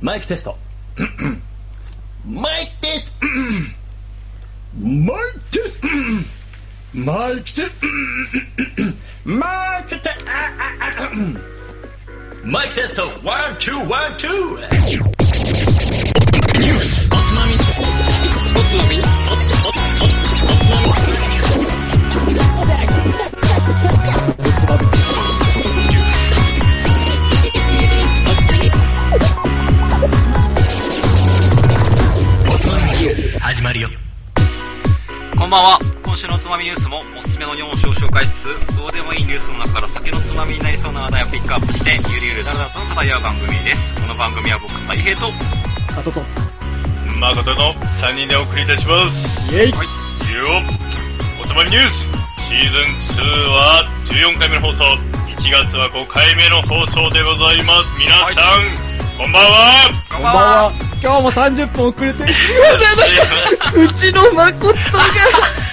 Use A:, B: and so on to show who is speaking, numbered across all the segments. A: マイクテスト。 マイクテスト。マイクテスト。マイクテスト。マイクテスト。マイクテスト。ワン、ツー、ワン、ツー。おつまみ。おつまみ。始まるよ。
B: こんばんは。今週のおつまみニュースもおすすめの日本酒を紹介しつつ、どうでもいいニュースの中から酒のつまみになりそうな話題をピックアップして、ゆるゆるだらだらと語り合う番組です。この番組は僕、大平と、
C: あとと。
D: 誠の3人でお送りいたします。
C: イェイ
B: はい。
D: よおつまみニュースシーズン2は14回目の放送。1月は5回目の放送でございます。皆さん、こんばん は
B: こ
C: こ
B: ん
C: ん
B: ば
C: ば
B: ん
C: ん
B: は
C: は。。今日も30分遅れて、すいませんでした。うちの誠が、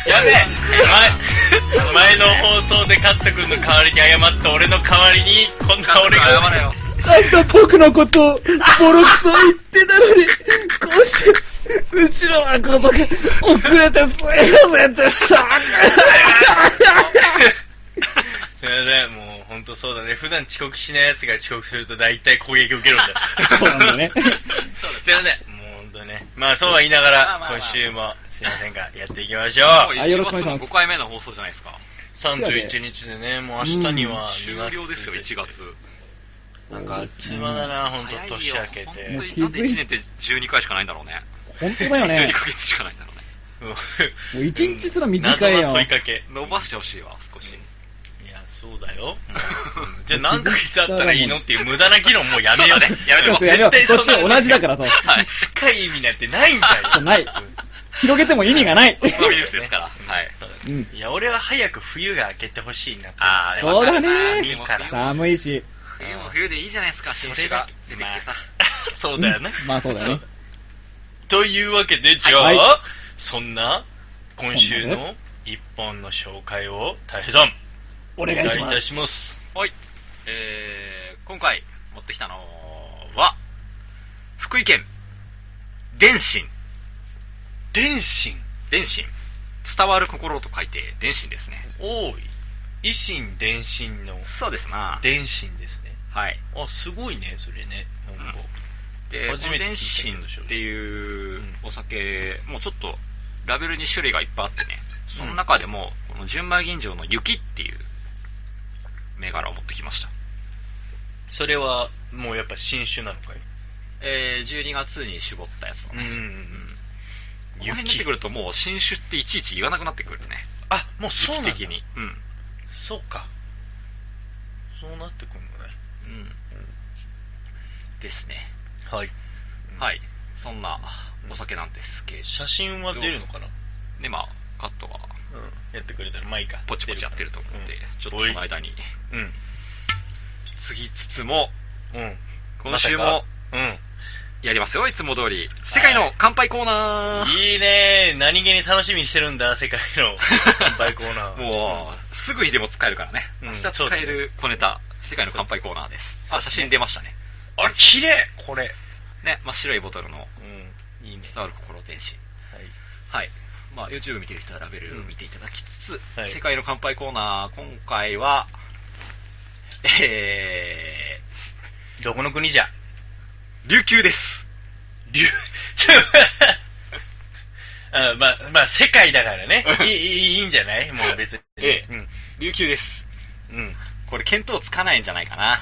D: やべえ前、前の放送でカット君の代わりに謝った俺の代わりに、こんな俺が
B: 謝れよ。
C: なんか僕のことを、ボロクソ言ってたのに、こうして、うちの誠が、遅れてすいませんでした。。
D: すいません、もう本当そうだね。普段遅刻しない奴が遅刻すると大体攻撃を受けるんだ
C: そうなんだね
D: そうですよね。もう本当ね。まあそうは言いなが
B: まあ
D: ら
B: まあ、まあ
D: 今週もすいませんが、やっていきましょう。
C: はいよろしくお願いします
B: 5回目の放送じゃないですか。
D: 31日でね、もう明日には
B: 終了ですよ、1月。
D: なんか、暇だな、本当年明け
B: 早
D: て
B: いよ。
C: も
B: 本
C: う
B: 当に
C: 気づい
B: なんで1年って12回しかないんだろうね。
C: 本当だよ
B: 12
C: ね。
B: ヶ月しかないんだろうね。
C: もう一日すら短いよ
D: 謎の問いかけ。い
B: 伸ばしてほしいわ、少し。
D: や、そうだよ。うんじゃあ何ヶ月あったらいいのっていう無駄な議論も うやめようね。やめよ う。
C: そうやめよう
D: 絶対そんな
C: こっちも同じだからさ
D: はい深い意味なんてないんだよ。
C: ない。広げても意味が ない。
B: おつまみニュースですから。はい。
C: うん。
D: いや、俺は早く冬が明けてほしいなって
B: あー
D: 思
C: そうだね
D: いいから。
C: 寒いし。
B: 冬も冬でいいじゃないですか、新
D: そ
B: 種
D: れ
B: が
D: が
B: 出てきてさ。
D: まあ そうだよね。
C: まあそうだよね。
D: というわけで、じゃあ、
C: はい
D: そんな今週
C: こんな
D: の一本の紹介を大平さん、
C: お
D: お
C: 願いしま
D: 願いいた
C: す。
D: します。
B: はい。えー、今回持ってきたのは、福井県、電信。
D: 電信、
B: 電信。伝わる心と書いて、電信ですね。
D: おい、維新電信の
B: そうですな。
D: 電信ですね。
B: はい。
D: あ、すごいね、それね。なんか、
B: で、
D: 初
B: この
D: めて
B: 電
D: 聞い
B: 信
D: たけど
B: っていう
D: うん
B: お酒、もうちょっと、ラベルに種類がいっぱいあってね、その中でも、この純米吟醸の雪っていう銘柄を持ってきました。
D: それはもうやっぱ新種なのかよ。
B: えー、12月に絞ったやつだね。
D: ん。
B: この辺になってくるともう新種っていちいち言わなくなってくるね。
D: あ、もうそうなんだ
B: 時期的に。うん。
D: そうか。そうなってくるのね。
B: うん。ですね。
D: はい。
B: はい。そんなお酒なんですけど、
D: 写真は出るのかな
B: で、まあ、カットが
D: やってくれたら、まあいいか。
B: ポチポチやってると思うんで、ちょっと
D: おい
B: その間に、
D: うん。
B: 継ぎつつも、
D: うん。
B: 今週
D: ま
B: も
D: さかうん。
B: やりますよ、いつも通り。世界の乾杯コーナー、
D: いいね何気に楽しみにしてるんだ、世界 の乾杯コーナー。
B: もう、すぐにでも使えるからね。
D: うん
B: 明日使える小ネタ、世界の乾杯コーナーです。
D: そう
B: あ、写真出ましたね。
D: あ、綺麗これ。
B: ね、真っ白いボトルの
D: うん。いいね。
B: 伝わる心天使。
D: はい。
B: はい。まあ、YouTube 見てる人はラベルを見ていただきつつ、
D: うんはい
B: 世界の乾杯コーナー、今回は、え
D: どこの国じゃ
B: ー、琉球です。
D: 竜、ちょ、 あまあ、まあ、世界だからね。いいいい、いいんじゃないもう別に。
B: ええ
D: うん。
B: 琉球です。
D: うん。
B: これ、見当つかないんじゃないかな。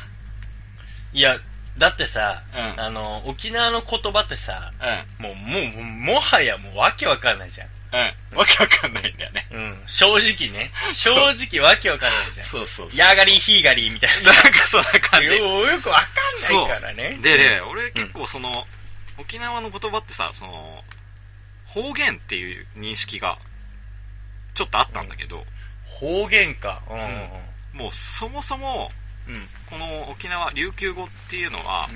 D: いや、だってさ、
B: うん
D: あの、沖縄の言葉ってさ、
B: うん。
D: もう、もう、もうもはやもうわけわかんないじゃん。
B: うん。わけわかんないんだよね。
D: うん。正直ね。正
B: そう
D: 直わけわかんないじゃん。
B: そうそうそう
D: やがり、ひがりみたいな。
B: なんかそんな感じ。
D: よよくわかんないからね。
B: でね、俺結構その、沖縄の言葉ってさ、その、方言っていう認識が、ちょっとあったんだけど、
D: 方言か。うん。
B: もうそもそも、
D: うん。
B: この沖縄、琉球語っていうのは、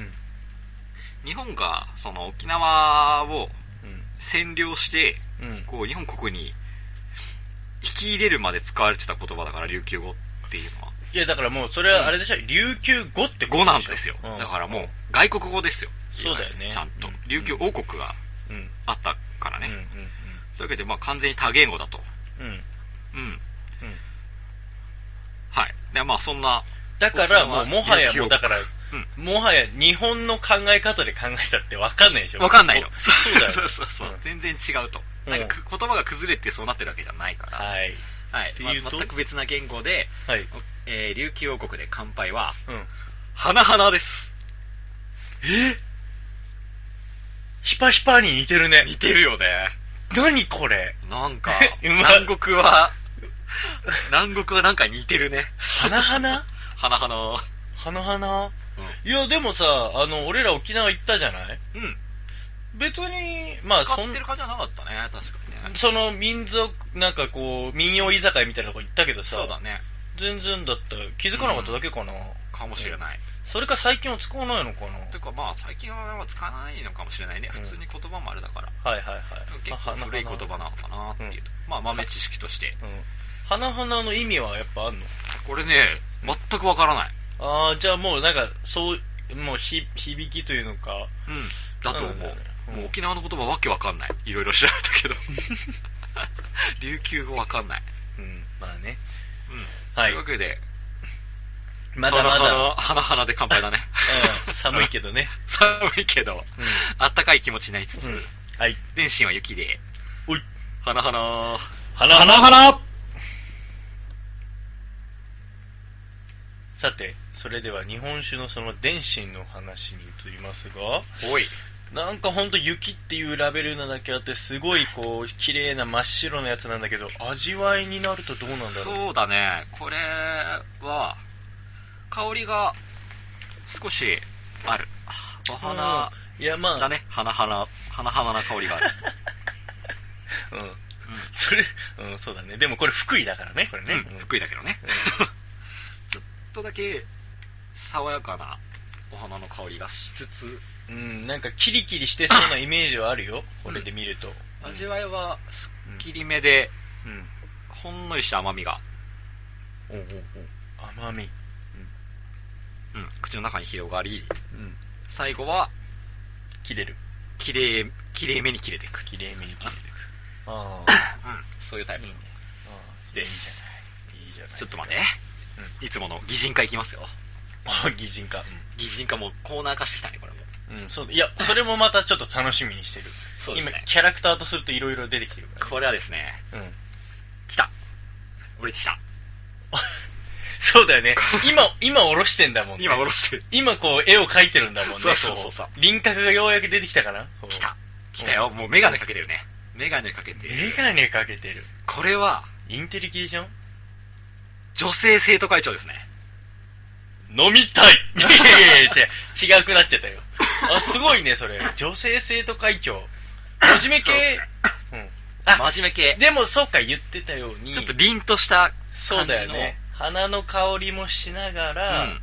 B: 日本がその沖縄を占領して、
D: うん。うん。
B: こう日本国に引き入れるまで使われてた言葉だから、琉球語っていうのは。
D: いや、だからもう、それはあれでしょ、琉球語って
B: 語なんですよ。だ
D: ら。
B: からもう、外国語ですよ。
D: そうだよね
B: ちゃんと
D: うん。
B: 琉球王国が
D: うん。うん。
B: あったからね。
D: う
B: というわけで、まあ完全に多言語だと。
D: ん。うん。うん。
B: うん。はい。で、まあそんな、
D: だから、
B: 僕
D: も
B: は
D: う、もはや、
B: 琉球
D: も
B: 王
D: う、だから、
B: う
D: もはや、日本の考え方で考えたって分かんないでしょ
B: ん。わかんないの。
D: そそうだ よ。
B: そうそうそう。
D: ん
B: 全然違うと。
D: うん
B: なんかく言葉が崩れてそうなってるわけじゃないから。
D: はい。
B: はい。
D: っていう
B: ま
D: と
B: 全く別な言語で、
D: はい。
B: えー琉球王国で乾杯は、
D: うん。
B: 花々です。
D: えヒパヒパに似てるね。
B: 似てるよね。
D: 何これ、
B: なんか
D: うまい
B: 南国は、南国はなんか似てるね。
D: 花 花
B: 花々。
D: 花花いや、でもさ、あの、俺ら沖縄行ったじゃない
B: うん。うん。
D: 別に、まあ、
B: 使
D: そ
B: っ
D: ん
B: てる感じはなかったね、確かにね。
D: その民族、なんかこう、民謡居酒屋みたいなとこ行ったけどさ、
B: そうだね。
D: 全然だった。気づかなかっただけかな。
B: かもしれない。
D: それか最近は使わないのかな
B: てかまあ、最近はなんか使わないのかもしれないね。
D: うん
B: 普通に言葉もあれだから。
D: はいはいはい。
B: 結構古い言葉なのかなっていうと。まあ、豆知識として。
D: うん。花々の意味はやっぱあんの
B: これね、全くわからない。
D: ああ、じゃあもうなんか、そう、もうひ、響きというのか。
B: うん。だと思う。
D: そうなんだよねうん
B: もう沖縄の言葉わけわかんない。いろいろ調べた けど。琉球語わかんない。
D: うん、まあね。
B: うん。
D: はい
B: というわけで、
D: まだま
B: 花々
D: だ、。
B: 花々で乾杯だね
D: うん、寒いけどね。
B: 寒いけど、
D: うん
B: あったかい気持ちになりつつ、
D: うんはい。
B: 電信は雪で、
D: おい。
B: 花々。
D: 花花花さて、それでは日本酒のその電信の話に移りますが、
B: おい。
D: なんかほんと雪っていうラベルなだけあって、すごいこう、綺麗な真っ白なやつなんだけど、味わいになるとどうなんだろう。
B: そうだね。これは、香りが少しある。お花
D: うんいやまあ、
B: だね。花々、花々な香りがある。
D: うん。
B: うん
D: それ、うん、そうだね。でもこれ福井だからね、これね。
B: うん、福井だけどね。
D: うん
B: ちょっとだけ、爽やかなお花の香りがしつつ、
D: うん、なんかキリキリしてそうなイメージはあるよ、これで見ると。
B: 味
D: は、
B: わいはすっきりめで、
D: うん。
B: ほんのりした甘みが、
D: おうおうおう甘み。
B: うん、口の中に広がり、
D: うん。
B: 最後は、
D: 切れる。
B: きれい、きれいめに切れていく。
D: きれいめに切れていく。あ
B: うん、そういうタ
D: あ。
B: イ
D: い
B: プ
D: いね。。あー
B: で
D: いいじゃない。いいじゃない。
B: ちょっと待って。いつもの擬人化いきますよ。
D: あ、擬人化。
B: 擬人化もうコーナー化してきたね、これも。
D: うん、そうだいや、それもまたちょっと楽しみにしてる。
B: そうですね
D: 今、キャラクターとするといろいろ出てきてるから、ね。
B: これはですね、
D: うん。
B: 来た。俺来た。
D: そうだよね。今、今下ろしてんだもんね。
B: 今下ろしてる。
D: 今こう絵を描いてるんだもんね。
B: そうそうそうそう
D: こ輪郭がようやく出てきたかな。こう
B: 来た。。来たよ。もうメガネかけてるね。メガネかけてる。
D: メガネかけてる。
B: これは、
D: インテリキーション
B: 女性生徒会長ですね。
D: 飲みたいいやいやいや、違う。違くなっちゃったよ。あ、すごいね、それ。女性生徒会長。真面目系。うん。あ、
B: 真面目系。
D: でもそうか、言ってたように。
B: ちょっと凛とした
D: そう
B: 感じの。
D: だよね。花の香りもしなが
B: う
D: ら、
B: ん。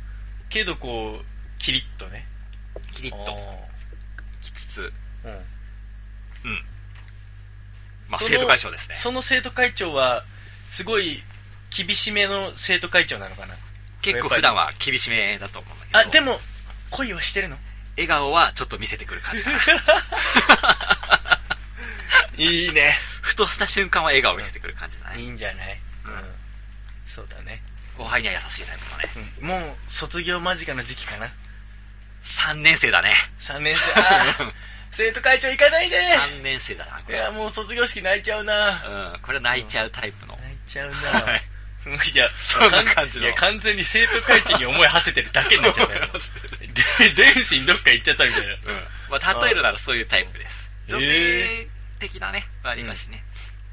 D: けどこう、キリッとね。
B: キリッときつつ。
D: あーうん。
B: うん。まあ、
D: その
B: 生徒会長ですね。
D: その生徒会長は、すごい厳しめの生徒会長なのかな。
B: 結構普段は厳しめだと思うんだけど。
D: あ、で。も、恋はしてるの
B: 笑顔はちょっと見せてくる感じかな。
D: いいね。
B: ふとした瞬間は笑顔を見せてくる感じだ
D: いい
B: ね。
D: んじゃない
B: うん
D: うん。そうだね。
B: 後輩には優しいタイプだね。
D: うんもう、卒業間近の時期かな。
B: 3年生だね。
D: 3年 生。あー生徒会長行かないで
B: 3年生だな、こ
D: い
B: れ。
D: や、もう卒業式泣いちゃうな。
B: うん。これ泣いちゃうタイプの。
D: 泣いちゃうな。
B: はい
D: いや、
B: そんな感じの
D: いや、完全に生徒会長に思い馳せてるだけになっちゃったよ
B: 思い馳せてる
D: で、電信どっか行っちゃったみたいな。
B: まあ、例えるならそういうタイプです。
D: うん
B: 女性的なね、割かしね。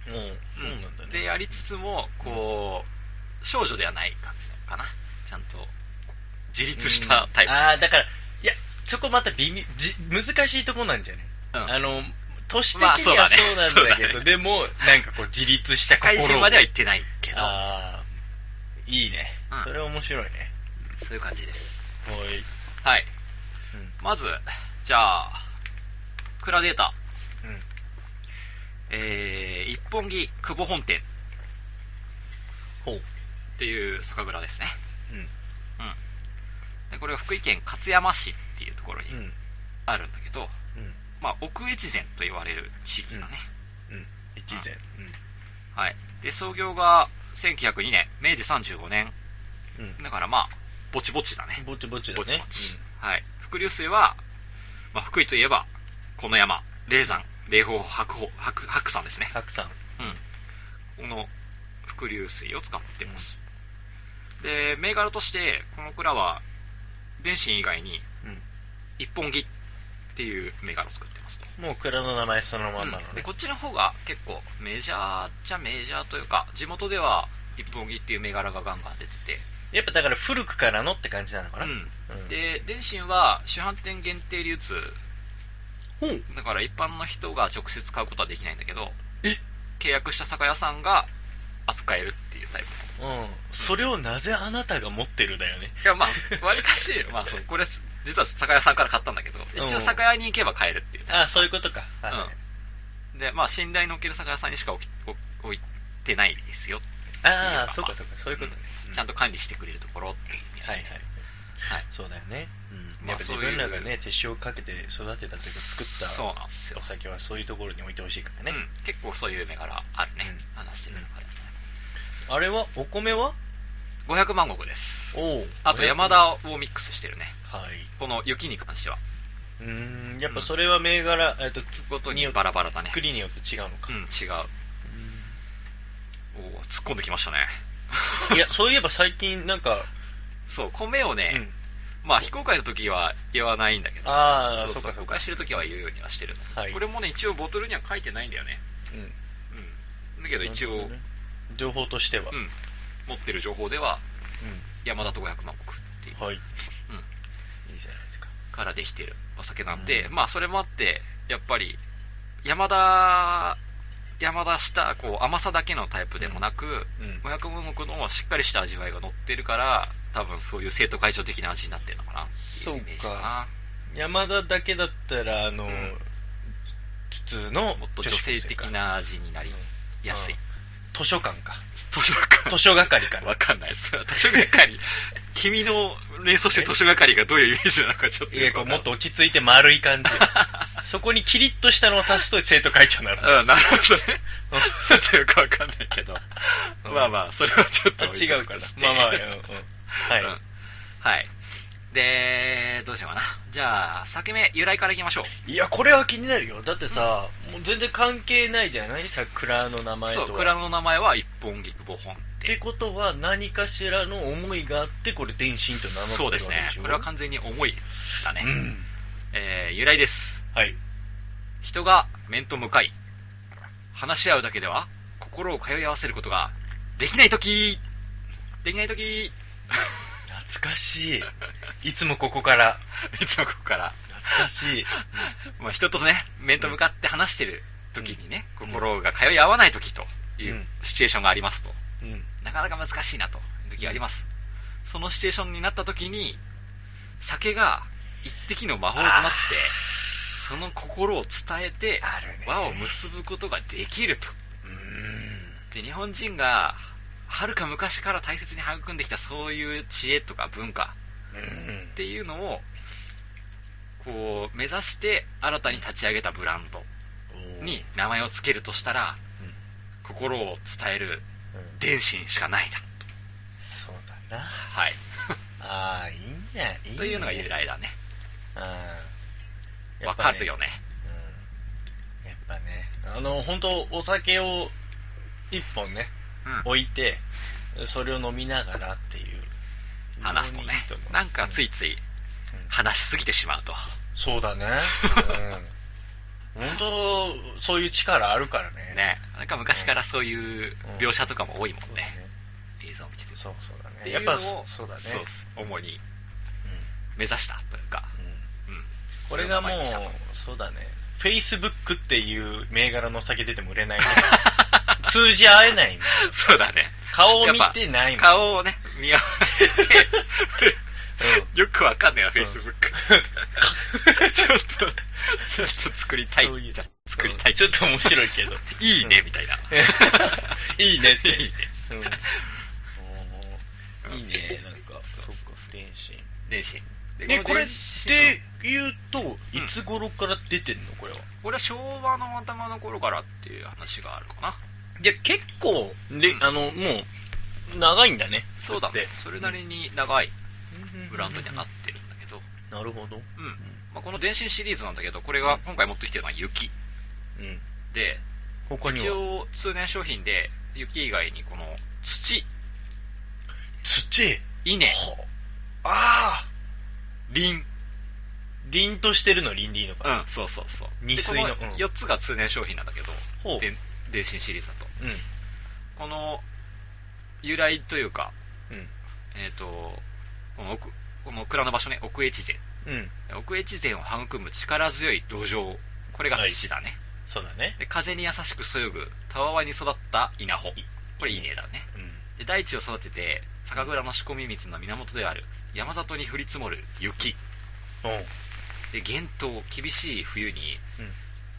D: うん、そうなんだ
B: で、
D: ね。
B: やりつつも、こう、少女ではない感じなのかな。ちゃんと、自立したタイプ。
D: うんああ、だから、いや、そこまた微妙、じ難しいとこなんじゃない、
B: うん
D: あの、年的
B: まあ
D: には
B: そうだね
D: そうなんだけど、
B: そうだね
D: でも、なんかこう、自立した心
B: 会
D: を
B: 心までは行ってないけど、
D: ああ、いいね、
B: うん
D: それ面白いね。
B: そういう感じです。
D: はい。
B: はい。
D: うん。
B: まず、じゃあ、クラデータ、
D: うん。
B: えー、一本木久保本店
D: ほう。
B: っていう酒蔵ですね。
D: うん。
B: うん。でこれは福井県勝山市っていうところに
D: うん。
B: あるんだけど、
D: うん。
B: まあ、奥越前と言われる地域だね。
D: うん。一前。
B: はい。で、創業が1902年、明治35年。
D: うん。うん。
B: だからまあ、ぼちぼちだね。
D: ぼちぼちだね。
B: ぼちぼち。はい。伏流水は、まあ、福井といえば、この山、霊山、霊峰白鵬、白、白山ですね。
D: 白山。
B: うん。この伏流水を使ってます。で、銘柄として、この蔵は、電信以外に、
D: う
B: 一本木っていう銘柄を作ってますと。
D: ん。もう蔵の名前そのまんまの
B: で
D: ね。
B: こっちの方が結構メジャーっちゃメジャーというか地元では一本木っていう銘柄がガンガン出てて、
D: やっぱだから古くからのって感じなのかな。
B: うん、で電信は主販店限定流通
E: ほう。
B: だから一般の人が直接買うことはできないんだけど契約した酒屋さんが扱えるっていうタイプ
D: うん。それをなぜあなたが持ってるだよね。
B: いやまあわりかし、まあ、そうこれ実は酒屋さんから買ったんだけど一応酒屋に行けば買えるっていうタイプ
D: あ、そういうことか。はいはい
B: でまあ信頼のおける酒屋さんにしか置き置置いてないですよ
D: あ
B: ま
D: あ、そうかそうか、そういうことね。
B: ちゃんと管理してくれるところっていう意味
D: はいはい。
B: はい
D: そうだよね。うん。
B: まあ
D: やっぱ
B: そう
D: 自
B: いう
D: 分らがね、手塩かけて育てたというか作った
B: そうなんですよ
D: お酒はそういうところに置いてほしいから
B: ね
D: ね。
B: 結構そういう銘柄あるね、
D: うん
B: 話してる中で、
D: あれは、お米は
B: 500万石です
D: おう
B: あと山。田をミックスしてるね
D: はい。
B: この雪に関しては
D: うーん、やっぱそれは銘柄、えっと、つ
B: ごとにバラバラだね
D: 作りによって違うのか
B: うん。違うおー突っ込んできましたね
D: いや、そういえば最近なんか、
B: そう米を
D: う
B: ね、
D: ん。
B: まあ非公開の時は言わないんだけど
D: ああ、
B: そう
D: そ
B: そ
D: う
B: う
D: かそ
B: 公
D: うか
B: 開し。てる時は言うようにはしてる、
D: はい
B: これもね一応ボトルには書いてないんだよね
D: うん
B: うんだけど一応、
D: なるほどね情報としては。
B: うん持ってる情報では
D: う。
B: 山田と500万石っていうん
D: はい。いい
B: うん
D: じゃないですか。
B: からできてるお酒なんで、
D: うん
B: まあそれもあってやっぱり山田山田したこう甘さだけのタイプでもなく、
D: うん
B: 500文目のしっかりした味わいが乗ってるから多分そういう生徒会長的な味になってるのかな
D: そう
B: イメージ
D: か。
B: か
D: 山田だけだったら、あの、
B: うん
D: 普通の
B: なもっと女性的な味になりやすい、
D: うん図書館か。
B: 図書館
D: 図書 係か
B: わ
D: な。
B: かんないです図書係君の連想して図書係がどういうイメージなのかちょっと
D: い
B: よ
D: や、
B: く
D: こ
B: わ
D: う、
B: かんない
D: もっと落ち着いて丸 い感じ。そこにキリッとしたのを足すと生徒会長になる。
B: うん、なるほどね
D: うん。
B: ちょっとよくわかんないけど。
D: うん
B: まあまあ、それはちょっと
D: あ
B: 置いと
D: 違う
B: く
D: か
B: と
D: ら
B: し。て
D: まあまあ、うんうん。はい。
B: うんはい。で、どうしようかな。じゃあ、酒目、由来からいきましょう。
D: いや、これは気になるよ。だってさ、もう全然関係ないじゃない桜の名前と
B: そ
D: は。
B: う、蔵の名前は一本菊五本っ
D: ってて。ことは、何かしらの思いがあって、これ、電信と名乗ってる
B: そうで
D: わけでしょ
B: すね。これは完全に重いだね。
D: うん。
B: えー由来です。
D: はい。
B: 人が面と向かい、話し合うだけでは、心を通い合わせることができないときできないときい
D: 懐かしい。いつもここから。
B: つもここから。
D: 懐かしい。
B: まあ、人とね、面と向かって話してる時にね、
D: うん
B: 心が通い合わない時という
D: うん
B: シチュエーションがありますと、
D: うん。
B: なかなか難しいなという時があります。そのシチュエーションになった時に、酒が一滴の魔法となって、その心を伝えて、
D: あるね
B: 輪を結ぶことができると。
D: うん。
B: で、日本人が、はるか昔から大切に育んできたそういう知恵とか文化
D: うん
B: っていうのを、こう、目指して新たに立ち上げたブランドに、名前を付けるとしたら、
D: うん
B: 心を伝える
D: うん
B: 電信しかないだ
D: そうだな。
B: はい
D: ああ、いいんじゃないいいね
B: というのが由来だね
D: うん。や
B: わ
D: っぱ
B: か
D: ね
B: るよ。ね
D: うん。やっぱね、あの、本当お酒を一本ね、
B: うん
D: 置いて、それを飲みながらっていう。
B: 話すとね
D: 非常にいい思う
B: なんかついつい
D: うん
B: 話しすぎてしまうと
D: そうだね。うん。本当そういう力あるからね。
B: ねなんか昔からそういう描写とかも多いもん
D: そうだ
B: ね
D: ね。
B: 映像を見てて
D: そうそうだ
B: っ
D: ね。
B: て
D: や
B: い
D: っ
B: うの
D: ぱ
B: を
D: そそうだね。
B: そう主に目指したというか
D: うんう
B: う
D: ん
B: ん
D: これがも
B: その名前
D: う
B: にしたと、
D: そうだね。Facebook っていう銘柄のお酒出ても売れない ね。通じ合えないもん。
B: そうだね
D: 顔を見てないもん。
B: 顔をね見合わせて
D: う
B: よくわかんねえな、フェイス ブック。ちょっと、ちょっと作りたい。
D: そういう
B: じゃ作りたい。
D: ちょっと面白いけど。
B: いいね、みたいな。
D: いいねって。
B: いいね。
D: うんいいね、なんか。そっか、電信。
B: 電信。
D: え、これっ
B: 電子
D: て言うと、いつ頃から出てんのこれは。
B: これは昭和の頭の頃からっていう話があるかな。
D: いや、結構、で、
B: うん
D: あの、もう、長いんだね。
B: そうだ
D: って
B: ね。それなりに長いブ
D: ブ
B: ランドにはなってるんだけど、う
D: なるほど。
B: ん。まあ、この電信シリーズなんだけど、これが今回持ってきてるのは雪。
D: うん。
B: で、
D: 他に
B: 一
D: は。
B: 応通年商品で、雪以外にこの土、
D: 土
B: 稲、
D: ああ
B: 林。
D: 凛としてるの凛でいいのか
B: う
D: な。
B: ん、そうそうそう。
D: 二水の
B: でこ
D: うん
B: 4つが通年商品なんだけ
D: ほ
B: ど、
D: う
B: で電信シリーズだと。
D: う
B: この由来というか、
D: ん。
B: えっ、と、この奥、この蔵の場所ね、奥越前。
D: うん。うん。
B: 奥越前を育む力強い土壌。これが土だね。
D: そうだね。
B: で風に優しくそよぐたわわに育った稲穂これいいねだね
D: うん。
B: で大地を育てて酒蔵の仕込み水の源である山里に降り積もる雪
D: おう
B: で厳冬厳しい冬に
D: うん。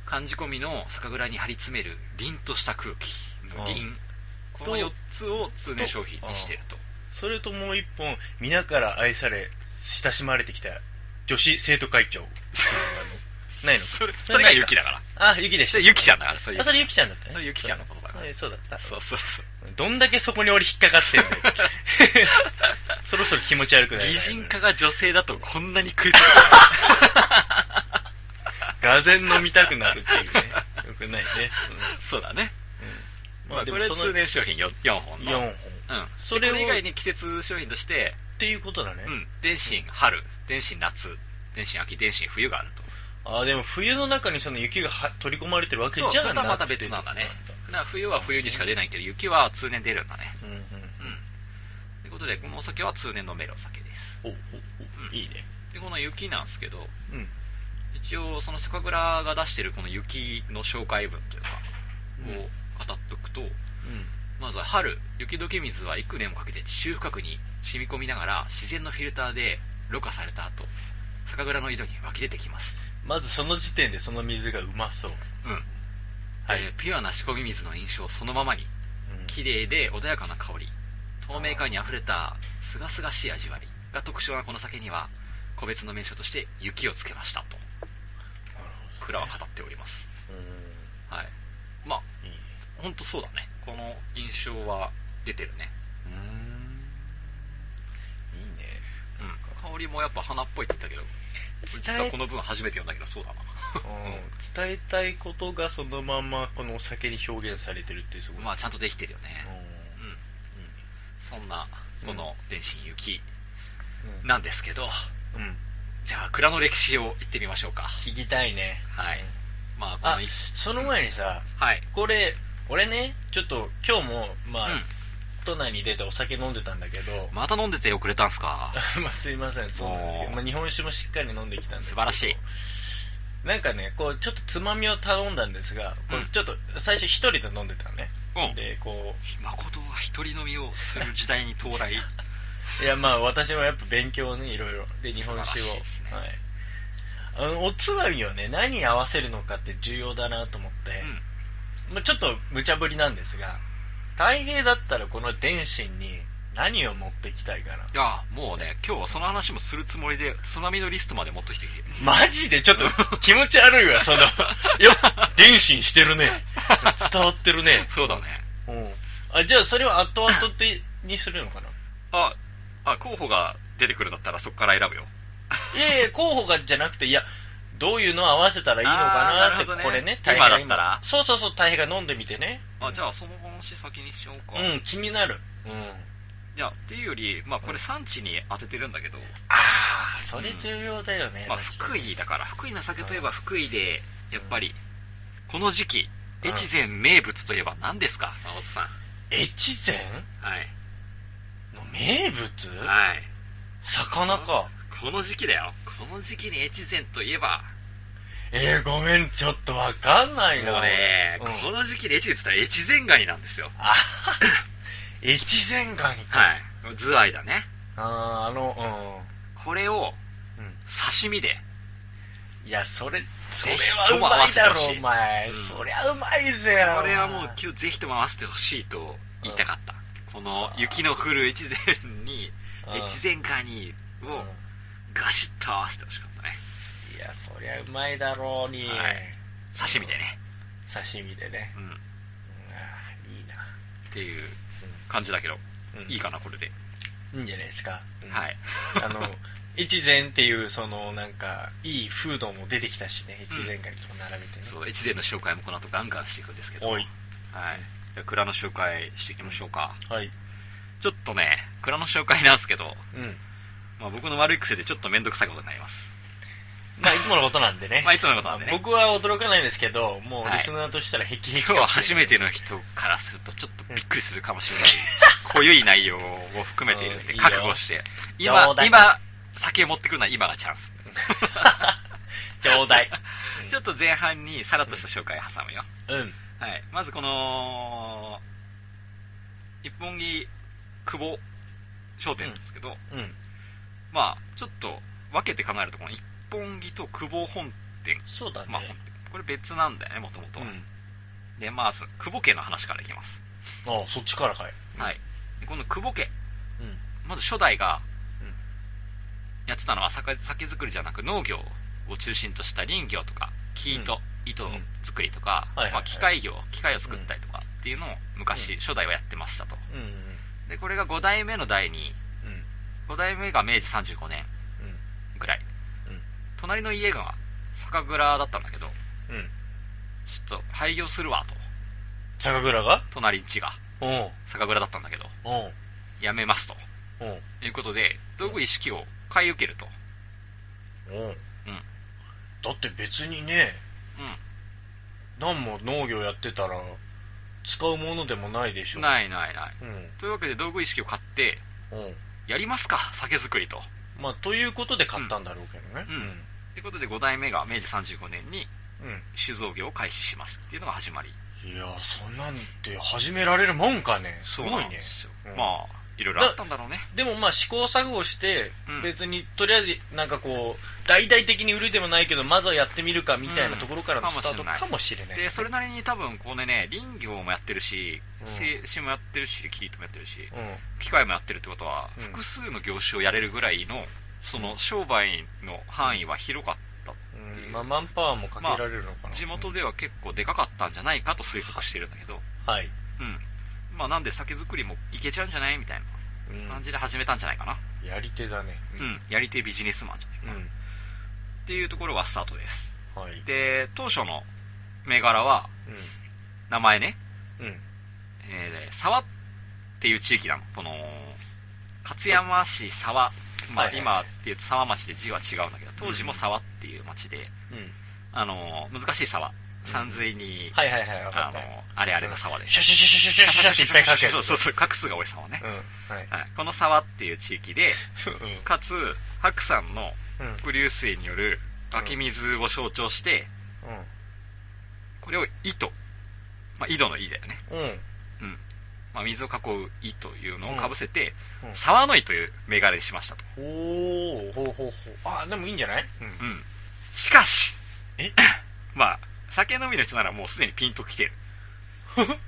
B: 寒仕込みの酒蔵に張り詰める凛とした空気の
D: う
B: 凛この
D: と
B: 4つを通年商品にしてると
D: それともう一本、皆から愛され、親しまれてきた女子生徒会長。ないの
B: それ
D: そ
B: そ
D: れ
B: れ
D: な
B: が
D: いか
B: 雪だから
D: あ、ゆきでし
B: そ
D: た。
B: れ雪ちゃんだからそれ
D: あ、それゆ
B: 雪
D: き
B: ち
D: ちゃんだった
B: ゃん
D: ね。
B: それ雪ちゃんのことだから
D: えそうだった。
B: そうそうそう
D: どんだけそこに俺引っかかってんの そろそろ気持ち悪くなる。
B: 擬人化が女性だとこんなに食いつく
D: がぜん飲みたくなるっていう ね。よくないね。
B: そうだね
D: うん。
B: まあこれは通年商品 4, 本の
D: 4本。っ
B: うん、
D: そ
B: そ
D: れ
B: れ
D: を
B: 以外に季節商品として、
D: ていうことだね。
B: うん、電信春、電信夏、電信秋、電信冬があると。
D: ああ、でも冬の中にその雪がは取り込まれてるわけ
B: そ
D: じゃ
B: う、それ
D: ない
B: とはまた別なんだね。だから冬は冬にしか出ないけど、雪は通年出るんだね。
D: うんうん。
B: うん。ということで、このお酒は通年飲めるお酒です。
D: おおおいいね。
B: で、この雪なんですけど、
D: うん。
B: 一応、その酒蔵が出してるこの雪の紹介文というか、を語っとくと、まずは春、雪解け水は幾年もかけて地中深くに染み込みながら自然のフィルターでろ過された後、酒蔵の井戸に湧き出てきます。
D: まずその時点でその水がうまそう。
B: うん。
D: はい
B: えーピュアな仕込み水の印象そのままに、綺麗で穏やかな香り、透明感に溢れた清々しい味わいが特徴なこの酒には、個別の名称として雪をつけましたと、蔵は語っております。
D: うん。
B: はい。まあ、
D: いいね。
B: ほんとそうだね。この印象は出てるね。
D: うん。いいね。
B: うん。香りもやっぱ花っぽいって言ったけど、実はこの文初めて読んだけど、そうだな。
D: うん伝えたいことがそのまんまこのお酒に表現されてるっていうすごい
B: まあ、ちゃんとできてるよね。
D: う
B: うんん。そんな、この電信雪
D: うん
B: なんですけど、
D: うん
B: じゃあ、蔵の歴史を言ってみましょうか。
D: 聞きたいね
B: はい。まあ、こ
D: あ
B: の一、
D: その前にさ
B: はい。
D: これ俺ねちょっと今日もまあ
B: うん
D: 都内に出てお酒飲んでたんだけど
B: また飲んでて遅れたんす か。
D: まあすいませんそうなんですけど
B: おー
D: まあ日本酒もしっかり飲んできたんですけ
B: 素
D: ど
B: 晴らしい。
D: なんかねこうちょっとつまみを頼んだんですがこれ
B: うん
D: ちょっと最初一人で飲んでたのね
B: うん
D: でこう
B: 誠は一人飲みをする時代に到 来。
D: いやまあ私もやっぱ勉強をねいろいろで日本酒を
B: 素晴らしいですね
D: はいあのおつまみをね何に合わせるのかって重要だなと思って、
B: う。
D: まあ、ちょっと無茶ぶりなんですが大平だったらこの電信に何を持ってきたいかなん
B: いや、もうね、今日はその話もするつもりで、つまみのリストまで持ってきてき て。
D: マジでちょっと気持ち悪いわ そのよっ電信してるね伝わってるね
B: そうだね。
D: うんあじゃあそれは後々ってにするのかな
B: あ、あ、候補が出てくるんだったらそこから選ぶよ。
D: いやいや、候補がじゃなくて、いや、どういうのを合わせたらいいのかなって、
B: あーなるほどね
D: これね、
B: 今
D: 平が
B: だったら
D: そうそうそう、大平が飲んでみてね。
B: あ、じゃあその話先にしようか。
D: うん、気になる。うん。
B: じゃあ、っていうより、まあこれ産地に当ててるんだけど、
D: あー、それ重要だよね。
B: まあ
D: 確か
B: 福
D: に
B: 井だから、福井の酒といえば福井で、やっぱり、この時期、越前名物といえば何ですか、誠さん。
D: 越前
B: はい。
D: の名物、
B: はい。
D: 魚か。
B: この時期だよ。この時期に越前といえば、
D: えー、ごめん、ちょっとわかんないな。
B: もうね、
D: うん
B: この時期に越前って言ったら越前ガニなんです よ。
D: あはは越前ガニか。い。
B: はい。ズワイだね。
D: あー、あの、
B: これを
D: うん。うん
B: 刺身で、
D: いや、それ、それ
B: ぜひ
D: は
B: と
D: うまいだ
B: も合わせてほ
D: ろ、
B: しい
D: お前。
B: うん
D: そりゃうまいぜ、
B: これは
D: お
B: もう
D: 前
B: 今日ぜひとも合わせてほしいと言いたかった。この雪の降る越前に、
D: うん
B: 越前ガニをガシッと合わせてほしかったね。
D: いや、そりゃうまいだろうに。
B: はい刺身でね。
D: 刺身でね。
B: うん。っ
D: うんあーいいな。
B: ていう感じだけど、いいかな、これで。
D: いいんじゃないですか。うん
B: はい
D: あの、越前っていう、その、なんか、いいフードも出てきたしね、越前ガニとか並べてね。
B: そう、越前の紹介もこの後ガンガンしていくんですけど。
D: お
B: はいい。じゃあ、蔵の紹介していきましょうか。
D: はい。
B: ちょっとね、蔵の紹介なんですけど、
D: うん。
B: まあ、僕の悪い癖でちょっとめんどくさいことになります。
D: まあ、いつものことなんでね。
B: まあいつものことなんでね
D: 僕は驚かないんですけど、もう
B: はい
D: リスナーとしたらへきへき。
B: 今日は初めて の 人からするとちょっとびっくりするかもしれない、濃ゆい内容を含めているんで、
D: うん
B: 覚悟して。
D: いいよ
B: 今
D: 冗、談
B: 今、酒を持ってくるのは今がチャンス。。
D: ちょうだい
B: ちょっと前半にさらっとした紹介挟むよ。
D: うん。
B: はい。まずこの、一本木久保商店なんですけど、
D: うん。
B: まあ、ちょっと分けて考えると、この一本木と久保本店、
D: そうだね。
B: まあ、本店これ別なんだよね、もともと
D: う
B: は。
D: ん。
B: で、まあ、その久保家の話からいきます。
D: ああ、そっちからかい。
B: はい。でこの久保家、
D: うん。
B: まず初代が
D: うん、
B: やってたのは酒酒造りじゃなく農業を中心とした林業とか、木糸、糸作りとか、
D: うんはいはいはい
B: まあ、機械業、機械を作ったりとかっていうのを昔、初代はやってましたと。
D: うん。うん。
B: で、これが5代目の代に、
D: うん。
B: 5代目が明治35年ぐらい。隣の家が酒蔵だったんだけど、
D: うん。うん。
B: ちょっと廃業するわと。
D: 酒蔵が
B: 隣ん家が
D: うん。うん。
B: 酒蔵だったんだけど、やめますと。
D: うん。
B: いうことで、道具一式を買い受けると。
D: うん。
B: うん。
D: だって別にね、
B: うん。
D: 何も農業やってたら、使うものでもないでしょ。い。
B: ないないない。
D: うん。
B: というわけで道具意識を買って、
D: うん。
B: やりますか、酒造りと。
D: まあ、ということで買ったんだろうけどね。
B: うんうんということで5代目が明治35年に
D: うん。
B: 酒造業を開始しますっていうのが始まり。
D: いや、そんなんて始められるもんかね。すご
B: ないん
D: ね
B: で。すよ。
D: うん
B: まあ、いろいろあったんだろうね。
D: でもまあ試行錯誤して
B: うん、
D: 別にとりあえずなんかこう、大々的に売るでもないけど、まずはやってみるかみたいなところからの
B: うん
D: スタート
B: か
D: か
B: も
D: もしれない。
B: で、それなりに多分、このね、林業もやってるし、
D: うん
B: 製紙もやってるし、生糸もやってるし、
D: うん。
B: 機械もやってるってことは、
D: うん
B: 複数の業種をやれるぐらいの、その商売の範囲は広かった。
D: うんまあ、マンパワーもかけられるのかな。
B: 地元では結構でかかったんじゃないかと推測してるんだけど、
D: はい。
B: うん。まあ、なんで酒造りもいけちゃうんじゃないみたいな。
D: うん
B: 感じで始めたんじゃないかな。
D: やり手だね。
B: うん。やり手ビジネスマンじゃないか
D: う
B: な。
D: ん。
B: っていうところがスタートです。
D: はい。
B: で、当初の銘柄は、
D: う
B: 名前ね、
D: ん。うん。
B: えー、沢っていう地域なの。この、勝山市沢。まあ、
D: はいはい
B: 今っていうと沢町で字は違うんだけど、当時も沢っていう町で、
D: うん。
B: あのー、難しい沢。山水に、
D: はいはいはい、わか
B: あ
D: っ
B: の
D: た
B: ー。、あれあれの沢で。
D: シュシュシュシュシュシュシュっていっぱいかける。
B: そうそうそう、画数が多い沢ね
D: う。ん。はい。
B: はいこの沢っていう地域で、かつ、白山の
D: うん。うん。
B: 伏流水による湧き水を象徴して、これを井と、まあ、井戸の井だよね。
D: うん。うん。
B: うん。まあ、水を囲う井というのをかぶせて、
D: うんうん
B: 沢の井という銘柄にしましたと。
D: おー、ほうほうほう。あ、でもいいんじゃないうん
B: うん。しかし、
D: え
B: まあ、酒飲みの人ならもうすでにピンとき てる。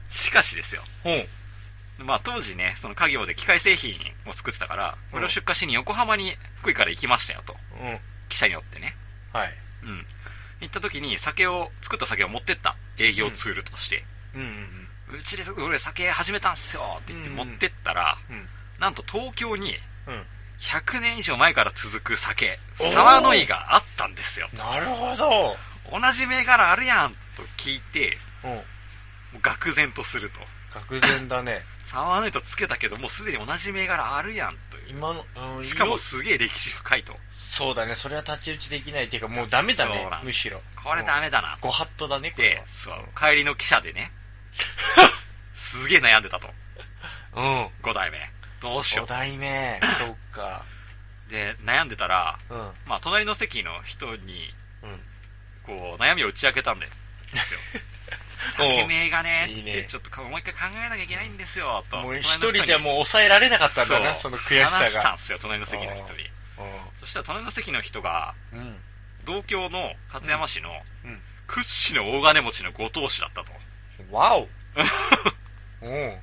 B: しかしですよ。
D: うん。
B: まあ当時ね、その家業で機械製品を作ってたから、これを出荷しに横浜に福井から行きましたよと。
D: うん。
B: 汽車に乗ってね。
D: はい。
B: うん。行った時に酒を、作った酒を持ってった営業ツールとして。
D: うんうん
B: うちです俺酒始めたんすよって言って
D: うんう
B: 持
D: ん
B: ってったら、
D: うん。
B: なんと東京に
D: うん。
B: 100年以上前から続く酒、
D: おー
B: 沢の井があったんですよ。
D: なるほど。
B: 同じ銘柄あるやんと聞いて、
D: うん。
B: もう愕然とすると。
D: 愕然だね。
B: 沢の井とつけたけど、もうすでに同じ銘柄あるやんとい
D: 今の、うん
B: う。しかも
D: よ
B: すげえ歴史深いと。
D: そうだね。それは太刀打ちできないっていうか、もうダメだ
B: そう
D: ね
B: な。ん
D: むしろ。
B: これダメだな
D: ご
B: と。
D: 法度だね、これ
B: で
D: は、
B: そう、帰りの汽車で ね、すげえ悩んでたと。
D: うん。
B: 5代目。どうしよ
D: 初代目。そうか。
B: う。で、悩んでたら、
D: うん。うん。
B: まあ隣の席の人に、こう、悩みを打ち明けたんで、 ですよ。酒名がね、
D: い
B: つ
D: い
B: っ
D: ね
B: て、ちょっとかもう一回考えなきゃいけないんですよ、と。
D: もう
B: 隣の
D: 一
B: 人に
D: 人じゃもう抑えられなかったんだな、
B: う
D: その悔しさ
B: 話したん
D: が。
B: ですよ、隣の席の人に。そしたら隣の席の人が、
D: うん。うん。
B: 同郷の勝山市の
D: うん。
B: 屈指の大金持ちのご当主だったと。
D: わおうん。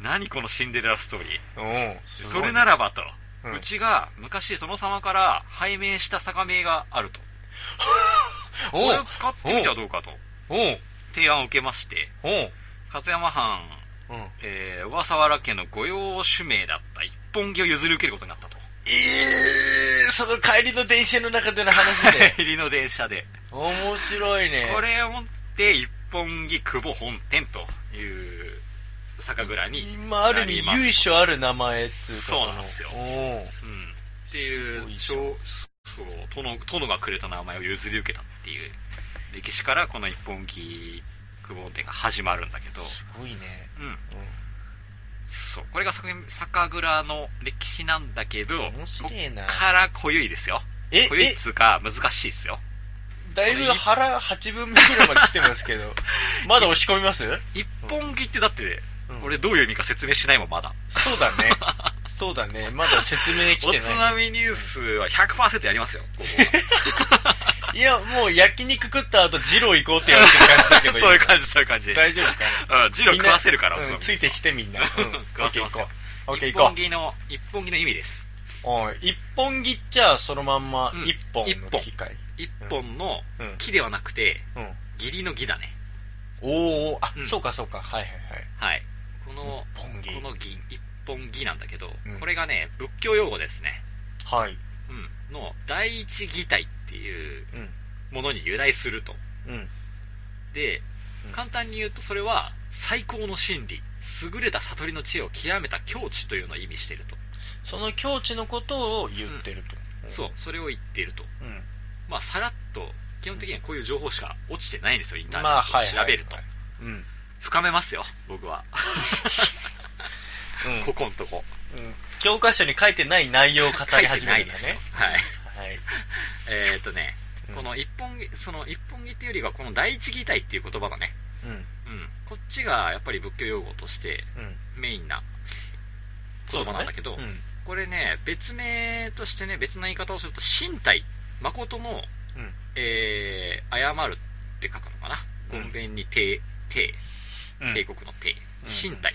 B: 何このシンデレラストーリー。
D: うん。
B: それならばと、
D: うん
B: うちが昔殿様から拝命した酒名があると
D: おう
B: これを使ってみてはどうかと
D: おう
B: 提案を受けまして
D: おう
B: 勝山藩、
D: うん
B: えー小笠原家の御用主名だった一本木を譲り受けることになったと
D: えー、その帰りの電車の中での話で。
B: 入りの電車で
D: 面白いね。
B: これを持って一本木久保本店という酒蔵に
D: 今ある意味由緒ある名前っていうか
B: そうなんですよ
D: そのおう
B: うんってい
D: すご
B: う
D: いじゃん
B: そうそう殿殿がくれた名前を譲り受けたっていう歴史からこの一本木久保店が始まるんだけど、
D: すごいね。
B: うん、
D: う
B: そうこれが酒酒蔵の歴史なんだけど
D: 面白いな
B: こっから濃ゆいですよ
D: え
B: 濃ゆいっつうか難しいですよ
D: ん。だいぶ腹8分目ぐらいまで来てますけ ど、まだ押し込みます
B: 一本木ってだって、
D: うん
B: 俺どういう意味か説明しないもんまだ
D: そう だね。そうだね。まだ説明来
B: お
D: て
B: つま
D: な
B: みニュースは100%やりますよ、ここは
D: い。いや、もう焼肉食った後、ジロー行こうって言われてる感じだけ ど。
B: そういう感じ、そういう感じ。
D: 大丈夫か
B: うん、ジロー食わせるから、
D: みんなうん
B: おつ
D: つ
B: ま
D: いてきてみんな。うん
B: 食わせますよ
D: オッケ
B: み
D: ー行こう。オ
B: 一本
D: ッケー行こう
B: 木の、一本木の意味です。
D: おい一本切っちゃそのまんま
B: うん
D: 一本の機械。
B: 一本の
D: うん
B: 木ではなくて、
D: うん。
B: 義理の義だね。
D: おーおー、あ、
B: うん
D: そうかそうか。はいはいはい。
B: はい。この、
D: 一本木
B: この義、一本義なんだけど、
D: うん
B: これがね、仏教用語ですね。
D: はい。
B: うん。の、第一義体っていう
D: う
B: ものに由来すると。
D: ん。うん。
B: で
D: うん、
B: 簡単に言うとそれは、最高の真理、優れた悟りの知恵を極めた境地というのを意味していると。
D: その境地のことを言ってると。
B: そう、それを言っていると。
D: うん。
B: まあ、さらっと、基本的にはこういう情報しか落ちてないんですよ、インターネ
D: まあ、はい
B: ット
D: はい
B: で調べ
D: はい。
B: ると。
D: うん。
B: 深めますよ、僕は。
D: うん
B: ここんとこ。
D: うん教科書に書いてない内容を語り始めるんだ
B: 書いてないで。
D: ね
B: すよはい。
D: はい。
B: えーっとね
D: うん、
B: この一本木、その一本木っていうよりは、この第一義体っていう言葉だね。
D: うん。
B: うん。こっちがやっぱり仏教用語として
D: うん。
B: メインな言葉なんだけど、
D: そうね
B: これね、別名としてね、別な言い方をすると、身体、誠の、
D: うん。うん。
B: えー、謝るって書くのかな。
D: う
B: 根
D: ん
B: 源に、て、て、
D: うん
B: 帝国の帝、身体、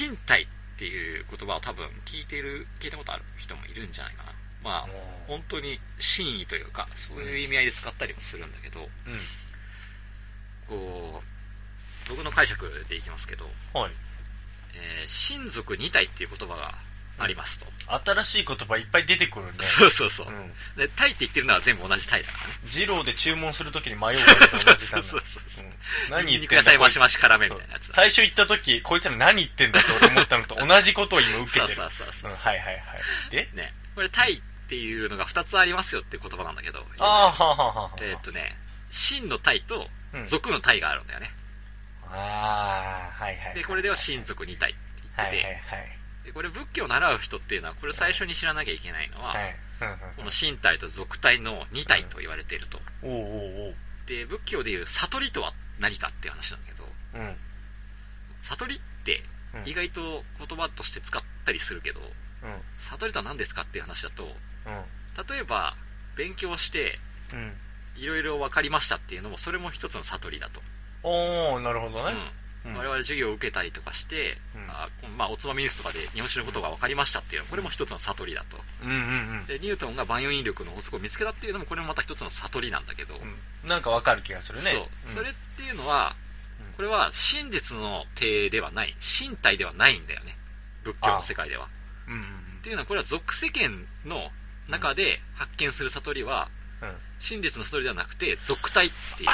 B: 身体っていう言葉を多分聞いてる、聞いたことある人もいるんじゃないかな。まあ、
D: うん
B: 本当に真意というか、そういう意味合いで使ったりもするんだけど、
D: うん。
B: こう、僕の解釈でいきますけど、
D: はい。
B: えー親族2体っていう言葉がありますと。
D: 新しい言葉いっぱい出てくるね。
B: そうそうそう。
D: うん
B: で、タイって言ってるのは全部同じタイだからね。
D: 二郎で注文するときに迷うから と同じだな
B: そうそうそうそう
D: うん何言ってん
B: 肉
D: だ
B: 野菜増し増し辛め
D: こ
B: み
D: いつ
B: たいなやつだ
D: 最初言ったとき、こいつら何言ってんだと俺思ったのと同じことを今受けてる。
B: そうそうそうそう
D: うんはいはいはい。で
B: ね、これタイっていうのが2つありますよっていう言葉なんだけど、
D: ああ、はあはあはあ。
B: えーっとね、真のタイと
D: うん
B: 俗のタイがあるんだよね。
D: ああ、はいはい。
B: で、これでは親族2体って言
D: は
B: っ
D: い
B: て
D: はい
B: て、
D: はい。
B: でこれ仏教を習う人っていうのは、これ最初に知らなきゃいけないのは、
D: はい。うんうん
B: この身体と俗体の2体と言われていると。
D: おうおう
B: で、仏教でいう悟りとは何かっていう話なんだけど、
D: おう。うん。
B: 悟りって
D: うん
B: 意外と言葉として使ったりするけど、
D: うん。
B: 悟りとは何ですかっていう話だと、
D: うん。
B: 例えば勉強して
D: うん。
B: いろいろ分かりましたっていうのもそれも一つの悟りだと、
D: おー、なるほど
B: う
D: ね。
B: ん
D: うん
B: 我々授業を受けたりとかして、
D: うん
B: あこまあ、おつまみニュースとかで日本史のことが分かりましたっていうのもこれも一つの悟りだと
D: うんうん
B: でニュートンが万有引力の法則を見つけたっていうのもこれもまた一つの悟りなんだけど、
D: うんうん。なんかわかる気がするね。
B: そう、それっていうのは
D: うん
B: これは真実の体ではない身体ではないんだよね仏教の世界では
D: うんうん
B: っていうのはこれは俗世間の中で発見する悟りは
D: うん。うん。
B: 真実の悟りではなくて俗体っていう
D: あ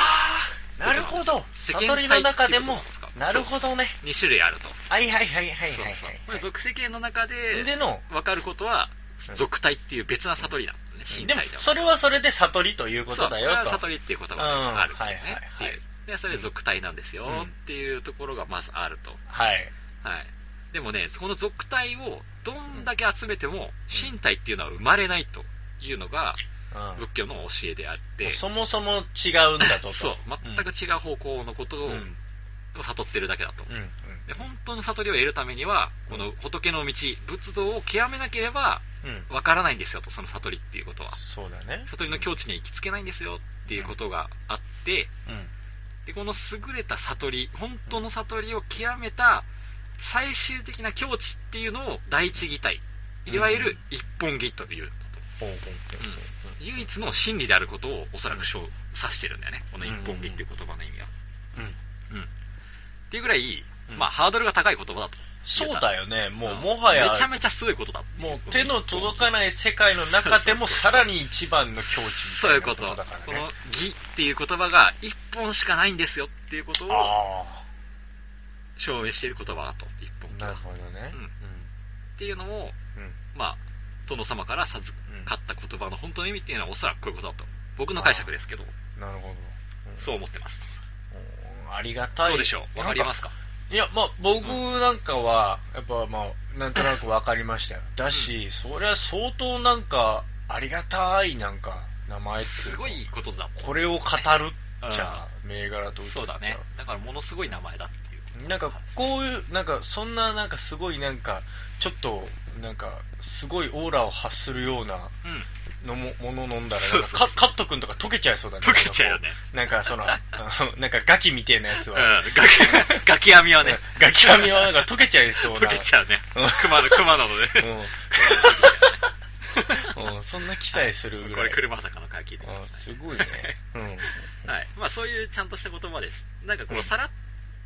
D: あ、なるほど。
B: 世間体
D: 悟りの中でも
B: っていうことなんです、か
D: なるほどね。
B: 2種類あると
D: はいはいはいはいはいはい。
B: そうそうこれ属性系の中
D: で
B: で
D: の、
B: 分かることは
D: うん
B: 属体っていう別な悟りなんだね身
D: でも
B: 体で、は
D: それはそれで悟りという
B: そ
D: こ
B: う
D: とだ
B: こ
D: よ
B: れは
D: と。
B: 悟りっていう言葉があるからね
D: うんはいはいは
B: って
D: い
B: いうでそれ属体なんですよ
D: うん
B: っていうところがまずあると、
D: はい。
B: はいでもねこの属体をどんだけ集めても身体っていうのは生まれないというのが
D: うん
B: 仏教の教えであって、
D: もうそもそも違うんだぞ と。
B: そう全く違う方向のこと
D: う
B: を
D: ん。うん。
B: 悟ってるだけだと、
D: うん。
B: で本当の悟りを得るためにはこの仏の道仏道を極めなければ
D: うん。
B: わからないんですよとその悟りっていうことは
D: そうだね。
B: 悟りの境地には行きつけないんですよっていうことがあって
D: うん。
B: でこの優れた悟り本当の悟りを極めた最終的な境地っていうのを第一義体いわゆる一本木という、唯一の真理であることをおそらくしょう指してるんだよねこの一本木っていう言葉の意味は、うんっていうぐらい、
D: うん
B: まあ、ハードルが高い言葉だと
D: そうだよね。も
B: ん
D: う、もはや
B: めち、ゃめちゃすごいことだってい
D: もう手の届かない世界の中でもさらに一番の境地み
B: そ
D: た
B: うい
D: いうなこ
B: ことと
D: だから
B: こ
D: ね
B: の。「義」っていう言葉が一本しかないんですよっていうことを
D: あ
B: 証明している言葉だと一本
D: あ、
B: 木
D: な
B: は
D: る
B: っ
D: ほどね。
B: ていうのを
D: うん。うん。
B: まあ殿様から授かった言葉の本当の意味っていうのはおそらくこういうことだと僕の解釈ですけど
D: なるほど。うん
B: そう思ってますと
D: うんありがたい。
B: どうでしょうわかりますすか
D: いや、まあ、僕なんかは、やっぱまあ、なんとなくわかりましたよ。だし、そりゃ相当なんか、ありがたいなんか、名前っていうか
B: すごいことだ
D: これを語るっちゃ、銘柄と歌
B: そ
D: っ
B: う
D: ちゃ
B: だねだからものすごい名前だっていう
D: なんかこういうなんかそんななんかすごいなんかちょっとなんかすごいオーラを発するような
B: うん
D: のももの飲んだら
B: そう
D: なん
B: そう
D: かカカット君とか溶けちゃいそうだね
B: 溶けちゃうよね
D: なん かそのあのなんかガキみたいなや
B: う
D: つ
B: ん
D: は、
B: ガキ ガキ網はね
D: ガキ髪はなんか溶けちゃいそうな
B: 溶けちゃうね
D: うん
B: 熊の熊なので
D: うん、うん、そんな期待するぐ
B: こ
D: ら
B: れ
D: い
B: 車坂の会聞いてくだ
D: うん
B: さ
D: す
B: い
D: ごいね、うん、
B: はいまあそういうちゃんとした言葉ですなんかこ
D: う
B: うんさらっ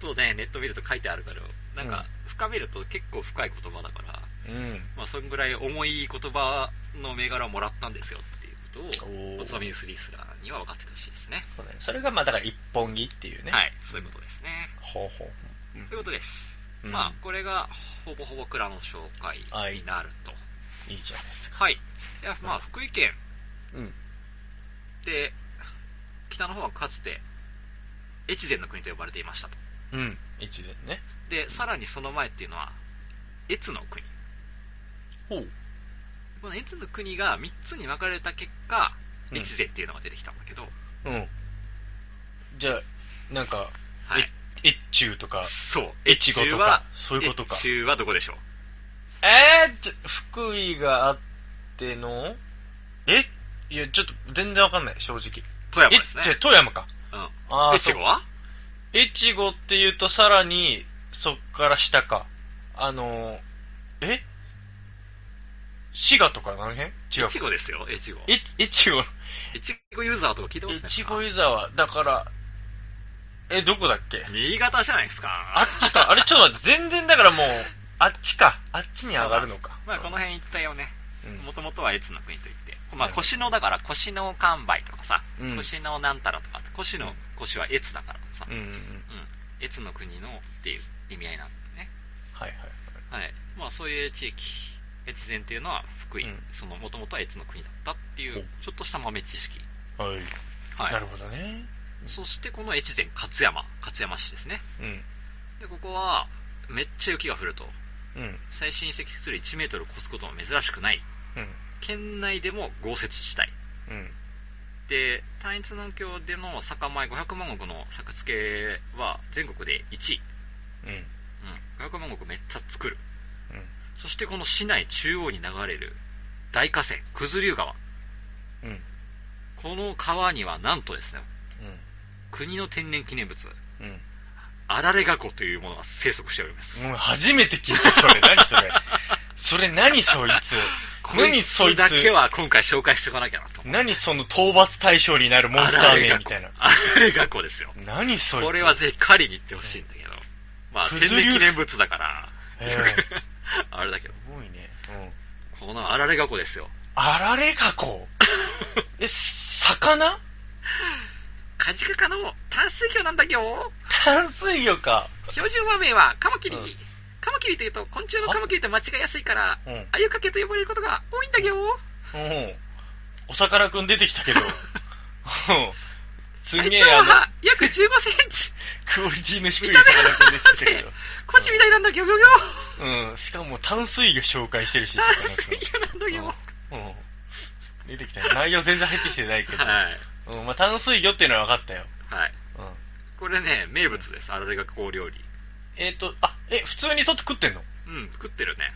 B: とねネット見ると書いてあるからなんか
D: う
B: 深めると結構深い言葉だから
D: うん
B: まあそんぐらい重い言葉の銘柄をもらったんですよっていうこと
D: お
B: を
D: ー
B: おつまみニュースリスラーには分かっててほしいですね
D: そうだねそれがまあだから一本木っていうね
B: はいそういうことですね
D: ほうほう
B: ということです
D: うん
B: まあこれがほぼほぼ蔵の紹介になると
D: いいじゃないですか
B: はい、い、やまあ福井県
D: うん
B: で北の方はかつて越前の国と呼ばれていましたと
D: うん一年ね
B: でさらにその前っていうのは越の国
D: ほう
B: この越の国が3つに分かれた結果
D: うん
B: 越前っていうのが出てきたんだけど、
D: うんじゃあなんか
B: はい
D: 越中とか
B: そう
D: 越後とかそういうことか
B: 越中はどこでしょう
D: えー、ちょ福井があってのえいやちょっと全然わかんない正直
B: 富山ですね
D: えじゃあ富山か
B: うん
D: あー
B: 越後は
D: そう越後っていうとさらにそっから下かあのーえ滋賀とかあの辺違う
B: 越後ですよ越後
D: い越後
B: 越後ユーザーとか聞いたことないです
D: 越
B: か
D: 後湯沢だからえどこだっけ
B: 新潟じゃないですか
D: あっちか。あれ、ちょっと待って、全然だからもう、あっちか。あっちに上がるのか。
B: まあこの辺一帯をね
D: うん
B: もともとは越の国といって、まあ、腰のだから腰の完売とかさ、
D: うん
B: 腰のなんたらとかって腰の腰は越だからさ、
D: うんうんうん。
B: うん、越の国のっていう意味合いなんでね、
D: はいはいはい。
B: はいまあ、そういう地域越前っていうのは福井、
D: うん
B: そのもともとは越の国だったっていうちょっとした豆知識、
D: はい。
B: はい、
D: なるほどね。
B: そしてこの越前勝山勝山市ですね
D: うん。
B: でここはめっちゃ雪が降ると
D: うん。
B: 最深積する1メートルを越すことも珍しくない
D: うん。
B: 県内でも豪雪地帯
D: うん。
B: で単一農協での酒米500万石の作付けは全国で1位、
D: うん。
B: うん、500万石めっちゃ作る
D: うん。
B: そしてこの市内中央に流れる大河川九頭竜川
D: うん。うん。
B: この川にはなんとですね国の天然記念物
D: うん。
B: あられが湖というものが生息しております
D: もう初めて聞いた、そ れ。何それ。それ何そいつ。何そいつ。
B: だけは今回紹介しておかなきゃなと
D: 何その討伐対象になるモンスター名みたいな。
B: あられが湖ですよ
D: 何そいつ。
B: これはぜひ狩りに行ってほしいんだけど、まあ
D: 九
B: 天
D: 頭竜
B: 然記念物だから、
D: ええ
B: あれだけど
D: すごいね。うん。
B: このあられが湖ですよ
D: あら れがこう。え、魚
B: カジカ科の淡水魚なんだよ
D: 淡水魚か。
B: 標準和名はカマキリ、
D: うん
B: カマキリというと昆虫のカマキリと間違いやすいから
D: うん。
B: あゆかけと呼ばれることが多いんだよ
D: うん。お魚くん出てきたけど。うんす
B: 体
D: んげえ、
B: 長
D: あの、
B: は約15センチ
D: クオリティの低い
B: 見た目
D: 魚
B: は
D: くん出てきたけど。
B: 腰みたいなんだギョギョギ
D: うん。しかも淡水魚紹介してるし、
B: ョ淡
D: 魚く
B: 水魚なんだよ
D: ん。うん。出てきたよ。内容全然入ってきてないけど。
B: はい
D: うん。まあ、淡水魚っていうのは分かったよ。
B: はい
D: うん。
B: これね名物ですあられが湖料理
D: えっ、と、あ、え、普通に取って食ってんの
B: うん食ってるね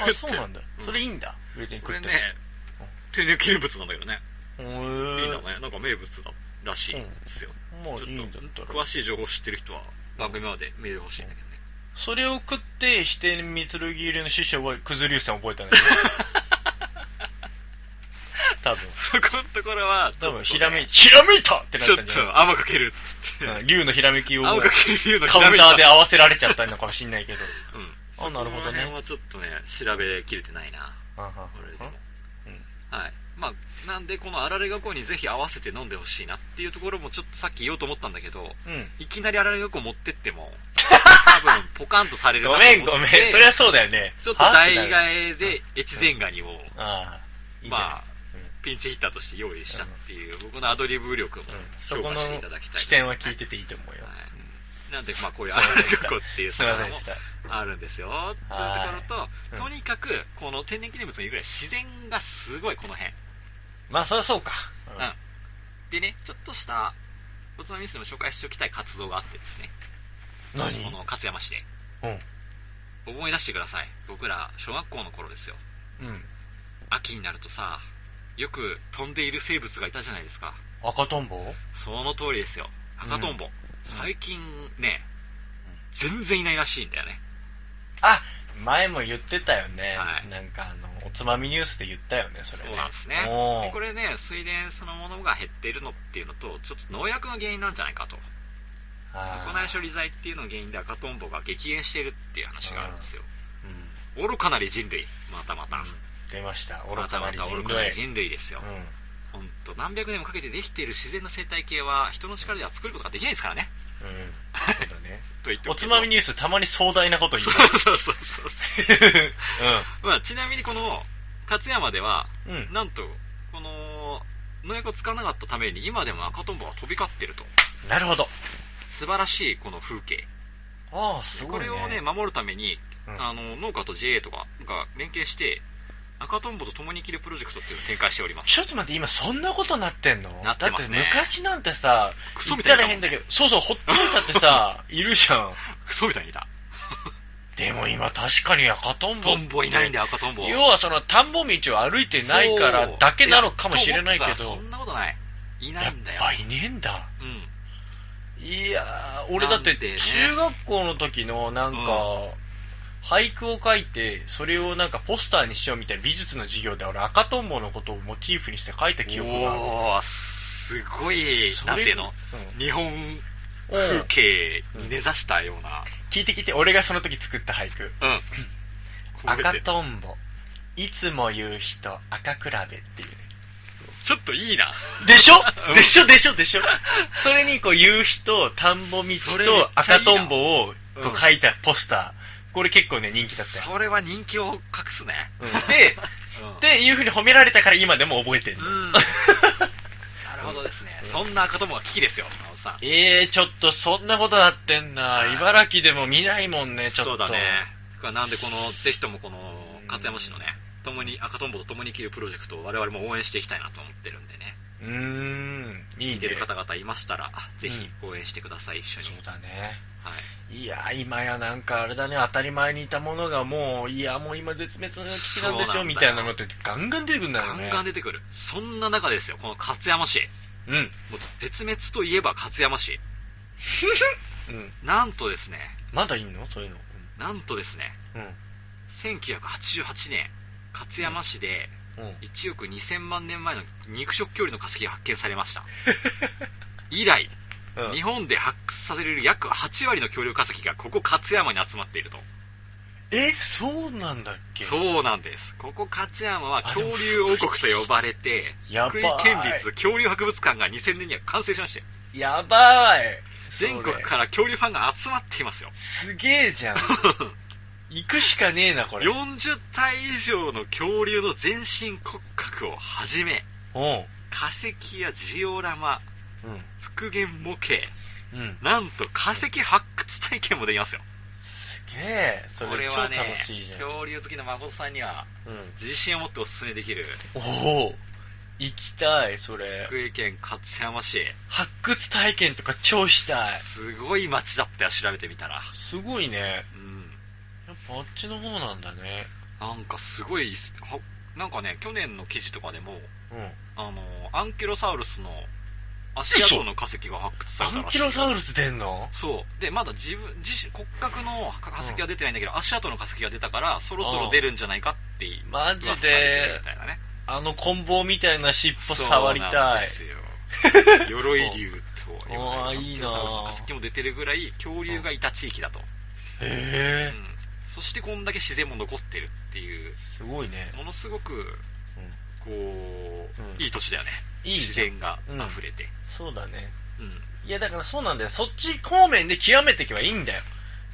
D: あ、そうなんだ。
B: うん
D: それいいんだ。別に
B: こ
D: 食
B: れ
D: って
B: ね
D: も。
B: 天然記念物なんだけどね
D: う
B: いいん
D: ー
B: だねなんか名物だらしいんですよ、
D: もう
B: ちょっと
D: いいんだったら。
B: 詳しい情報を知ってる人は番組までメール欲しいんだけどね、
D: それを食って、飛天三剣入りの師匠は、くずりゅうさん覚えたん だよね。 多分。
B: そこのところは、
D: 多分、ひらめい、
B: ち
D: ひらめいたってな
B: ょ
D: っ
B: った
D: んじゃ
B: と、甘かけるっつって。
D: ない竜のひらめきを、カウ
B: 青
D: ン
B: かけるの
D: ターで合わせられちゃったのかもしんないけど。
B: うん。
D: あなる
B: そ
D: ほどね
B: こら辺はちょっとね、調べきれてないな。
D: はんはん
B: これで
D: は
B: も
D: ん。うん
B: はい。まあ、なんで、このあられがこにぜひ合わせて飲んでほしいなっていうところもちょっとさっき言おうと思ったんだけど、
D: うん。
B: いきなりあられがこ持ってって も、多分ポカンとされるな
D: ご
B: と思っ
D: め
B: て
D: んごめん。そりゃそうだよね。
B: ちょっと代替
D: え。
B: えで越前ガニを
D: ああ。いいんじゃない
B: まあピンチヒッターとして用意したっていう、僕のアドリブ力も
D: うんうんそ
B: 評
D: こ
B: 価
D: の
B: していただきたい。
D: 視点は聞いてていいと思うよ
B: は。いなんで、まあ、こういう
D: すい
B: あ
D: ま
B: ら
D: せ
B: れ
D: んでした
B: がこっていう
D: すいませんでした。
B: あるんですよ。そういうところと、
D: はいうん
B: とにかく、この天然記念物のいるぐらい自然がすごい、この辺。
D: まあ、そりゃそうか。
B: うん。でね、ちょっとした、おつまみニュースでも紹介しておきたい活動があってですね。
D: 何
B: この勝山市で。
D: うん。
B: 思い出してください。僕ら、小学校の頃ですよ。
D: うん。
B: 秋になるとさ、よく飛んでいる生物がいたじゃないですか。
D: 赤とんぼ
B: その通りですよ。赤トンボ。最近ね、全然いないらしいんだよね。
D: あ前も言ってたよね。
B: はい
D: なんかあの、おつまみニュースで言ったよね、それね。
B: そうなんですね
D: お
B: で
D: ー
B: これね、水田そのものが減っているのっていうのと、ちょっと農薬の原因なんじゃないかと。
D: あー
B: 国内処理剤っていうのが原因で赤トンボが激減しているっていう話があるんですよ。
D: うん。
B: 愚かなり人類。またまた。
D: 出ました。
B: ま
D: 愚
B: た
D: かな
B: ま
D: り
B: た
D: 人類。
B: 愚かなり人類ですよ。
D: うん。
B: ほんと、何百年もかけてできている自然の生態系は、人の力では作ることができないですからね。
D: うん。そうだね。
B: と言って
D: おつまみニ
B: ュ
D: ュースたまに壮大なこと言 い
B: そ
D: ま
B: う
D: す。
B: そうそうそう。まあ、ちなみにこの勝山では、
D: うん。うん。
B: なんとこの農薬を使わなかったために今でも赤トンボが飛び交ってると
D: なるほど。
B: 素晴らしいこの風景
D: ああ、す
B: こ
D: ごいね。
B: れをね守るために、
D: うん
B: あの農家と JA とかが連携して赤トンボと共に生きるプロジェクトっていうのを展開しております
D: ちょっと待って、今そんなことなってんの
B: なってますね
D: だって昔なんてさ、
B: クソみた
D: 言
B: い
D: った
B: に
D: ら
B: いたもん
D: 変だ
B: ね
D: けど、そうそう、ほっといたって さ、いるじゃん。
B: クソみたいにいた
D: でも今確かに赤トンボ
B: ト
D: って。
B: ンボいないんだよ赤トンボ
D: 要はその田んぼ道を歩いてないからだけなのかもしれない
B: そ
D: け
B: う
D: ど
B: やと思ったらそん、なことないいな
D: や
B: い
D: っ
B: んだよ
D: ぱいねえんだ。
B: うん
D: いやー、俺だって
B: なんでね
D: 中学校の時のなんか、俳句を書いて、それをなんかポスターにしようみたいな美術の授業で俺赤トンボのことをモチーフにして書いた記憶がある。
B: おーすごい
D: それ
B: なんていうの
D: うん
B: 日本風景に根ざしたような
D: 聞いて聞いて、俺がその時作った俳句。
B: うん。
D: 赤とんぼ。いつも言う人、赤比べっていうね。
B: ちょっといいな。
D: でしょ
B: うん
D: でしょでしょでしょ それにこう言う人、田んぼ道
B: それめっちゃいい
D: と
B: な
D: 赤とんぼをこ
B: うん
D: う書いたポスター。これ結構ね、人気だったよ。
B: それは人気を隠すね。
D: うんで、
B: うん
D: っていう風に褒められたから今でも覚えてんの。
B: うん。なるほどですね。
D: うん
B: そんな赤ともが危機ですよ、青さん。
D: ええー、ちょっとそんなことなってんな
B: はい。
D: 茨城でも見ないもんね、ちょっと。
B: そうだね。だからなんでこの、ぜひともこの
D: うん、
B: 勝山市のね、共に、赤とんぼと共に生きるプロジェクトを我々も応援していきたいなと思ってるんでね。
D: うーん、いい
B: 見
D: ね。
B: てる
D: そ
B: 方々いましたら、ぜひ応援してください、一緒に。
D: うだね。
B: はい。
D: いやー、今やなんかあれだね、当たり前にいたものがもう、いや、もう今絶滅の危機なんで
B: そう
D: し
B: な
D: ょ、
B: んだよ
D: みたいなのってガンガン出てくるんだ
B: ガ
D: よね。
B: ンガン出てくる。そんな中ですよ、この勝山市。
D: うん。
B: もう絶滅といえば勝山市。
D: うん。
B: なんとですね、
D: まだいんのそういうの。
B: なんとですね、
D: うん。
B: 1988年勝山市で
D: うん。うん、
B: 1億2000万年前の肉食恐竜の化石が発見されました以来
D: うん
B: 日本で発掘される約8割の恐竜化石がここ勝山に集まっていると
D: え、そうなんだっけ
B: そうなんですここ勝山は
D: あ
B: 恐
D: でも
B: 竜王国と呼ばれて
D: やば
B: 福
D: い
B: 井県立恐竜博物館が2000年には完成しまして
D: やばい。
B: 全国から恐竜ファンが集まっていますよ
D: それすげえじ ゃん。行くしかねえな、これ。
B: 40体以上の恐竜の全身骨格をはじめ
D: うん。うん。
B: 化石やジオラマ復元模型
D: うん。
B: なんと化石発掘体験もできますよ
D: すげえ。それ超楽しいじゃん。
B: 恐竜好きの孫さんには
D: うん。
B: 自信を持っておすすめできる
D: おお。行きたい、それ。
B: 福井県勝山市
D: 発掘体験とか超したい。
B: すごい街だったよ調べてみたら
D: すごいね。
B: うん
D: やっぱあっちの方なんだね。
B: なんかすごいはなんかね去年の記事とかでも
D: うん。
B: あのアンキロサウルスの足跡の化石が発掘された
D: アン
B: らし
D: キ
B: いよ
D: ロサウルス出んの
B: そうでまだ自分自身骨格の化石は出てないんだけど、足跡の化石が出たからそろそろ出るんじゃないかって
D: うんマジで
B: 噂されてるみたいなね
D: あの棍棒みたい な尻尾
B: そう
D: 触り
B: なん
D: たい
B: ですよ鎧竜と言われ
D: おー
B: る
D: いい
B: アンキ
D: な
B: ロ
D: ー
B: サウルスの化石も出てるぐらい恐竜がいた地域だと、う
D: へえ
B: んそしてこんだけ自然も残ってるっていう
D: すごいね
B: ものすごく
D: うん
B: こう、
D: うん
B: いい年だよね
D: いいじゃん
B: 自然が溢れて、
D: そうだね
B: うん
D: いやだからそうなんだよそっち方面で極めていけばいいんだよ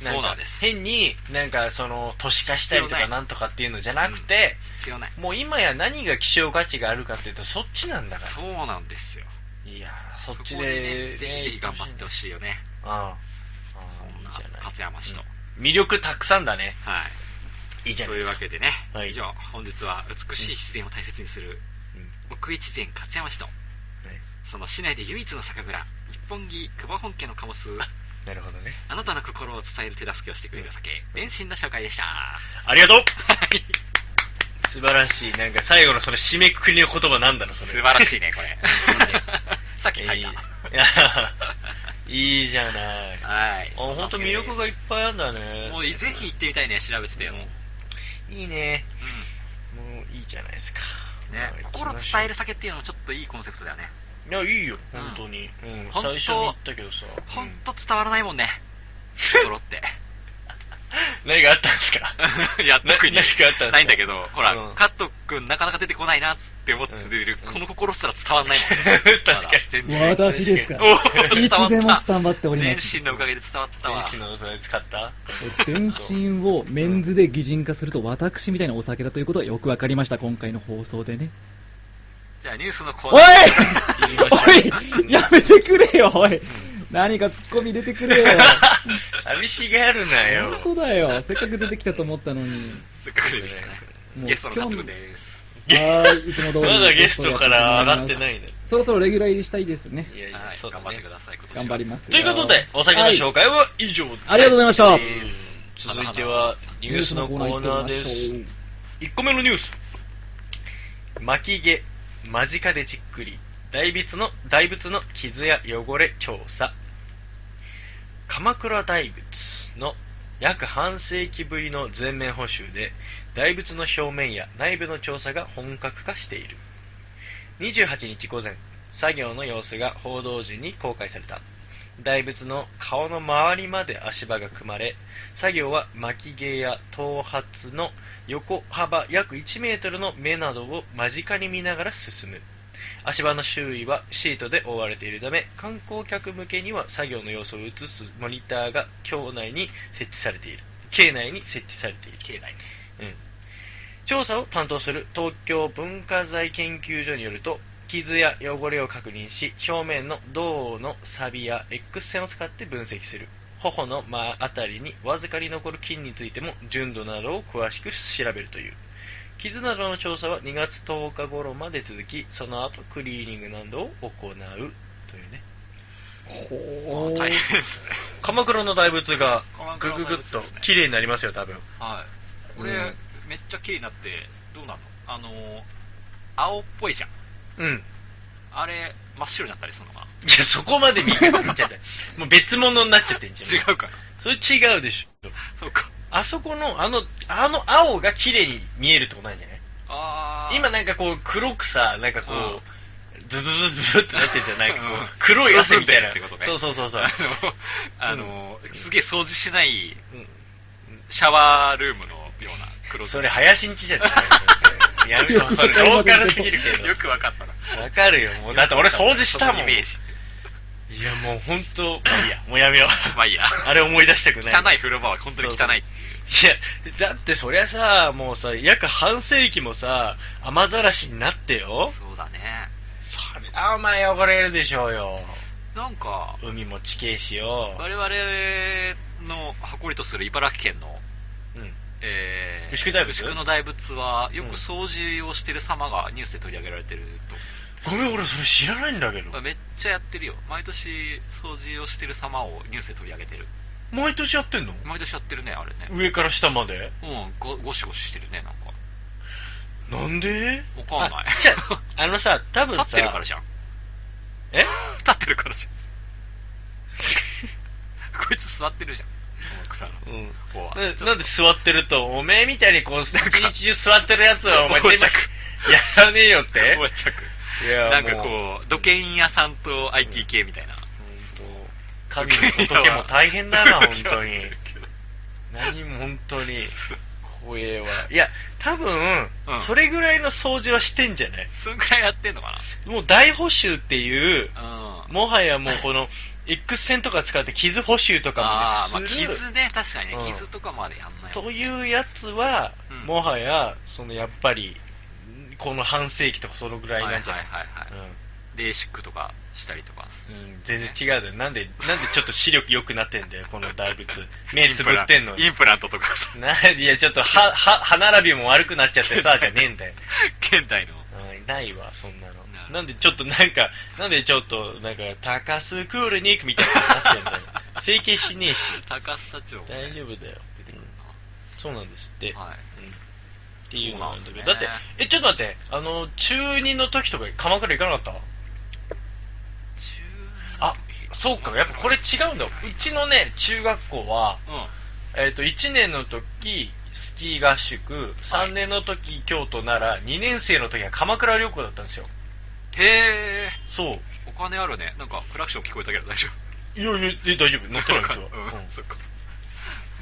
D: か
B: そうなんです
D: 変になんかその都市化したりと
B: 必要な
D: か
B: い
D: なんとかっていうのじゃなくて、
B: 必要ない
D: もう今や何が希少価値があるかっていうとそっちなんだか
B: そうなんですよ
D: らいやーそっち
B: こにね
D: で
B: ぜひぜひ頑張ってほしいよね
D: うんあ
B: そんな
D: じゃない
B: 勝山市の、
D: 魅力たくさんだね
B: はい
D: いいじゃな
B: と
D: い
B: い
D: で
B: う
D: す
B: わ
D: か
B: けでね、
D: はい
B: 以上本日は美しい自然を大切にする
D: うん
B: 奥越前勝山市と
D: はい
B: その市内で唯一の酒蔵日本木久保本家の貨物
D: なるほどね
B: あなたの心を伝える手助けをしてくれる酒弁心の紹介でしたは
D: ありがとう
B: い
D: 素晴らしいなんか最後のその締めくくりの言葉なんだろうそれ
B: 素晴らしいねこれさっき書
D: い
B: い
D: い
B: た
D: いいじゃない あ
B: はい
D: 本当魅力がいっぱいあるんだね
B: もうぜひ行ってみたいね調べててもう、
D: いいね
B: う
D: もういいじゃないですか
B: んね
D: まあ、
B: 心
D: 行きましょう
B: 伝える酒っていうのもちょっといいコンセプトだよね
D: いやいいよ本当に、うん
B: 本当
D: 最初に言ったけどさ
B: ほん
D: うん
B: と伝わらないもんね心って
D: 何があったんですか
B: い や
D: な
B: 特に
D: 何かあったんですか
B: ないんだけどほら、
D: うん
B: カット君なかなか出てこないなって思ってる、
D: うん
B: この心すら伝わらないもん、
D: 確かに
B: まだ全然
E: 私ですから。
B: お
E: いつでもスタンバっております
B: 年始のおかげで伝わったわ
D: 電子のそれ使った
E: 電信をメンズで擬人化すると私みたいなお酒だということはよくわかりました、今回の放送でね。
B: じゃあニュースのコー
E: お
B: ナ
E: い
B: ー
E: おいやめてくれよ、おい何かツッコミ入れてくれ よ。
D: 寂しがるなよ
E: 本当だよ、せっかく出てきたと思ったの に。
B: せっかく出てきたね
E: もう
B: ゲストのカット君で
E: 今
B: す
E: 日もはーい、いつも通り。。
D: まだゲストから上がってないいの
E: そろそろレギュラー入りしたいですね。
D: いやいや、
B: はい
D: そうだ
B: 頑張って
D: ね
B: ください今年は
E: 頑張りますよ
D: ということでお酒の紹介は以上です、
E: ありがとうございました
D: えー続いてはニュースのコーナーです1個目のニュース巻き毛間近でじっくり大仏の大仏の傷や汚れ調査鎌倉大仏の約半世紀ぶりの全面補修で大仏の表面や内部の調査が本格化している28日午前作業の様子が報道陣に公開された大仏の顔の周りまで足場が組まれ作業は巻き毛や頭髪の横幅約1メートルの目などを間近に見ながら進む足場の周囲はシートで覆われているため観光客向けには作業の様子を映すモニターが境内に設置されている境内に設置されている
B: 境内
D: うん、調査を担当する東京文化財研究所によると傷や汚れを確認し表面の銅の錆や X 線を使って分析する頬の真あたりにわずかに残る菌についても純度などを詳しく調べるという傷などの調査は2月10日頃まで続きその後クリーニングなどを行うというね
E: ほ
B: 大
E: ー。
B: 変ですね
D: 鎌倉の大仏が
B: 鎌
D: ぐ
B: 倉の大
D: ぐ
B: 仏
D: ぐっ
B: ですね
D: と綺麗になりますよ多分
B: はい。こ
D: う
B: れ
D: ん、
B: めっちゃ綺麗になって、どうなのあのー、青っぽいじゃん。
D: うん
B: あれ、真っ白になったりするのか
D: いや、そこまで見方しちゃった。もう別物になっちゃってんじゃん。
B: な違うかな
D: それ違うでしょ。
B: そうか。
D: あそこの、あの、あの青が綺麗に見えるってことなんじゃない
B: あー。
D: 今 なんかこう黒くさ、なんかこ
B: うん
D: う、ズズズズズってなってんじゃんないかこう
B: うん
D: 黒い汗みたいな。
B: 黒ずんでるってことね
D: そうそうそうそう。
B: あの、あのーすげえ掃除しない
D: うん
B: シャワールームのような黒ず
D: そ
B: ん
D: れ、
B: で
D: 林んちじゃない やめろ、それ、ローカルすぎるけど。
B: よくわかったな。
D: わかるよ、もう。だって俺掃除したもん。
B: そのイメージ。
D: いや、もうほんと、まあいいや、もうやめよう。
B: まあいいや
D: あれ思い出したくない。
B: 汚い風呂場は本当に汚い。
D: いや、だってそりゃさ、もうさ、約半世紀もさ、雨ざらしになってよ。
B: そうだね。
D: そりゃお前汚れるでしょうよ。
B: なんか、
D: 海も地形しよ
B: 我々の誇りとする茨城県の
D: う。うん。
B: えー、
D: 牛久大仏
B: 牛久の大仏はよ
D: うん
B: く掃除をしてる様がニュースで取り上げられてる
D: ごめん、俺それ知らないんだけど
B: と、。めっちゃやってるよ毎年掃除をしてる様をニュースで取り上げてる
D: 毎年やってんの
B: 毎年やってるねあれね
D: 上から下まで
B: うんごゴシゴシしてるねなんか
D: なんで
B: わかんない
D: あじゃあ、あのさ、多分
B: 立
D: さ、
B: ってるからじゃん
D: え
B: 立ってるから じゃん。こいつ座ってるじゃん。僕らの
D: うん。
B: 方は。
D: ななんで座ってると、おめえみたいに こう、一日中座ってるやつは、お前、
B: 横
D: 手
B: 着
D: 間やらねえよって
B: 横着
D: いや
B: なんか
D: もう
B: こう、土建屋さんと IT 系みたいな。
D: 神の仏も大変だ な、本
B: 仏は
D: 当に。何も本当に。怖えわ。いや、多分、
B: うん
D: それぐらいの掃除はしてんじゃない
B: そんくらいやってんのか
D: もう大補修っていう、
B: なうん。
D: もはやもうこの、X 線とか使って傷補修とか
B: ああー、ま
D: もね
B: あ、
D: する。
B: 傷ね、確かにね
D: う、ん
B: 傷とかまでやんないもん
D: というやつは、
B: うん
D: もはや、そのやっぱり、この半世紀とかそのぐらいなんじゃない,、
B: はいはいはいはいレーシックとかしたりとか。
D: うんうん、全然違うだよ。なんで、なんでちょっと視力良くなってんだよ、この大仏。目つぶってんのに
B: インプラントとかさ、
D: ないや、ちょっと歯、歯、歯並びも悪くなっちゃっ てさ、じゃねえんだよ。
B: 現代の。
D: うんないわ、そんな
B: な
D: の
B: るほ。ど
D: なんでちょっとなんか、なんでちょっと、なんか、高須クールに行くみたいになってん だよ。整形しねえし。
B: 高須社長もね。
D: 大丈夫だよ。
B: 出てくる
D: そうなんですって。
B: な。はい。
D: うんっていうのなんだけど、
B: そう
D: だ
B: なん
D: っ
B: すね
D: て、え、ちょっと待って、あの、中二の時とか鎌倉行かなかった
B: 中
D: あ、そうか、やっぱこれ違うんだよ。うちのね、中学校は、
B: うん。は
D: えっ、と、1年の時、スキー合宿、3年の時、京都なら、2年生の時は鎌倉旅行だったんですよ。
B: いへえ。
D: そう。
B: お金あるね。なんか、クラクション聞こえたけど大丈夫。
D: いやいや、え大丈夫、乗ってないんですよ。
B: うん
D: うん
B: そっか。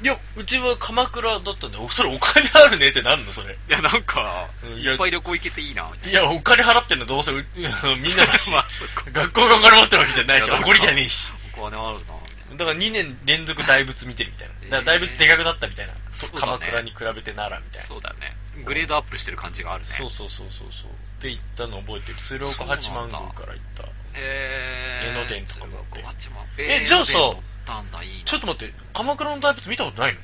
D: いや、うちは鎌倉だったんで、おそれお金あるねってなんのそれ。
B: いや、なんか、
D: うんいや
B: いっぱい旅行行けていいな、みたい
D: い
B: な。
D: や、お金払ってんのどうせ、う みんなだ し、
B: まあそっか
D: 学校がお金持ってるわけじゃないし、
B: いや
D: おごりじゃねえし。
B: お金あるな、みたいな。
D: だから2年連続大仏見てるみたいな。だから大仏でかくなったみたいな。
B: そうだね
D: 鎌倉に比べて奈良みたいな。
B: そうだよね。グレードアップしてる感じがあるね。
D: そうそうそうそうそう。って言ったの覚えてる。鶴岡八幡宮から行った。
B: へー
D: 江ノ電とか乗って
B: 鶴岡八幡
D: え
B: ー
D: じゃあさ
B: 江ノ電乗ったんだいいな
D: ちょっと待って、鎌倉の大仏見たことないの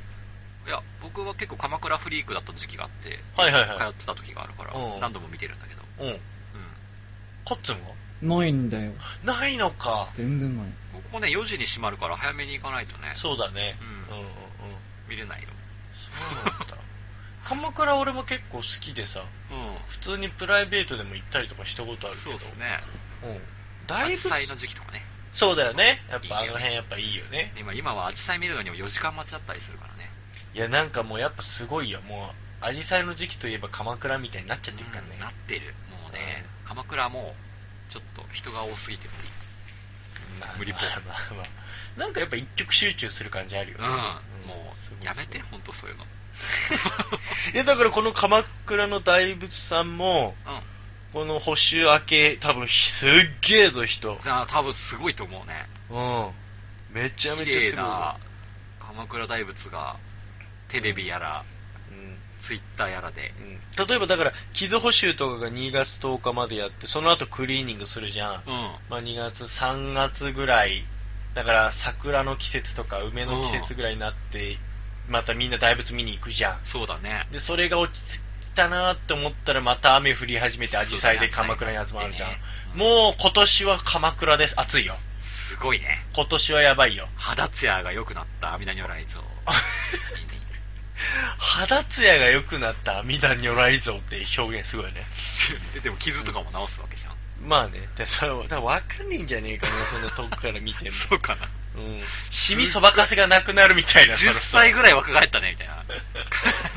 B: いや、僕は結構鎌倉フリークだった時期があって、
D: はいはいはい
B: 通ってた時があるから、
D: うん
B: 何度も見てるんだけど、
D: うん。
B: うん。
D: カッツンは
E: ないんだよ。
D: ないのか。
E: 全然ない。
B: 僕もね、4時に閉まるから早めに行かないとね、
D: そうだね。
B: うん
D: うんうんうん。
B: 見れないよ。
D: そうなんだ。 鎌倉俺も結構好きでさ、
B: う
D: 普通にプライベートでも行ったりとかしたことあ
B: ん。
D: るけ
B: そう
D: ど。
B: です。ね。
D: うん。
B: ア
D: 大
B: ジ
D: 仏
B: サイの時期とかね。
D: そうだよね。やっ
B: いいよ
D: ぱあの辺やっぱいいよね。
B: 今、今はアジサイ見るのにも4時間待ちだったりするからね。
D: いや、なんかもうやっぱすごいよ。もう、アジサイの時期といえば鎌倉みたいになっちゃってるからね。
B: うんなってる。もうね、鎌倉はもう、ちょっと人が多すぎて
D: まあまあ
B: 無理っぽい
D: まあまあなんかやっぱ一極集中する感じあるよ
B: 無
D: ね
B: 理。うん。
D: ん
B: も、
D: すごいう
B: やめて、ほんとそういうの。
D: いやだからこの鎌倉の大仏さんも
B: うん。
D: この補修明け多分すっげえぞ人
B: じゃあ、多分すごいと思うね。
D: うんめちゃめちゃ
B: 綺
D: す
B: 麗
D: ごいわ
B: な鎌倉大仏がテレビやら、
D: うん
B: ツイッターやらで、
D: うん例えばだから傷補修とかが2月10日までやってその後クリーニングするじゃ
B: う
D: ん、
B: ん、
D: まあ、2月3月ぐらいだから桜の季節とか梅の季節ぐらいになって、またみんな大仏見に行くじゃん
B: そうだね。
D: でそれが落ち着いたなって思ったらまた雨降り始めてアジサイで鎌倉に集まるじゃん、もう今年は鎌倉です暑いよ
B: すごいね。
D: 今年はやばいよ
B: 肌ツヤが良くなった阿弥陀如来像を 見に行く。
D: 肌ツヤが良くなった阿弥陀如来像って表現すごいね
B: えでも傷とかも治すわけじゃん。
D: まあねでそれはだから分かんねえんじゃねえかなそんな遠くから見 て も
B: そうかな。
D: うんシミそばかせがなくなるみたいな
B: 10歳
D: ぐ
B: ぐらい若返ったね、みたいな感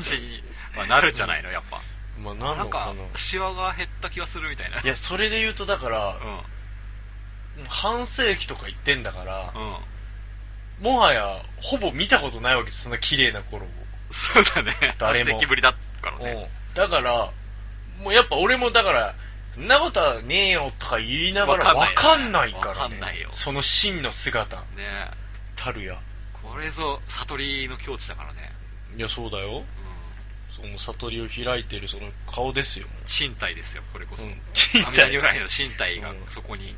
B: じに、まあ、なるんじゃない の、やっぱ。
D: まあな
B: なんん
D: のか
B: か
D: な、
B: シワが減った気がするみたいな。
D: いやそれで言うとだから、
B: うん。
D: もう半世紀とか言ってんだから、
B: うん。
D: もはやほぼ見たことないわけですそんな綺麗な頃を
B: そうだね。
D: 誰も
B: 半世紀ぶりだからね。
D: うんだから、もうやっぱ俺もだから、そんなことはねえよとか言いながら、わ
B: わ
D: か
B: か
D: ん
B: ん
D: な
B: ないいよね
D: から、ね。
B: わかんないよ
D: その真の姿、
B: ね
D: たるや。
B: これぞ悟りの境地だからね。
D: いや、そうだよ。
B: う
D: その悟りを開いてるその顔ですよ。
B: ん。身体ですよ、これこそ。
D: う
B: 阿
D: ん
B: 弥陀如来の身体が
D: うん
B: そこに。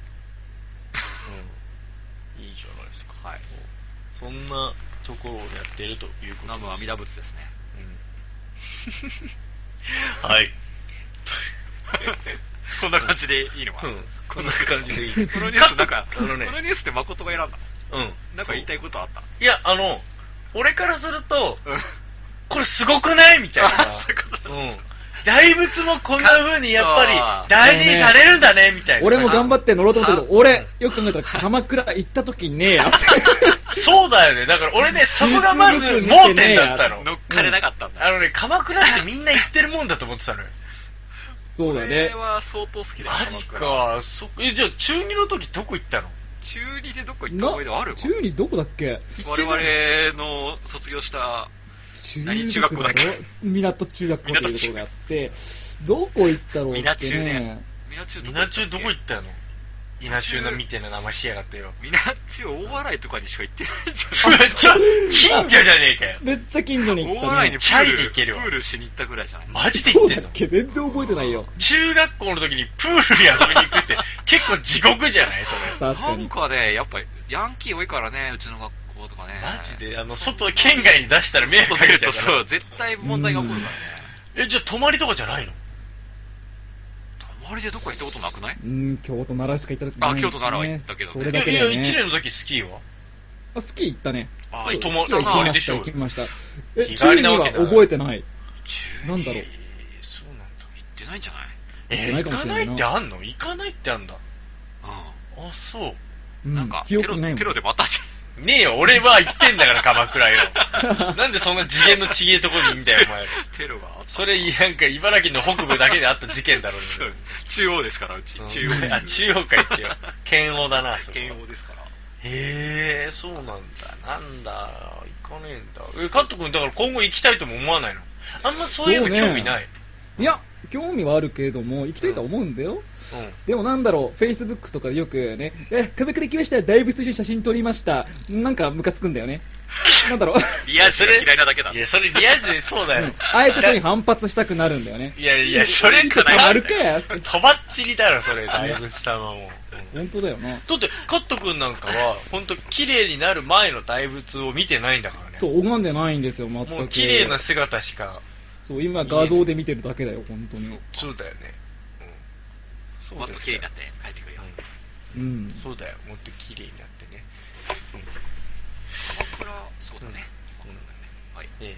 D: うん。いいじゃないですか。
B: はい。
D: そんなところをやってるということ
B: ナム阿弥陀仏です ね。
D: うん、はい。
B: こんな感じでいいのかな、
D: うんこんな感じでいい
B: このニュース、なんか、
D: あのね
B: このニュースって誠が選んだ。
D: うん。
B: なんか言いたいことあった。
D: いや、あの、俺からすると、
B: うん。
D: これすごくないみたいな。
B: あそういうこと
D: うん。大仏もこんな風にやっぱり大事にされるんだね、みたいな。
E: 俺も頑張って乗ろうと思ったけど、俺、よく考えたら鎌倉行った時ねえや。
D: そうだよね。だから俺ね、そこがまず盲点だったの。
B: 乗っかれなかったんだ。
D: あのね、鎌倉ってみんな行ってるもんだと思ってたのよ。
E: そうだ
B: こ
E: ね
B: れ。は相当好きだよ
D: マジ。か。そえ、じゃあ中2の時どこ行ったの
B: 中二でどこ行った
E: な
B: 思い出あるか
E: 中にどこだっけ
B: 我々の卒業した、何中学校だっけ
E: 港中学校というところがあって、どこ行ったろう
B: みな
E: って
B: 中ね
E: ね。。
B: みな中どこ行ったっけ
D: 稲中どこ行ったの稲中のみてえな名前しやがってよ。
B: みな中大笑いとかにしか行ってないじ
D: めっちゃ、近所じゃねえ かよ。
E: めっちゃ近所に
B: ゃん。
E: 行っ
B: 大
E: た
B: 笑い
E: ね
B: に。
D: チャリで行けるわ
B: プールしに行ったぐらいじゃない
D: マジで
E: そ
D: 行っ
E: う
D: て
E: だ
D: んの
E: っけ全然覚えてないよ。
D: 中学校の時にプールに遊びに行くって結構地獄じゃないそれ。
E: 確かに
B: なん。かね、やっぱヤンキー多いからね、うちの学校とかね。
D: マジで、あの、外、県外に出したら迷惑
B: 外
D: か
B: 出
D: け
B: る
D: ちゃ
B: と
D: うか
B: そ
D: ら
B: う、。絶対問題が起こるからね。
D: え、じゃあ泊まりとかじゃないの
B: 泊まりでどっか行ったことなくない
E: うん、京都、奈良しか行った時ない
B: あ京都奈良は行ったけどね
E: それ
D: い
E: だ
D: や
E: け
D: い
E: だ
D: や、
E: よ
D: 1
E: ね
D: 年。の時スキーは
E: あ、スキー行ったね。
B: あ
D: は
E: そ
D: い
E: う
D: 泊ま
E: スキーは行き
D: 泊まり
E: ま
D: で
E: し、
D: したょう
E: 行きました。え、
D: 日
E: 中
D: 帰り
E: に
D: な
E: は
D: わけだ
E: 覚えてない。
D: 中
E: なんだろう。
D: そうなんだ。
B: 出ないんじゃない
D: え、
E: ないか
D: 行
E: も
D: か
E: しれ
D: な
E: ないいな
D: ってあんの行かないってあんだ。
B: う。
D: あ、そ
E: うんん、
B: なんか、テ
E: 記
B: ロ
E: 憶にないもん
B: テロでまたじ
D: う。ねえよ、俺は行ってんだから、鎌 倉よ。なんでそんな次元のちげえとこにいんだよ、お前。
B: ゃん。テロがあった。
D: それ、なんか茨城の北部だけであった事件だろ
B: そう中央ですから、うち。
D: うん
B: 中央です。
D: あ中央か 一応県央だなそこ
B: 県央ですから。
D: へえ、そうなんだ。なんだ、行かねえんだ。え、カット君、だから今後行きたいとも思わないのあんまそういうの
E: そうね
D: 興味ない。
E: いや、興味はあるけれども、行きたいとは思うんだよ。
D: う
E: でもなんだろう、Facebook とかでよくね、え、壁から行きました、大仏と一緒に写真撮りました。なんかムカつくんだよね。なんだろう。
B: リア充が嫌いなだけだ
D: ん。い。や、それリア充そうだ
E: う
D: よ
E: ん。あえてそれに反発したくなるんだよね。
D: いやいや、それ
E: たまるかや。
D: とばっちりだろ、それ、大仏様も。うん
E: 本当だよな。
D: だって、カット君なんかは、本当綺麗になる前の大仏を見てないんだからね。
E: そう、拝んでないんですよ、全く。
D: もう綺麗な姿しか、
E: そう、今画像で見てるだけだよ、本当に。
D: そうだよね。うん
B: もっと綺麗になって帰ってくるよ。
E: うん。
D: そうだよ、もっと綺麗になってね。
B: 鎌倉、そうだね。
D: うん
B: はい。
D: ええ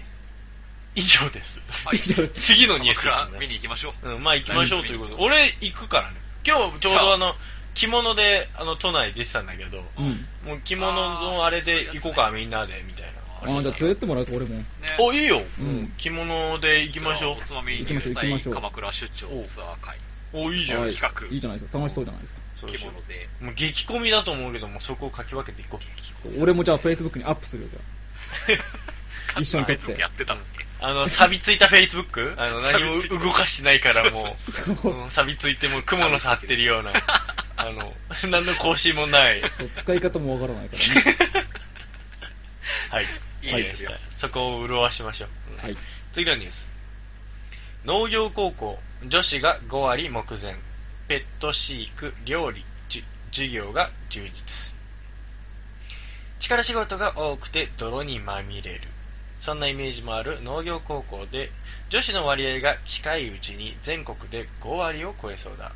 D: 以上です。
B: はい
E: 以上です
D: 次のニュース
B: 鎌倉見に行きましょう。
D: うん、まあ行きましょうということで。俺行くからね。今日ちょうどあの、着物で、あの、都内出てたんだけど、
E: うん。
D: もう着物のあれで行こうか、みんなで、みたい
E: あ
D: な。
E: ー、じゃあ連れてってもらうと俺も。
B: ね
D: お、いいよ、
E: うん
D: 着物で行きましょう
B: お。つまみニ
E: 行
B: ュ
E: き
B: ー
E: まし
B: ス
E: ょう行き
B: 対
E: ましょう
B: 鎌倉出張ツアー会。
D: お、いいじゃん。
E: はい
B: 企画
E: いいじゃないですか。楽しそうじゃないですか。
D: そう
B: 着
D: しよ
B: 物で。
D: うもう激込みだと思うけども、そこをかき分けていこう。
E: そう、俺もじゃあ Facebook にアップするよ、じゃ 一緒に撮って
B: やってたっけ
D: あの、錆びついた Facebook? あの、何
B: 錆
D: も
B: びついた
D: 動かしてないからもう。
E: あそう。
D: うん錆びついてもう雲の差張ってるような、あの、何の更新もない。
E: そう、使い方もわからないから ね。
D: はい。
B: いいですよ
D: はいそこを潤しましょう。うん
E: はい。
D: 次のニュース。農業高校、女子が5割目前。ペット飼育、料理、じゅ授業が充実。力仕事が多くて泥にまみれる。そんなイメージもある農業高校で、女子の割合が近いうちに全国で5割を超えそうだ。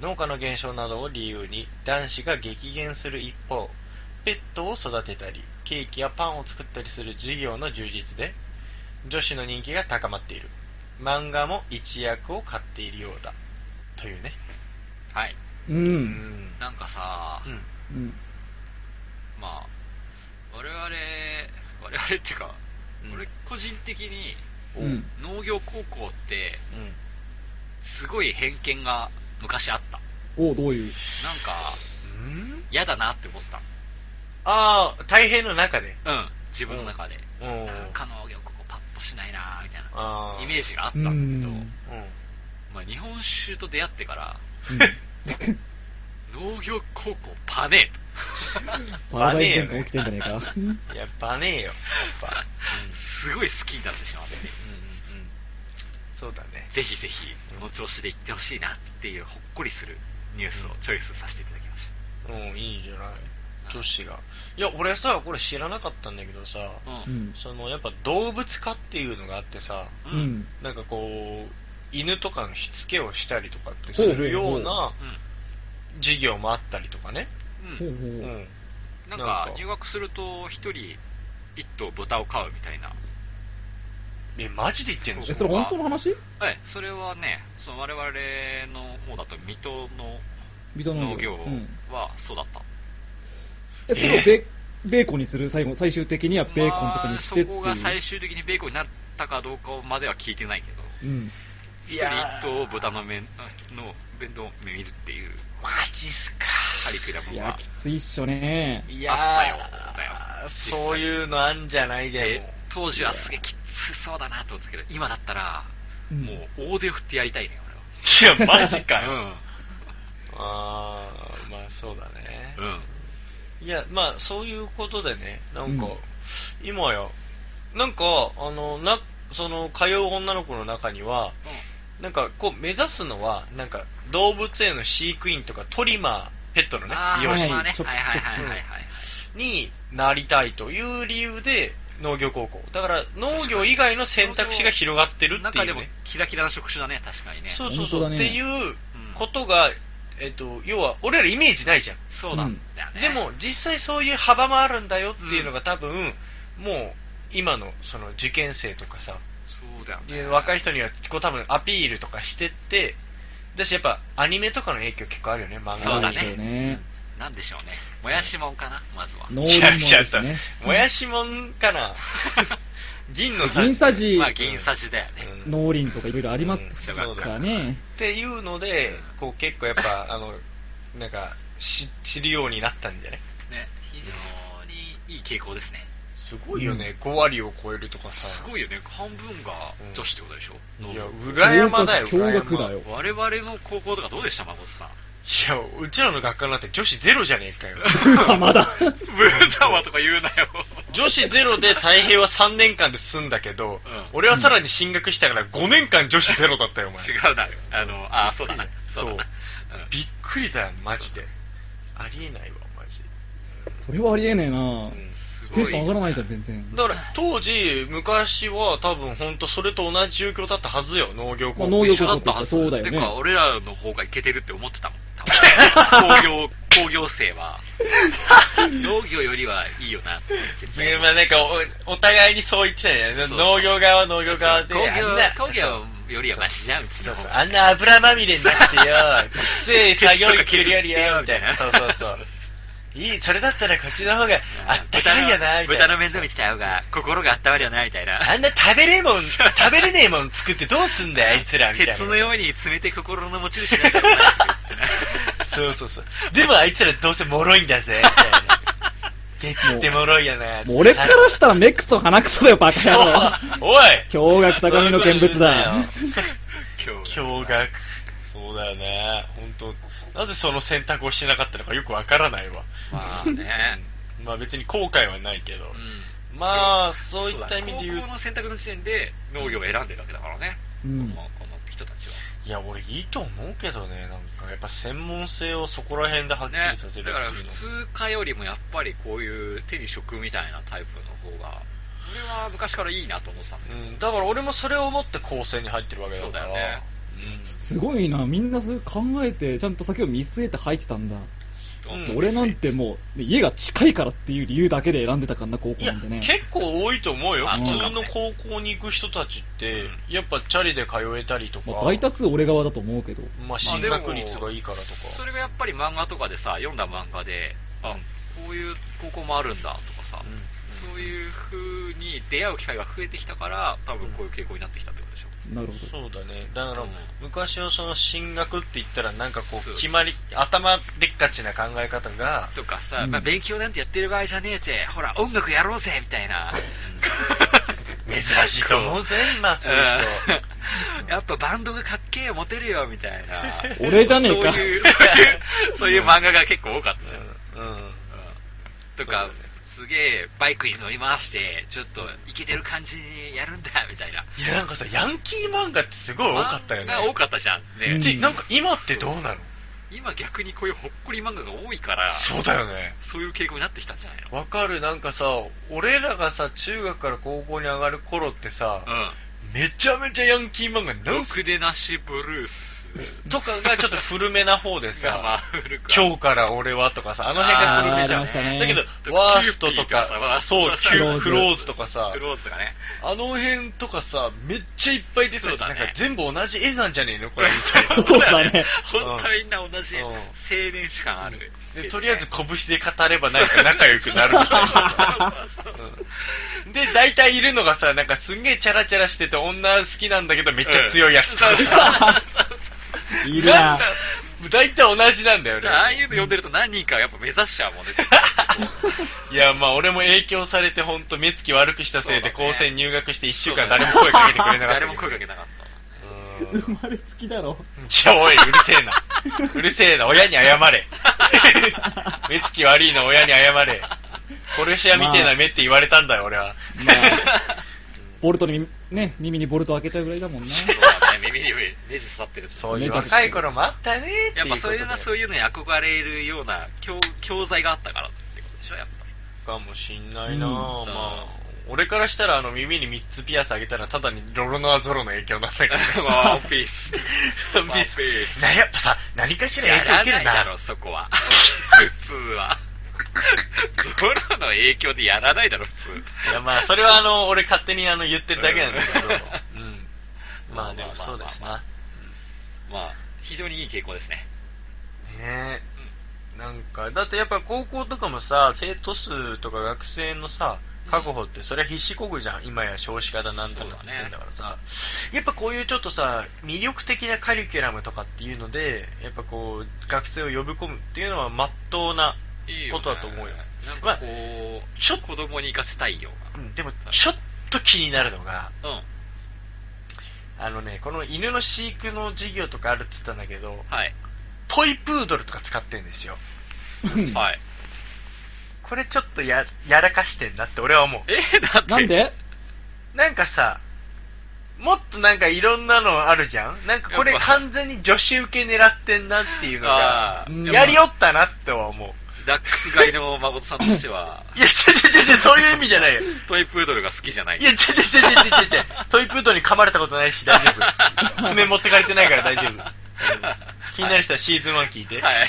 D: 農家の減少などを理由に男子が激減する一方、ペットを育てたり、ケーキやパンを作ったりする授業の充実で、女子の人気が高まっている。漫画も一役を買っているようだ。というね。
B: はい。
E: う。。
D: うん
B: なんかさ、
D: うん。
E: うん。
B: まあ、我々、我々っていうか、
D: うん
B: 俺個人的に
D: お
E: うん。
B: 農業高校って、すごい偏見が昔あった。
E: おどういう。
B: なんか、
D: うん。
B: 嫌だなって思った。
D: ああ、太平の中で。
B: うん、自分の中で。
D: う
B: なんか農業ここパッとしないなみたいな
D: あー
B: イメージがあった
E: うん
B: だけど、
E: ん。
D: うん。
B: まあ、日本酒と出会ってから、
E: うん
B: 農業高校パネーと。
E: パラダイス転換起きて んじゃねえか。
D: やっぱねえよ。やっぱ。
B: すごい好きになってしまって、
D: うん。うんうんうん。そうだね。
B: ぜひぜひ、この調子で行ってほしいなっていうほっこりするニュースをチョイスさせていただきまし
D: うん、いいじゃない。女子が。いや、俺さ、これ知らなかったんだけどさ、
B: た。う。
E: うん ん。
D: その、やっぱ動物化っていうのがあってさ、
E: う。ん。
D: なんかこう、犬とかのしつけをしたりとかってするような授業もあったりとかね。
B: う
E: ほ
B: ん。
E: う
B: う
E: ほ
B: ん。
D: うん
E: う。。
B: なん
D: なん
B: か
D: か、
B: 入学すると、一人、一頭豚を飼うみたいな
D: え、マジで言ってんの
E: え、それ本当の話
B: はい、それはね、その我々の方だと水戸の
E: ビト
B: 農
E: 農
B: 業
E: 業。うん。
B: はそうだった。
E: え、それをベベーコンにする最後、最終的にはベーコンとかにしてって
B: まあ
E: いう。
B: そこが最終的にベーコンになったかどうかまでは聞いてないけど、
E: うん。
B: 一人一頭を豚の面の弁当を見るっていう
D: マジっすか。
B: カリキュラ
E: い
B: ム
E: や
B: が、
E: きついっしょね。
D: い
B: あったよ
D: ー
B: だよ
D: そういうのあんじゃないで
B: で
D: も。
B: 当時はすげえきつそうだなと思ったけど今だったら
E: うん
B: もう大手振ってやりたいね
D: いや、マジか
B: 俺
D: よ。
B: は
D: あー、まあそうだね
B: う。んうん
D: いや、まあそういうことでね、なんか、
E: うん
D: 今や、なんか、あの、な、その、通う女の子の中には、なんかこう目指すのは、なんか動物園の飼育員とかトリマー、ペットのね
B: あ、あ
D: 美
B: ー
D: 容師
B: まあね
E: ちょ
B: はいはいはいはいはい
D: になりたいという理由で農業高校。だから農業以外の選択肢が広がってるって
B: 中
D: いう
B: でも
D: ね。
B: キラキラな職種だね確かにね
D: そうそう
E: 本
D: そ
E: 当
D: う。
E: だね
D: っていうことが、えっと、要は俺らイメージないじゃん。
B: そうなんだよね
D: でも実際そういう幅もあるんだよっていうのが多分、もう今のその受験生とかさ、
B: そうだよ
D: で
B: ね
D: 若い人にはこう多分アピールとかしてってだしやっぱアニメとかの影響結構あるよね漫
B: そ
D: 画
B: うだね
E: でしょね。
B: なんでしょうねもやしもんかなまずは
E: 農林もですね。
D: もやしもんか な銀のさ
E: 銀さじ、
B: まあ銀さじだよね
D: うん
E: 農林とかいろいろありま
D: うん
E: す
D: そう
B: だ
E: からね。
D: っていうのでこう結構やっぱ あのなんかし知るようになったんじゃない
B: ね非常にいい傾向ですね
D: すごいよね、5割を超えるとかさ
B: すごいよね半分が女子ってことでしょ
D: いや
B: 農業
D: 羨まだよ
E: 驚愕
D: 羨ま
E: だよ。
B: 我々の高校とかどうでした誠さん
D: いやうちらの学科なんて女子ゼロじゃねえかよ
E: ふざ まだ。
B: ブータワとか言うなよ。
D: 女子ゼロで太平は3年間で済んだけど、
B: うん
D: 俺はさらに進学したから5年間女子ゼロだったよお前
B: 違うな。あの、あ、そうだな。そうだな。うん
D: びっくりだよマジでありえないわマジ
E: それはありえねえな。
B: す
E: テ
B: ご
E: ンション上が
B: い。
E: らないじゃん、全然。
D: だから当時昔は多分本当それと同じ状況だったはずよ農業高校、
E: まあ農業
B: 一緒だったはず。
E: そうだよね
B: てか、俺らの方がいけてるって思ってたもん。多分工 業、工業生は。農業よりはいいよなって絶対思
D: まあなんかおお互いにそう言ってたよね
B: そうそう
D: 農業側は農業側
B: う。
D: で
B: 工
D: あんな
B: 業、工業よりはマシじゃん、うち
D: そ
B: の
D: う
B: 方
D: そう
B: が。
D: あんな油まみれになっ てようっせえ作業着着るよりよみたいな
B: ケツと
D: そう
B: か
D: そうそういいそれだったらこっちの方があったかいよなみたい
B: 豚
D: な
B: の面倒見てた方が心が温まるよな、みたいな。
D: あんな食べれえもん、食べれねえもん作ってどうすんだよ、あいつら、みたいな。
B: 鉄のように冷てい心の持ち主なんだよなって言ってな
D: そうそうそう。でもあいつらどうせ脆いんだぜ、みたい な。ケチって脆いよな。
E: もう俺からしたら目くそ鼻くそだよ、バカ野郎。
D: おい
E: 驚愕高みの見物だ。
B: 今日
D: 驚愕。そうだよね。本当なぜその選択をしなかったのかよくわからないわ。
B: まあね、
D: まあ別に後悔はないけど。
B: う
D: まあ、そういった意味で言
B: 高
D: う
B: 校の選択の時点で農業を選んでるわけだからね、こ
E: う
B: の
E: ん。
B: この人たちは。
D: いや、俺いいと思うけどね。なんかやっぱ専門性をそこら辺ではっき
B: ね
D: りさ、せるって
B: だ
D: いう
B: か
D: の
B: ら普通科よりもやっぱりこういう手に職みたいなタイプの方が、俺は昔からいいなと思ってたんだけ
D: うん、だから俺もそれを思って構成に入ってるわけだから。
B: そうだよね
E: すごいな、みんなそういう考えて、ちゃんと先を見据えて入ってたんだ。
B: ど、
D: うん
E: 俺なんてもう、家が近いからっていう理由だけで選んでたからな、高
D: い
E: 校
D: や、
E: なんてね。
D: 結構多いと思うよ。
B: あ
D: 普
E: そう
D: 通
B: も
E: か
D: の
B: ね
D: 高校に行く人たちって
B: うん、
D: やっぱチャリで通えたりとか
E: まあ、大多数俺側だと思うけど。
D: まあ進
B: まあで
D: 学
B: も
D: 率がいいからとか。
B: それがやっぱり漫画とかでさ、読んだ漫画で、あこういう高校もあるんだとかさ、
D: うん
B: そういう風に出会う機会が増えてきたから、多分こういう傾向になってきたってことでしょ。
E: なるほど。
D: そうだね。だから、
B: うん
D: 昔のその進学って言ったら、なんかこ、
B: そうう
D: 決まり、頭でっかちな考え方が、
B: とかさ、
E: うん
B: まあ、勉強なんてやってる場合じゃねえぜ、ほら、音楽やろうぜみたいな、
D: 珍しいと思うぜ、今、 そういう人。
B: うんやっぱバンドがかっけえ、モテるよみたい な、
E: 俺じゃねえか
B: そういうそういうそういう漫画が結構多かったじゃん。
D: うんうん。
B: とか、
D: そうだね
B: すげえバイクに乗り回して、ちょっとイケてる感じにやるんだみたいな、
D: いや、なんかさ、ヤンキー漫画ってすごい多かったよね。
B: 漫画多かったじゃん、
E: う
B: ね
E: ん
D: ちなんか今ってどうなの
B: 今、逆にこういうほっこり漫画が多いから、
D: そうだよね。
B: そういう傾向になってきたんじゃないの
D: わかる、なんかさ、俺らがさ、中学から高校に上がる頃ってさ、
B: うん
D: めちゃめちゃヤンキー漫画
B: ろ
D: 何
B: く
D: す
B: でなしブルース
D: とかがちょっと古めな方で
B: が まあ
D: さ、
B: 古くは
D: 今日から俺はとかさ、あの辺が古めじゃ
E: あーありました
D: ん。
E: ね
D: だけ
B: キューピ
D: ど、
B: ー
D: ワーストと
B: とかさ
D: か、そう、キュー
E: ク
D: ク
E: ロ
D: ロ
E: ー
D: ーズとかさ
B: ク、ローズがね
D: あの辺とかさ、めっちゃいっぱい出て
B: そう
D: る
B: だ
D: なん
B: ね
D: か全部同じ絵なんじゃねえの これみたいな。
E: そうだね。
B: 本当にみんな同じ
D: うん
B: 青年史感ある、
D: でとりあえず拳で語ればなんか仲良くなるみたいな。うんで、大体いるのがさ、なんかすんげえチャラチャラしてて女好きなんだけどめっちゃ強いやつとか さ。
E: いる
D: な
E: なん
D: だ、 大体同じなんだよ
B: だ
D: ね
B: から。ああいうの読んでると何人かやっぱ目指しちゃうもんね
D: いや、まあ俺も影響されて本当目つき悪くしたせい
B: そ
D: で
B: うだね
D: 高専入学して1週間誰も声かけてくれなかった。
B: 誰も声かけなかった
D: うんい
E: 生まれつきだろ。
D: や、おい、うるせえな。うるせえな、親に謝れ。目つき悪いの親に謝れ。殺し屋みてえな目って言われたんだよ、俺は。
E: まあ、ボルトに、ね、耳にボルト開けちゃうぐらいだもんな。
B: そうだね耳にネジ刺さってるって
D: そういう若い頃もあったねって
B: や
D: い
B: っ
D: う
B: ぱ
D: こと
B: そう
D: で
B: いうのそういうのに憧れるような教教材があったからってことでしょやっぱり
D: かもしんないなぁ、
E: うん
D: まあ俺からしたらあの耳に3つピアスあげたらただにロロノアゾロの影響なんだけど
B: ワンピース
D: ワンピース
B: ワンピース
D: なやっぱさ何かしら
B: や
D: 影響
B: ら
D: 受け
B: な
D: る
B: い
D: な
B: だろそこは 普通は ゾロの影響でやらないだろ普通
D: いやまあそれはあの俺勝手にあの言ってるだけなんだけど、うん、
B: ま
D: ま
B: あ
D: あでもそうです
B: まあ
D: な
B: まあ非常にいい傾向ですね
D: ねえなんかだってやっぱ高校とかもさ生徒数とか学生のさ確保ってそれは必死こぐじゃん今や少子化だなんだ
B: そう
D: か
B: だ
D: って
B: ね
D: 言ってんだからさ、やっぱこういうちょっとさ魅力的なカリキュラムとかっていうのでやっぱこう学生を呼び込むっていうのはまっとうな、
B: いいよね
D: ことだと思うよ
B: なんかこう、ちょっと子供に行かせたいよ
D: でもちょっと気になるのが
B: うなうん
D: あのねこの犬の飼育の授業とかあるって言ったんだけど
B: はい
D: トイプードルとか使ってんですよ
B: はい
D: これちょっとややらかしてんなって俺は思う
B: えだって
E: なんで
D: なんかさ、もっとなんかいろんなのあるじゃんなんかこれ
B: やっぱ
D: 完全に女子受け狙ってんなっていうのが
B: あ、
E: ー
D: やりおったなっては思う。
B: ダックス飼いの孫さんとしては
D: いや、ちょちょちょちょ、そういう意味じゃ ないよ。
B: トイプードルが好きじゃない
D: いや、ちょちょちょちょちょちょちょ、トイプードルに噛まれたことないし大丈夫。爪持ってかれてないから大丈夫。うん気になる人はシーズン1聞いて。
B: はい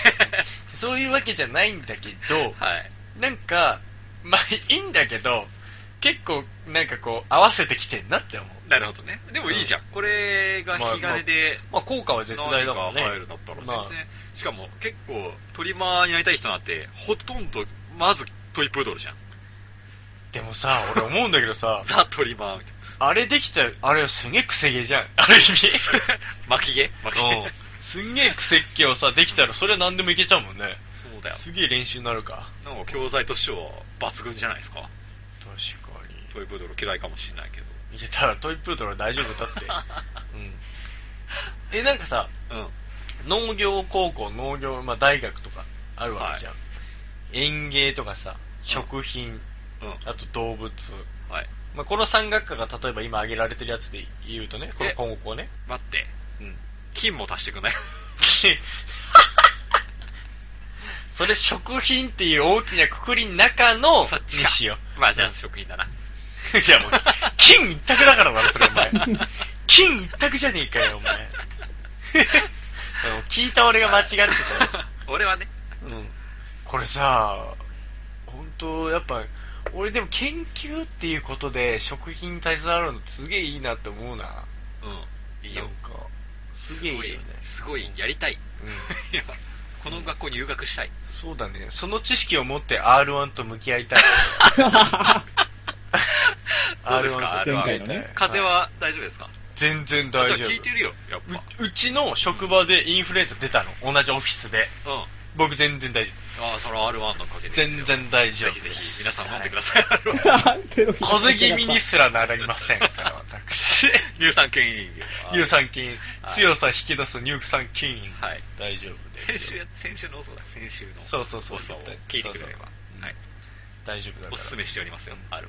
D: そういうわけじゃないんだけど、
B: はい
D: なんか、まあいいんだけど、結構なんかこう合わせてきてんなって思う。
B: なるほどねでもいいじゃん、これが引き金で、
D: まあ効果は絶大だからね。
B: 何が入るんだったら全然、
D: まあ
B: しかも結構トリマーになりたい人なんてほとんどまずトイプードルじ ゃん、
D: でもさ、俺思うんだけどさ
B: ザ・トリマーみたい
D: あれできた、あれはすげえ癖毛じゃん。 ある意味。
B: な巻き毛巻き毛
D: うん。すんげえ癖毛をさ、できたらそれは何でもいけちゃうもんね。
B: そうだよ
D: すげえ練習になるか。
B: なんか教材としては抜群じゃないですか
D: 確か
B: トイプードル嫌いかもしれないけど
D: に。いや、だからトイプードルは大丈夫 だって。うん。え、なんかさ、
B: うん
D: 農業高校、農業、まあ大学とかあるわけじゃん。園芸とかさ、食
B: う
D: 品、
B: ん
D: あと動物。
B: はい
D: まあこの3学科が例えば今挙げられてるやつで言うとね、この
B: え
D: 今後ね。
B: 待って
D: うん。
B: 金も足してくんない
D: それ食品っていう大きなくくりの中の
B: そっち
D: に
B: か
D: しよ
B: まあじゃあ食品だな
D: う。 いやもう、金一択だからな、それ お前。金一択じゃねえかよ、お前。 うん聞いた俺が間違ってたよ。
B: 俺はね
D: うん。これさ、本当やっぱ、俺でも研究っていうことで食品に携わるのすげえいいなって思うな。
B: うんいいよ
D: なんか、すげえいいよね。
B: すごいやりたい、
D: う
B: いやこの学校に入学したい
D: そうだね。その知識を持って R1 と向き合いた い。
B: どうですか
D: R1 と
E: 前回のね
B: 風邪は大丈夫ですか
D: 全然
B: じゃあ
D: 大丈夫。
B: 聞いてるよやっぱ
D: ううちの職場でインフルエンザ出たの。同じオフィスで。
B: うん
D: 僕全然大丈
B: ああそれは R1 のおかげ
D: 夫。
B: ですよ
D: 全然大丈
B: ぜ
D: 夫
B: ひぜ
D: で
B: ひ
D: す。
B: 皆さん飲んでください
D: 風邪気味にすらなりませんから、私。
B: 乳酸菌飲
D: 乳酸菌
B: は、い
D: 強さ引き出す乳酸菌。
B: はい
D: 大丈夫
B: 先
D: です
B: 週
D: よ。
B: や先週の放送だ先週の
D: そうそうそう
B: 放送を聞いてくれれば
D: そうそう
B: はい
D: 大丈夫だから。
B: おすすめしておりますよ R1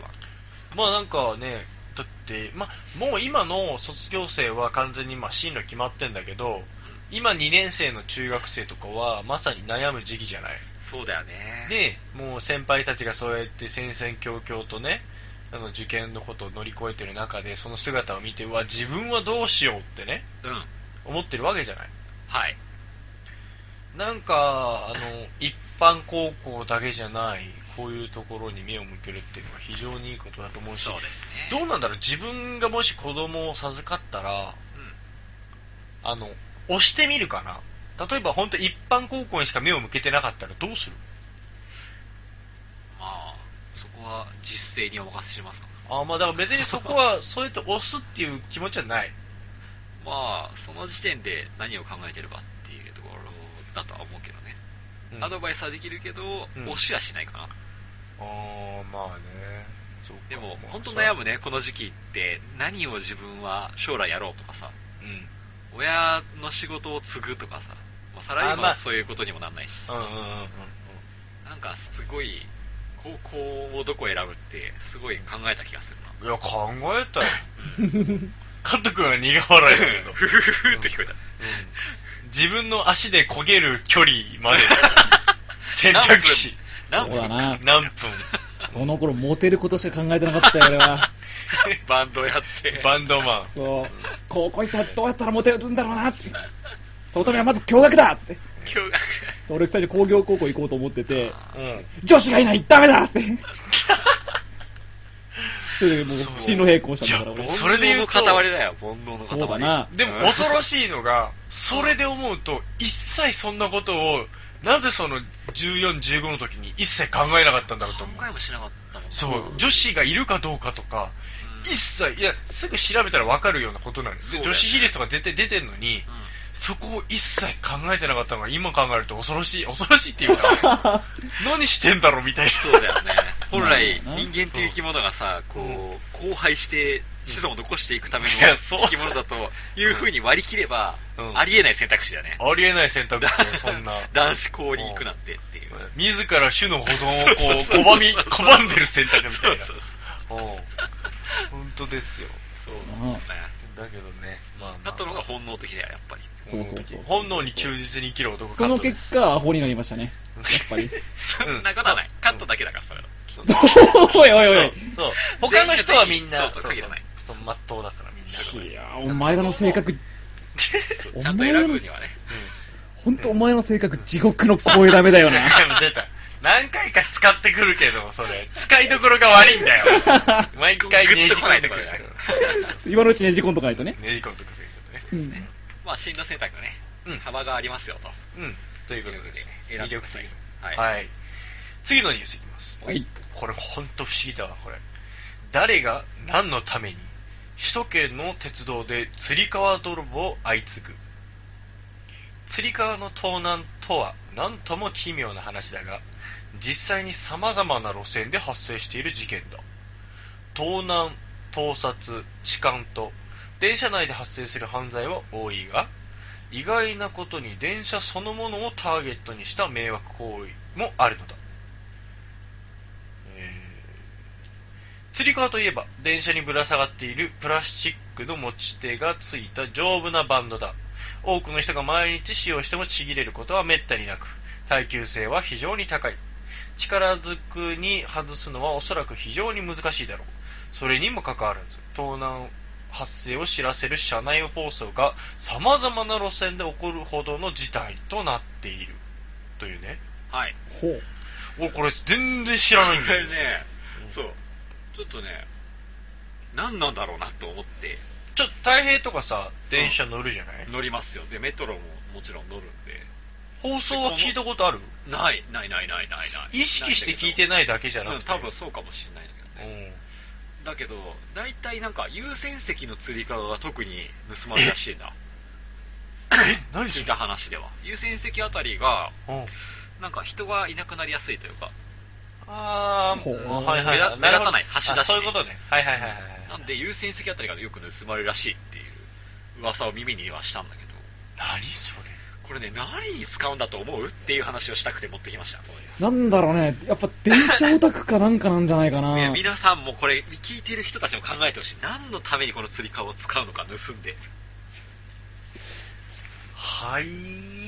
D: まあなんかね、だって、まあ、もう今の卒業生は完全にまあ進路決まってんだけど、今2年生の中学生とかはまさに悩む時期じゃない。
B: そうだよね
D: で、もう先輩たちがそうやって戦々恐々とね、あの受験のことを乗り越えてる中で、その姿を見て、うわ、自分はどうしようってね、
B: うん
D: 思ってるわけじゃない。
B: はい。
D: なんか、あの、一般高校だけじゃない、こういうところに目を向けるっていうのは非常にいいことだと思うし、
B: そうですね。
D: どうなんだろう、自分がもし子供を授かったら、
B: うん
D: あの、押してみるかな。例えば本当一般高校にしか目を向けてなかったらどうする
B: まあ、そこは実践にお任せしますか。
D: あまあだから別にそこ は、そうやって押すっていう気持ちはない。
B: まあ、その時点で何を考えてるかっていうところだとは思うけどね。
D: うん
B: アドバイスはできるけど、
D: うん
B: 押しはしないかな。
D: あーまあね。そうか
B: でも
D: ま、あ
B: 本当悩むね、この時期って、何を自分は将来やろうとかさ、
D: うん。
B: 親の仕事を継ぐとかさ、まあ、サラリー
D: あま
B: マン
D: あ
B: はそういうことにもなんないし、
D: うんうんうんうんうん。
B: なんかすごい、高校をどこ選ぶって、すごい考えた気がする な。
D: いや、考えたよ。カット君は苦笑いだけど。
B: ふふふふって聞こえた。
D: 自分の足で焦げる距離 まで選択肢。
E: そうだな。
D: 何分
E: その頃、モテることしか考えてなかったよ、俺は。
B: バンドやって。
D: バンドマン。
E: そう。高校行ったらどうやったらモテるんだろうなって。そのためにはまず驚愕だっつって。
B: 教 学。
E: そう俺最初工業高校行こうと思ってて、
D: うん。
E: 女子がいないダメ だっつって。それでもう
D: そう
E: 進路変更したんだから
D: いや
E: 俺。
D: それで言うと
B: 煩悩の塊だよ、煩悩の塊。
E: そうだな。
D: でも恐ろしいのが、それで思うと、一切そんなことを、なぜその14、15の時に一切考えなかったんだろう
B: 考
D: と思う。
B: えもしなかったもん
D: そう、女子がいるかどうかとか、
B: うん
D: 一切、いや、すぐ調べたらわかるようなことなのよ
B: そうだよね
D: 女子比率とか出て出てんのに、
B: うん
D: そこを一切考えてなかったのが、今考えると恐ろしい、恐ろしいっていうか、 何してんだろうみたいな。
B: そうだ よね。本来、人
E: まあね
B: 間っていう生き物がさ、こう、荒廃して子孫を残していくための
D: いやそう
B: 生き物だというふうに割り切れば
D: う、ん
B: ありえない選択肢だね。
D: ありえない選択だ よ、そんな。
B: 男子校に行くなんてっていう。
D: 自ら種の保存をこう、拒み、拒んでる選択みたいな
B: そうそう。
D: うん本当ですよ。
B: そう
E: うん
D: だけどね、まあ、まあ、
B: だったのが本能的だよ、やっぱり。
E: そうそうそう。
D: 本能に忠実に生きる男
E: その
D: 果、
E: 結果、アホになりましたね。やっぱり。
B: そんなことはない。カットだけだから、それは。
E: そう、おいおいおい。
D: そう。他の人はみん
B: 全員が全
D: な、
B: 員そうと
D: そう
B: 限らない
D: そうそうまっとうだからみんな。
E: いやお前らの性格、
B: そう
E: お
B: ちゃんと
E: 前
B: 選
E: ら
B: ぶ
E: の
B: にはね。
E: 本当お前の性格、地獄の声ダメだよな。
D: うん。 出た。何回か使ってくるけど、それ。使いどころが悪いん だよ。毎回ねじ込んでくるから。
E: 今のうちねじ込んとかないとね。
D: ねじ込んでくるけど
E: う
D: ね。
E: ん。
B: まあ、進路選択がね
D: うん、
B: 幅がありますよ、と。
D: うん。ということで、
B: 選
D: 魅
B: んでくだ
D: 力的
B: さい
D: な。。
B: はい。
D: はい。次のニュースいきます。
E: はい。
D: これ本当不思議だわこれ誰が何のために首都圏の鉄道でつり革泥棒相次ぐつり革の盗難とは何とも奇妙な話だが実際に様々な路線で発生している事件だ盗難盗撮痴漢と電車内で発生する犯罪は多いが意外なことに電車そのものをターゲットにした迷惑行為もあるのだえーつり革といえば電車にぶら下がっているプラスチックの持ち手がついた丈夫なバンドだ多くの人が毎日使用してもちぎれることはめったになく耐久性は非常に高い力ずくに外すのはおそらく非常に難しいだろうそれにもかかわらず盗難発生を知らせる車内放送がさまざまな路線で起こるほどの事態となっているというね
B: はい。
E: ほう。
D: おこれ全然知らないん
B: こ
D: だ
B: れ
D: よ
B: ね、そう。ちょっとね、何なんだろうなと思って
D: ちょっと太平とかさ、電車乗るじゃない、
B: 乗りますよ。で、メトロももちろん乗るんで。
D: 放送は聞いたことある
B: ない、ない、ない、ない、ない、ない。
D: 意識して聞いて
B: い
D: ないだけじゃ
B: だけど
D: な
B: うん、
D: くて。
B: 多分そうかもしれないんだけどね。だけど、大体なんか優先席の釣り革が特に盗まれるらしい な。
D: え、何
B: 聞い
D: した
B: 話では。優先席あたりが、
D: うん。
B: なんか人がいなくなりやすいというか。
D: あ
E: ほう
D: ー、はいはい
B: 目
D: は
B: 立
D: い。
B: 目立たない
D: る
B: 橋
D: ほど
B: だしね
D: あそういうことね。はいはいはいはい。
B: なんで優先席あたりがよく盗まれるらしいっていう噂を耳にはしたんだけど。
D: 何それ
B: これね、何に使うんだと思うっていう話をしたくて持ってきました。これ
E: なんだろうね。やっぱ電車オタクかなんかなんじゃないか
B: いや
E: な。
B: 皆さんもこれ聞いてる人たちも考えてほしい何のためにこの釣り革を使うのか盗んで
D: はい。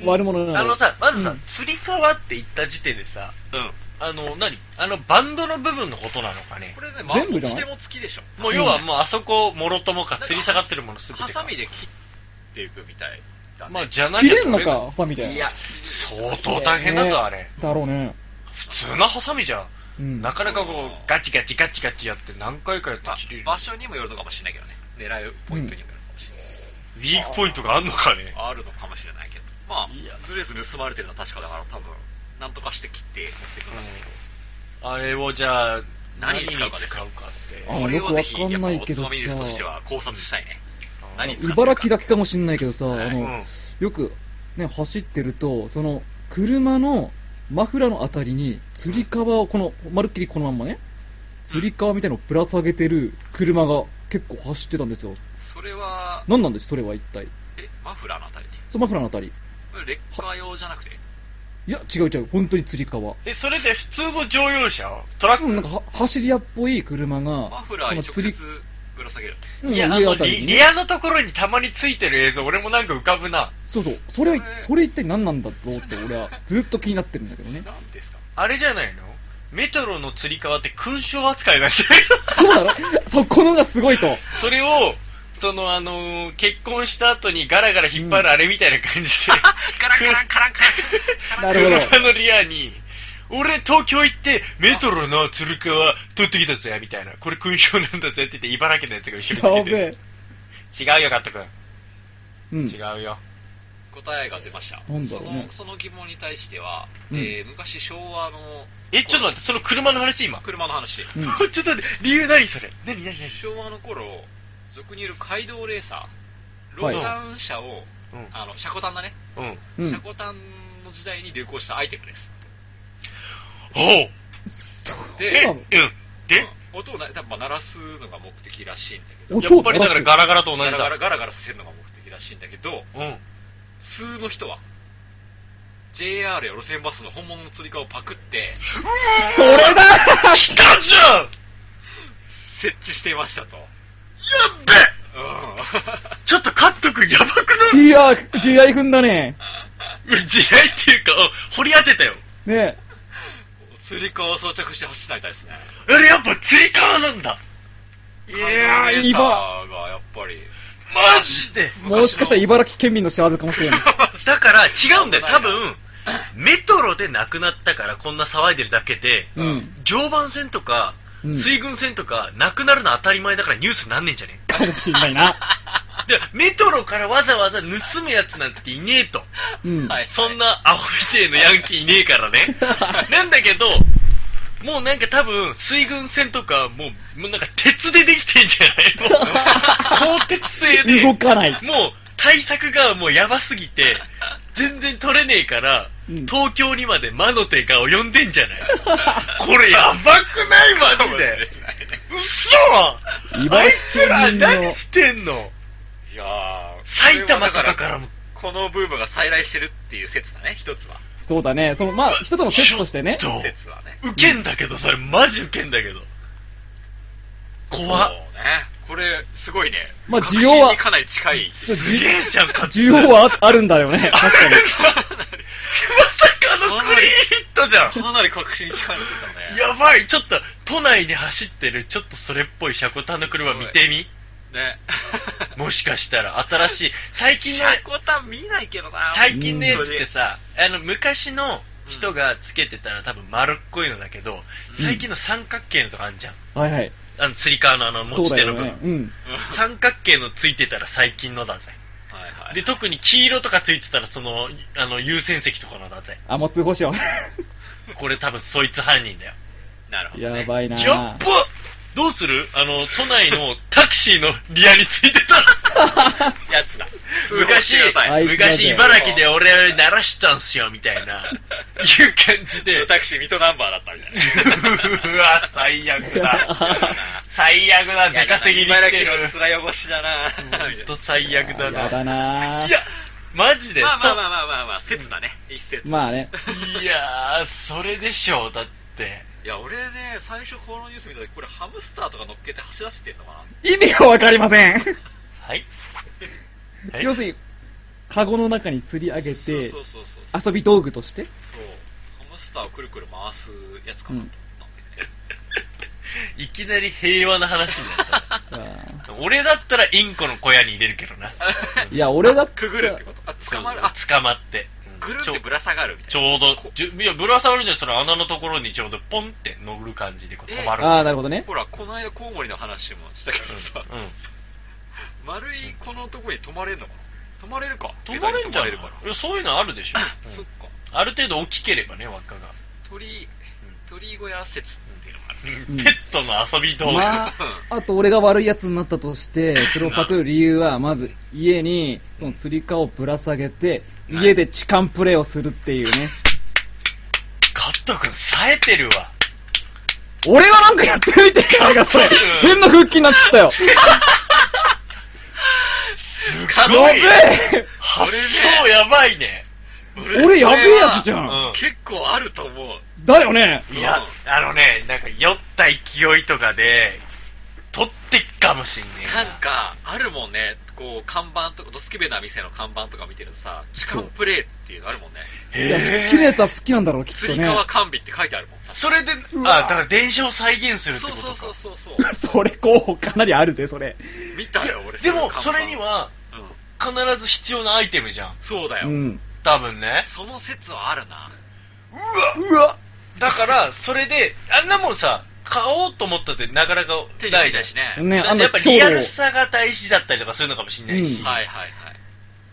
E: 悪者なの
D: あのさ、まず
E: う
D: さ
E: ん、
D: つり革って言った時点でさ、
B: うん
D: あの、何あの、バンドの部分のことなのかね
B: こ。れね
E: 全部じゃ
B: 持
E: ない
B: ち手も付きでしょ
D: もう要はもうあそこもろともか、吊り下がってるものすべて
B: ハ
D: か。
B: サミで切っていくみたいだね
D: まあ、じゃなき
E: 切
D: ゃ
E: れんの
D: 取れな
E: か、ハサミで。
B: いや、
D: い相当大変だ
E: ね
D: ぞ、あれ。
E: だろうね。
D: 普通のハサミじゃ、
E: うん。
D: なかなかこう、ガチガチガチガチやって何回かやって
B: まあ
D: 切れる。
B: 場所にもよるのかもしれないけどね。狙うポイントにもよるかもしれない。
D: ウィークポイントがあんのかね。
B: あるのかもしれないけど。まあ、ずれずれ盗まれてるのは確かだから多分、なんとかして切って持ってくるんだけど。
D: あれをじゃあ、
B: 何に使うかです
D: 何に使うかって。
E: あ
B: これをぜひ
E: よくわかんないけどさ
B: やっぱおつまみニュースとしては考察したいね。何使ってるか
E: 茨城だけかもしんないけどさ、
B: はい
E: あ
D: う
E: の
D: ん、
E: よく、ね、走ってると、その、車のマフラーのあたりに、釣り革を、この、まるっきりこのまんまね、釣り革みたいのをぶら下げてる車が結構走ってたんですよ。
B: それは、
E: 何なんです、それは一体。
B: え、マフラーのあたりに。
E: そう、マフラーのあたり。
B: これレッカー用じゃなくて、
E: いや、違う違う、本当に釣り革。
D: え、それで普通の乗用車トラック、
E: うん、なんかは、走り屋っぽい車が、
B: マフラーに
E: この
B: 直
E: 釣り
B: 接、ぶら下げる。
E: うん
D: いや、あ
E: 上あ
D: の
E: たり
D: リ、
E: に、
D: リ
E: ね。
D: アのところにたまについてる映像、俺もなんか浮かぶな。
E: そうそう。そ
B: そ
E: れ
B: れ
E: は、それ一体何なんだろうって、俺はずっと気になってるんだけどね。
B: 何ですか
D: あれじゃないのメトロの釣り革って勲章扱いなんじゃないの
E: そうだろ そこのがすごいと。
D: それを、そのあのー結婚した後にガラガラ引っ張るあれみたいな感じ で、
B: カランカランカランカランカランカラン
E: なるほど
D: 車のリアに、俺東京行ってメトロの鶴川取ってきたぜ、みたいな。これ勲章なんだぜって言って茨城のやつが後ろ
E: や
D: について
E: べえ
D: る。。違うよ、カット君。
E: うん。
D: 違うよ。
B: 答えが出ました。
E: なんだろうね
B: その、その疑問に対しては、
E: うん
B: えー昔昭和の、
D: え、ちょっと待って、その車の話今。
B: 車の話。
E: うん
D: ちょっと待って、理由何それ何何何
B: 昭和の頃、俗にいる街道レーサー、ロータン車を、あの、車庫端だね。
D: うん。うん。
E: うん
B: 車庫端の時代に流行したアイテムです。
D: おう
E: そう
B: で
D: え、
E: な
D: う
E: の
D: ん。で、
B: うん音をな多分鳴らすのが目的らしいんだけど、
E: 音
D: や
E: を
D: っぱりだからガラガラと同
B: ガ
D: じ
B: ラガラ
D: だ。
B: ガラガラさせるのが目的らしいんだけど、
D: うん。
B: 数の人は、JR や路線バスの本物の釣り革をパクって、
E: それだ
D: 来たじゃん
B: 設置していましたと。
D: べ
B: うん。
D: ちょっとカット君やばくない
E: いやー、地雷踏んだね。
D: 地雷っていうか、あ掘り当てたよ。
E: ね
B: 釣り革を装着して走られたいですね。
D: あれやっぱ釣り革なんだ。
B: い
E: やー
B: レーサーがやっぱり。
D: マジで。
E: え。もしかしたら茨城県民の幸せかもしれない。
D: だから違うんだよ。多分、メトロでなくなったからこんな騒いでるだけで、
E: うん。
D: 常磐線とか、
E: うん
D: 水軍線とか、なくなるの当たり前だからニュースなんねんじゃね
E: かもしれないな。
D: で、メトロからわざわざ盗むやつなんていねえと。
E: うん。
B: はい
D: そんなアホみてえのヤンキーいねえか らね。なんだけど、もうなんか多分、水軍船とか、もう、もうなんか鉄でできてんじ ゃないもう、鋼鉄製で。
E: 動かない。
D: もう、対策がもうやばすぎて、全然取れねえから、
E: うん
D: 東京にまで魔の手が及んでんじ ゃないこれやばくないマジで。嘘あ
E: 茨
D: いつ
E: 城
D: ら
E: 県民の
D: 何してんの
B: いやー
D: 埼玉とかからも。
B: このブームが再来してるっていう説だね、一つは。
E: そうだね。その、まあ、一つの説としてね。
D: ちょっ
B: 説はね。
D: と、ウケんだけど、それマジウケんだけど。怖っ
B: そう。ね。これ、すごいね。
E: まあ
B: 確信
E: 需要は
B: にかなり近い。
E: ちょ
D: すげえじゃん、か
E: 需要はああるんだよね。確かに。
D: まさかのクリーンヒットじゃ ん。
B: かなり確信に近いの出たね。
D: やばい、ちょっと、都内に走ってる、ちょっとそれっぽい車庫端の車見てみ。
B: ね。
D: もしかしたら、新しい、最近の、
B: コタン見ないけどな
D: 最近のやつってさ、あの、昔の人がつけてたら多分丸っこいのだけど、最近の三角形のとかあんじゃん。
E: はいはい。
D: あの、釣り革のあの、持
E: そう
D: ち
E: だ
D: 手の
E: よ
D: 部分。
E: ね。うん。
D: 三角形のついてたら最近のだぜ。
B: はいはい。
D: で、特に黄色とかついてたら、その、あの、優先席とかのだぜ。
E: あ、もう通報しよ
D: これ多分そいつ犯人だよ。
B: なるほ
E: う。
B: ど、ね。
E: やばいな
D: やっばどうするあの、都内のタクシーのリアについてたら。
B: やつだ。
D: 昔
B: 通報してください
E: あいつだぜ
D: 昔茨城で俺鳴らしたんすよみたいな、いう感じで。
B: タクシー、水戸ナンバーだったみたいな。
D: うわ、最悪だ。最悪だ、出稼ぎに来てる。
B: 茨城の面汚しだな
D: ほんと最悪だ
E: や
D: な。
E: だない
D: や、マジで、
B: まあまあまあまあまあまあ、説だね。一説。
E: まあね。
D: そいやー、それでしょう、だって。
B: いや、俺ね、最初このニュース見た時、これハムスターとか乗っけて走らせてんのかな
E: 意味がわかりません。
D: はい。はい
E: 要するに、カゴの中に釣り上げて
B: そ、うそうそうそう。
E: 遊び道具として
B: そう。ハムスターをくるくる回すやつかなと思ったんだよね。
D: いきなり平和な話になった。
E: あ
D: 俺だったらインコの小屋に入れるけどな。
E: ーいや、俺だっ
B: くぐるってことあ、捕まる。あ、
D: 捕まって。
B: ぐるってぶら下がるみたい
D: ちょうど、じゅいや、ぶら下がるんじゃないその穴のところにちょうどポンって乗る感じでこう止まる。
E: ああ、なるほどね
B: な。。ほら、この間コウモリの話もしたけどさ、
D: うん。うん
B: 丸いこのとこに泊まれるのかな泊まれるか。
D: 止まるんじゃな
B: 下手に泊まれ
D: い
B: るから
D: いやそういうのあるでしょ。
B: そっか。
D: うんある程度大きければね、輪っかが。
B: 鳥、鳥小屋説っていうのがあるね。
E: うん
D: ペットの遊び道具。
E: まあ、あと俺が悪いやつになったとして、それをパクる理由は、まず家にその釣り革をぶら下げて、家で痴漢プレイをするっていうね。
D: カット君、冴えてるわ。
E: 俺はなんかやってるみたいじゃないか、それ。変な風景になっちゃったよ。
D: かっこいい
E: やべえ
D: 発想やばいね。
E: 俺やべえやつじゃ。
D: うんん。
B: 結構あると思う。
E: だよね。
D: いや、あのね、なんか酔った勢いとかで、取ってっかもしんねえ
B: なんか、あるもんね、こう、看板とか、ドスケベな店の看板とか見てるとさ、痴漢プレイっていうのあるもんね。
E: いや、好きなやつは好きなんだろう、きっ
B: 釣
E: と
B: り
E: ね。
B: 革完備って書いてあるもん。確か
D: それで、あ、
E: う
D: だ
E: わ
D: から伝承を再現するってこ
B: そう
D: とか。
B: そうそうそうそう。
E: それ候補かなりあるで、それ。
B: 見た
D: いや
B: よ、俺。
D: で
B: うい
D: も、
B: う看板
D: それに、は、
B: うん
D: 必ず必要なアイテムじゃん。
B: そうだ
E: う
B: よ。
E: ん。
D: 多分ね。
B: その説はあるな。
D: うわ
E: うわ
D: だから、それで、あんなもんさ、買おうと思ったってなかなか
B: 手に入れ
D: 大事
B: た
D: だ
B: し
D: し。
B: ね。
E: ね、あ
D: だし
E: の
D: やっぱ、リアルさが大事だったりとかそういうのかもしんないし、
E: うん
B: はいはいはい。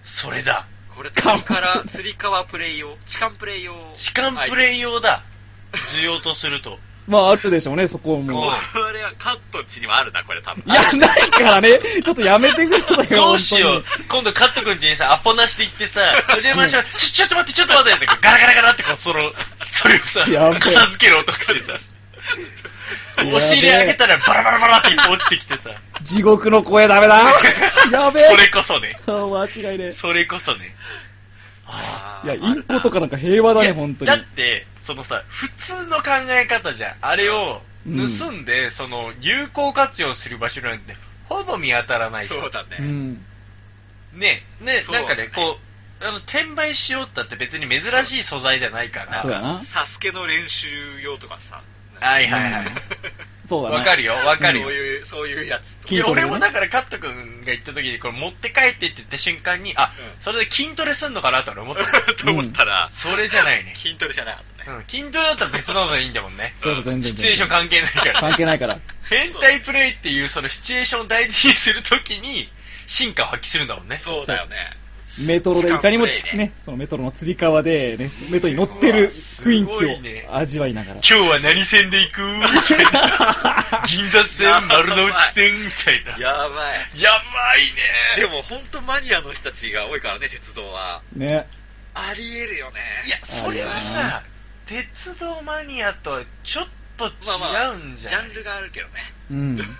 D: それだ。
B: これ、釣りか
E: かもしれ
B: ら、
E: ない
B: 釣り革プレイ用、痴漢プレイ用。
D: 痴漢プ
B: イ。
D: レイ用だ。需要とすると。
E: まあ、あるでしょうね、そこも。
B: これは、カットんちにはあるな、これ多分。
E: いや、ないからね。ちょっとやめてくださいよ。
D: どうしよう。今度カット君ちにさ、アポなしで行ってさ、お邪魔します。ちょ、ちょっと待って、ちょっと待って。ガラガラガラってこう、その、それをさ、
E: やべえ
D: 片付ける音がしてさ、
E: やべえ
D: お尻上げたらバラバラバラって一歩落ちてきてさ、
E: 本当に。地獄の声ダメ だ。やべえ。
D: それこそね。
E: あ間違いね
D: それこそね。あ
B: あ
E: え。い
B: ー
E: や、インコとかなんか平和
D: あ
E: だ
D: い
E: ね、
D: や
E: 本当
D: だっ
E: に。
D: て、そのさ、普通の考え方じゃん。あれを盗んで、その、有効活用する場所なんて、ほぼ見当たらないじゃん
B: そうだ
E: う
B: ね。
E: ん。
D: ねね
B: そう
D: なんかね、こう、あの、転売しようったって別に珍しい素材じゃないから。
E: そうやな。
B: サスケの練習用とかさ。
D: はいはいはい。
E: そうだな。
D: わかるよ、わかる
B: そう。
D: よ
B: いう、そういうやつとか。
D: い
E: 筋
D: や、
E: トレ
D: 俺
E: ね
D: もだからカット君が言った時にこれ持って帰ってって言った瞬間に、あ、
B: うん
D: それで筋トレすんのかなと俺思った。
B: と 思ったら、
D: それじゃないね。
B: 筋トレじゃなかったね。
D: うん、筋トレだったら別の方がいいんだもんね。
E: そうそう、全然。
D: シチュエーション
E: 全
D: 関係ないか
E: 然
D: ら。
E: 関係ないから。
D: 変態プレイっていうそのシチュエーションを大事にするときに進化を発揮するんだもんね。
B: そうだよね。
E: メトロでいかにも
B: しか
E: ち、
B: もね
E: ね、そのメトロの釣り革で、ね、メトロに乗ってる雰囲
D: すごいね
E: 気を味わいながら。
D: 今日は何線 で行く銀座線、丸の内線みたいな。や
B: やばい。
D: ばいね。
B: でも本当マニアの人たちが多いからね、鉄道は。
E: ね。
B: ありえるよね。
D: いや、それは
E: あるよ
D: さ、鉄道マニアとはちょっと違
B: まあまあ、
D: うんじ
B: ジ
D: ゃ
B: ャ
D: ん。
B: ンルがあるけどね。
E: うん。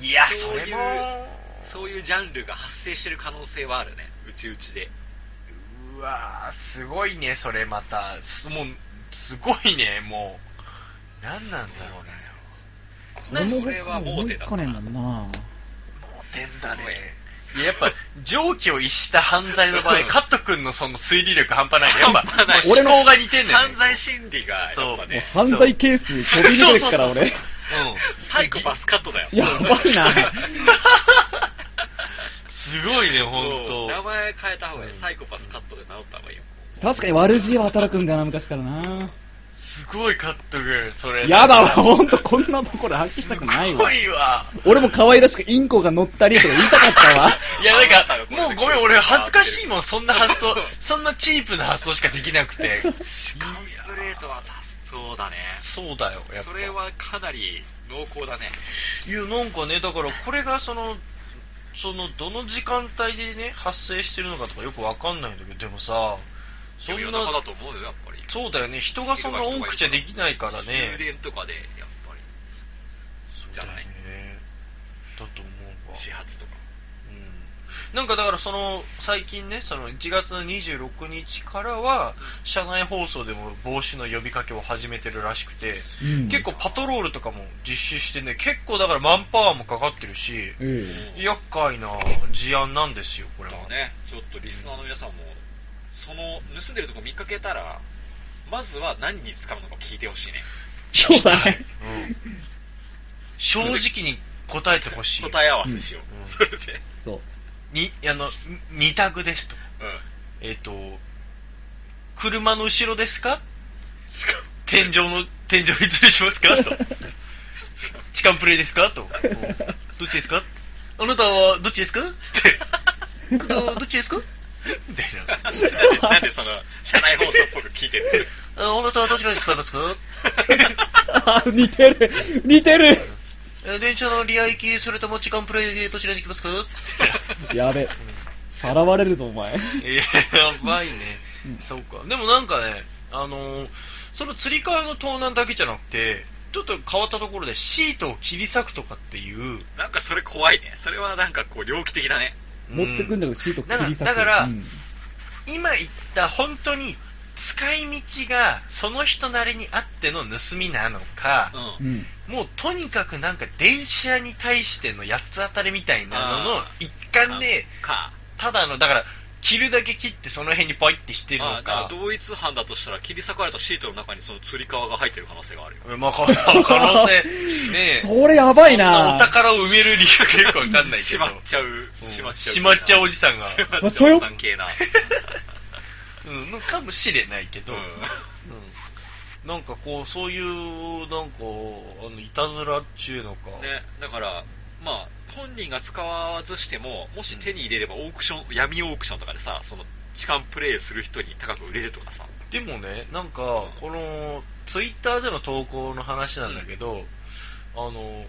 D: いや、
B: そ
D: そう
B: いう
D: れも、
B: そういうジャンルが発生してる可能性はあるね。うちうちで。
D: うわぁ、すごいね、それまた。すもう、すごいね、もう。何なんだろうね。
E: それも
B: それは
E: 他に思いつかねえんだもんな。
D: モテんだね。いや、やっぱ、常軌を逸した犯罪の場合、カット君のその推理力半端ないね。やっぱ、
E: 俺
D: 思
E: の
D: 考が似てんだよ
B: 犯
D: ね。
B: 罪心理が、やっぱ
D: そう
E: もう
B: ね、
E: 犯罪ケース飛び出てるから
D: そうそうそ
E: 俺。
D: ううん。
B: サイコパスカットだよ。
E: やばいな。
D: すごいね、
B: も
D: 本
B: う
D: 当。
B: 名前変えた方がいい。
D: うん
B: サイコパスカットで名乗った方がいいよ。
E: 確かに悪知恵は働くんだよな、昔からな。
D: すごいカット君、それ。
E: やだわ、ほんとこんなところ発揮したくない
D: す
E: わ
D: ご。いわ。
E: 俺も可愛らしくインコが乗ったりとか言いたかったわ。
D: いや、なんか、もうごめん、俺恥ずかしいもん、そんな 発想、そんなチープな発想しかできなくて。
B: しかもプレートはさ、そうだね。
D: そうだよ、やっぱ。
B: それはかなり濃厚だね。
D: いや、なんかね、だからこれがその、その、どの時間帯でね、発生してるのかとかよくわかんないんだけど、でもさ、そ
B: そ夜
D: ん
B: 中
D: な、
B: だと思うよ、やっぱり。
D: そうだよね、人がそんな多くちゃできないからね。
B: 終電とかで、やっぱり、
D: そうだよね。だと思うわ。
B: 始発とか。
D: うんなんかだからその最近ねその1月の26日からは社内放送でも防止の呼びかけを始めてるらしくて、
E: うん
D: 結構パトロールとかも実施してね結構だからマンパワーもかかってるし
E: え
D: 厄介な事案なんですよこれ
B: だか
D: は
B: らね、ちょっとリスナーの皆さんも、その盗んでるとこ見かけたら、まずは何に使うのか聞いてほしいね。
E: えそうだね。
D: 正直に答えてほしい。
B: 答え合わせしよう。
D: うん
B: それで。
E: そう。
D: に、あの、に二択ですと。
B: うん。
D: えっ、と、車の後ろですか
B: しかも
D: 天井の、天井に吊るしますかと。痴漢プレイですかと。うんどっちですかあなたはどっちですかつって。どどっちですかみたいな。
B: なんで なんでその、社内放送っぽく聞いてる
D: ああなたはどちらに使いますか
E: あ似てる似てる
D: え電車の利合き、それとも時間プレイでどちらに行きますか
E: やべ。さらわれるぞ、お前。
D: いや、やばいね。そうか。でもなんかね、あのーその釣り革の盗難だけじゃなくて、ちょっと変わったところでシートを切り裂くとかっていう。
B: なんかそれ怖いね。それはなんかこう、猟奇的だね。
E: 持ってくんだけど、シート切り裂く。
D: だから
E: うん
D: 今言った本当に使い道がその人なりにあっての盗みなのか、
B: う。
E: うんん。
D: もうとにかくなんか電車に対しての八つ当たりみたいなのの一環で、
B: か。
D: ただの、だから、切るだけ切ってその辺にポイってしてる
B: あ
D: の
B: だから
D: か。
B: 同一犯だとしたら、切り裂かれたシートの中にその釣り革が入ってる可能性があるよ。
D: まあ、可能性、 ねえ。
E: それやばい
D: そんなお
E: な
D: 宝を埋める理由がよくわかんないけ
B: し
D: ど
B: まっ。ちゃう。し
D: し
B: ま
D: ま
B: っちゃ
D: っ
B: う。
D: ちゃうおじさ んが。
B: しまっちゃうおじさん 系な。
D: うん、のかもしれないけ
B: う
D: ど。
B: ん。
D: うんなんかこう、そういう、なんか、あの、いたずらっちゅうのか。
B: ね、だから、まあ、本人が使わずしても、もし手に入れればオークション、闇オークションとかでさ、その、痴漢プレイする人に高く売れるとかさ。
D: でもね、なんか、この、ツイッターでの投稿の話なんだけど、あの、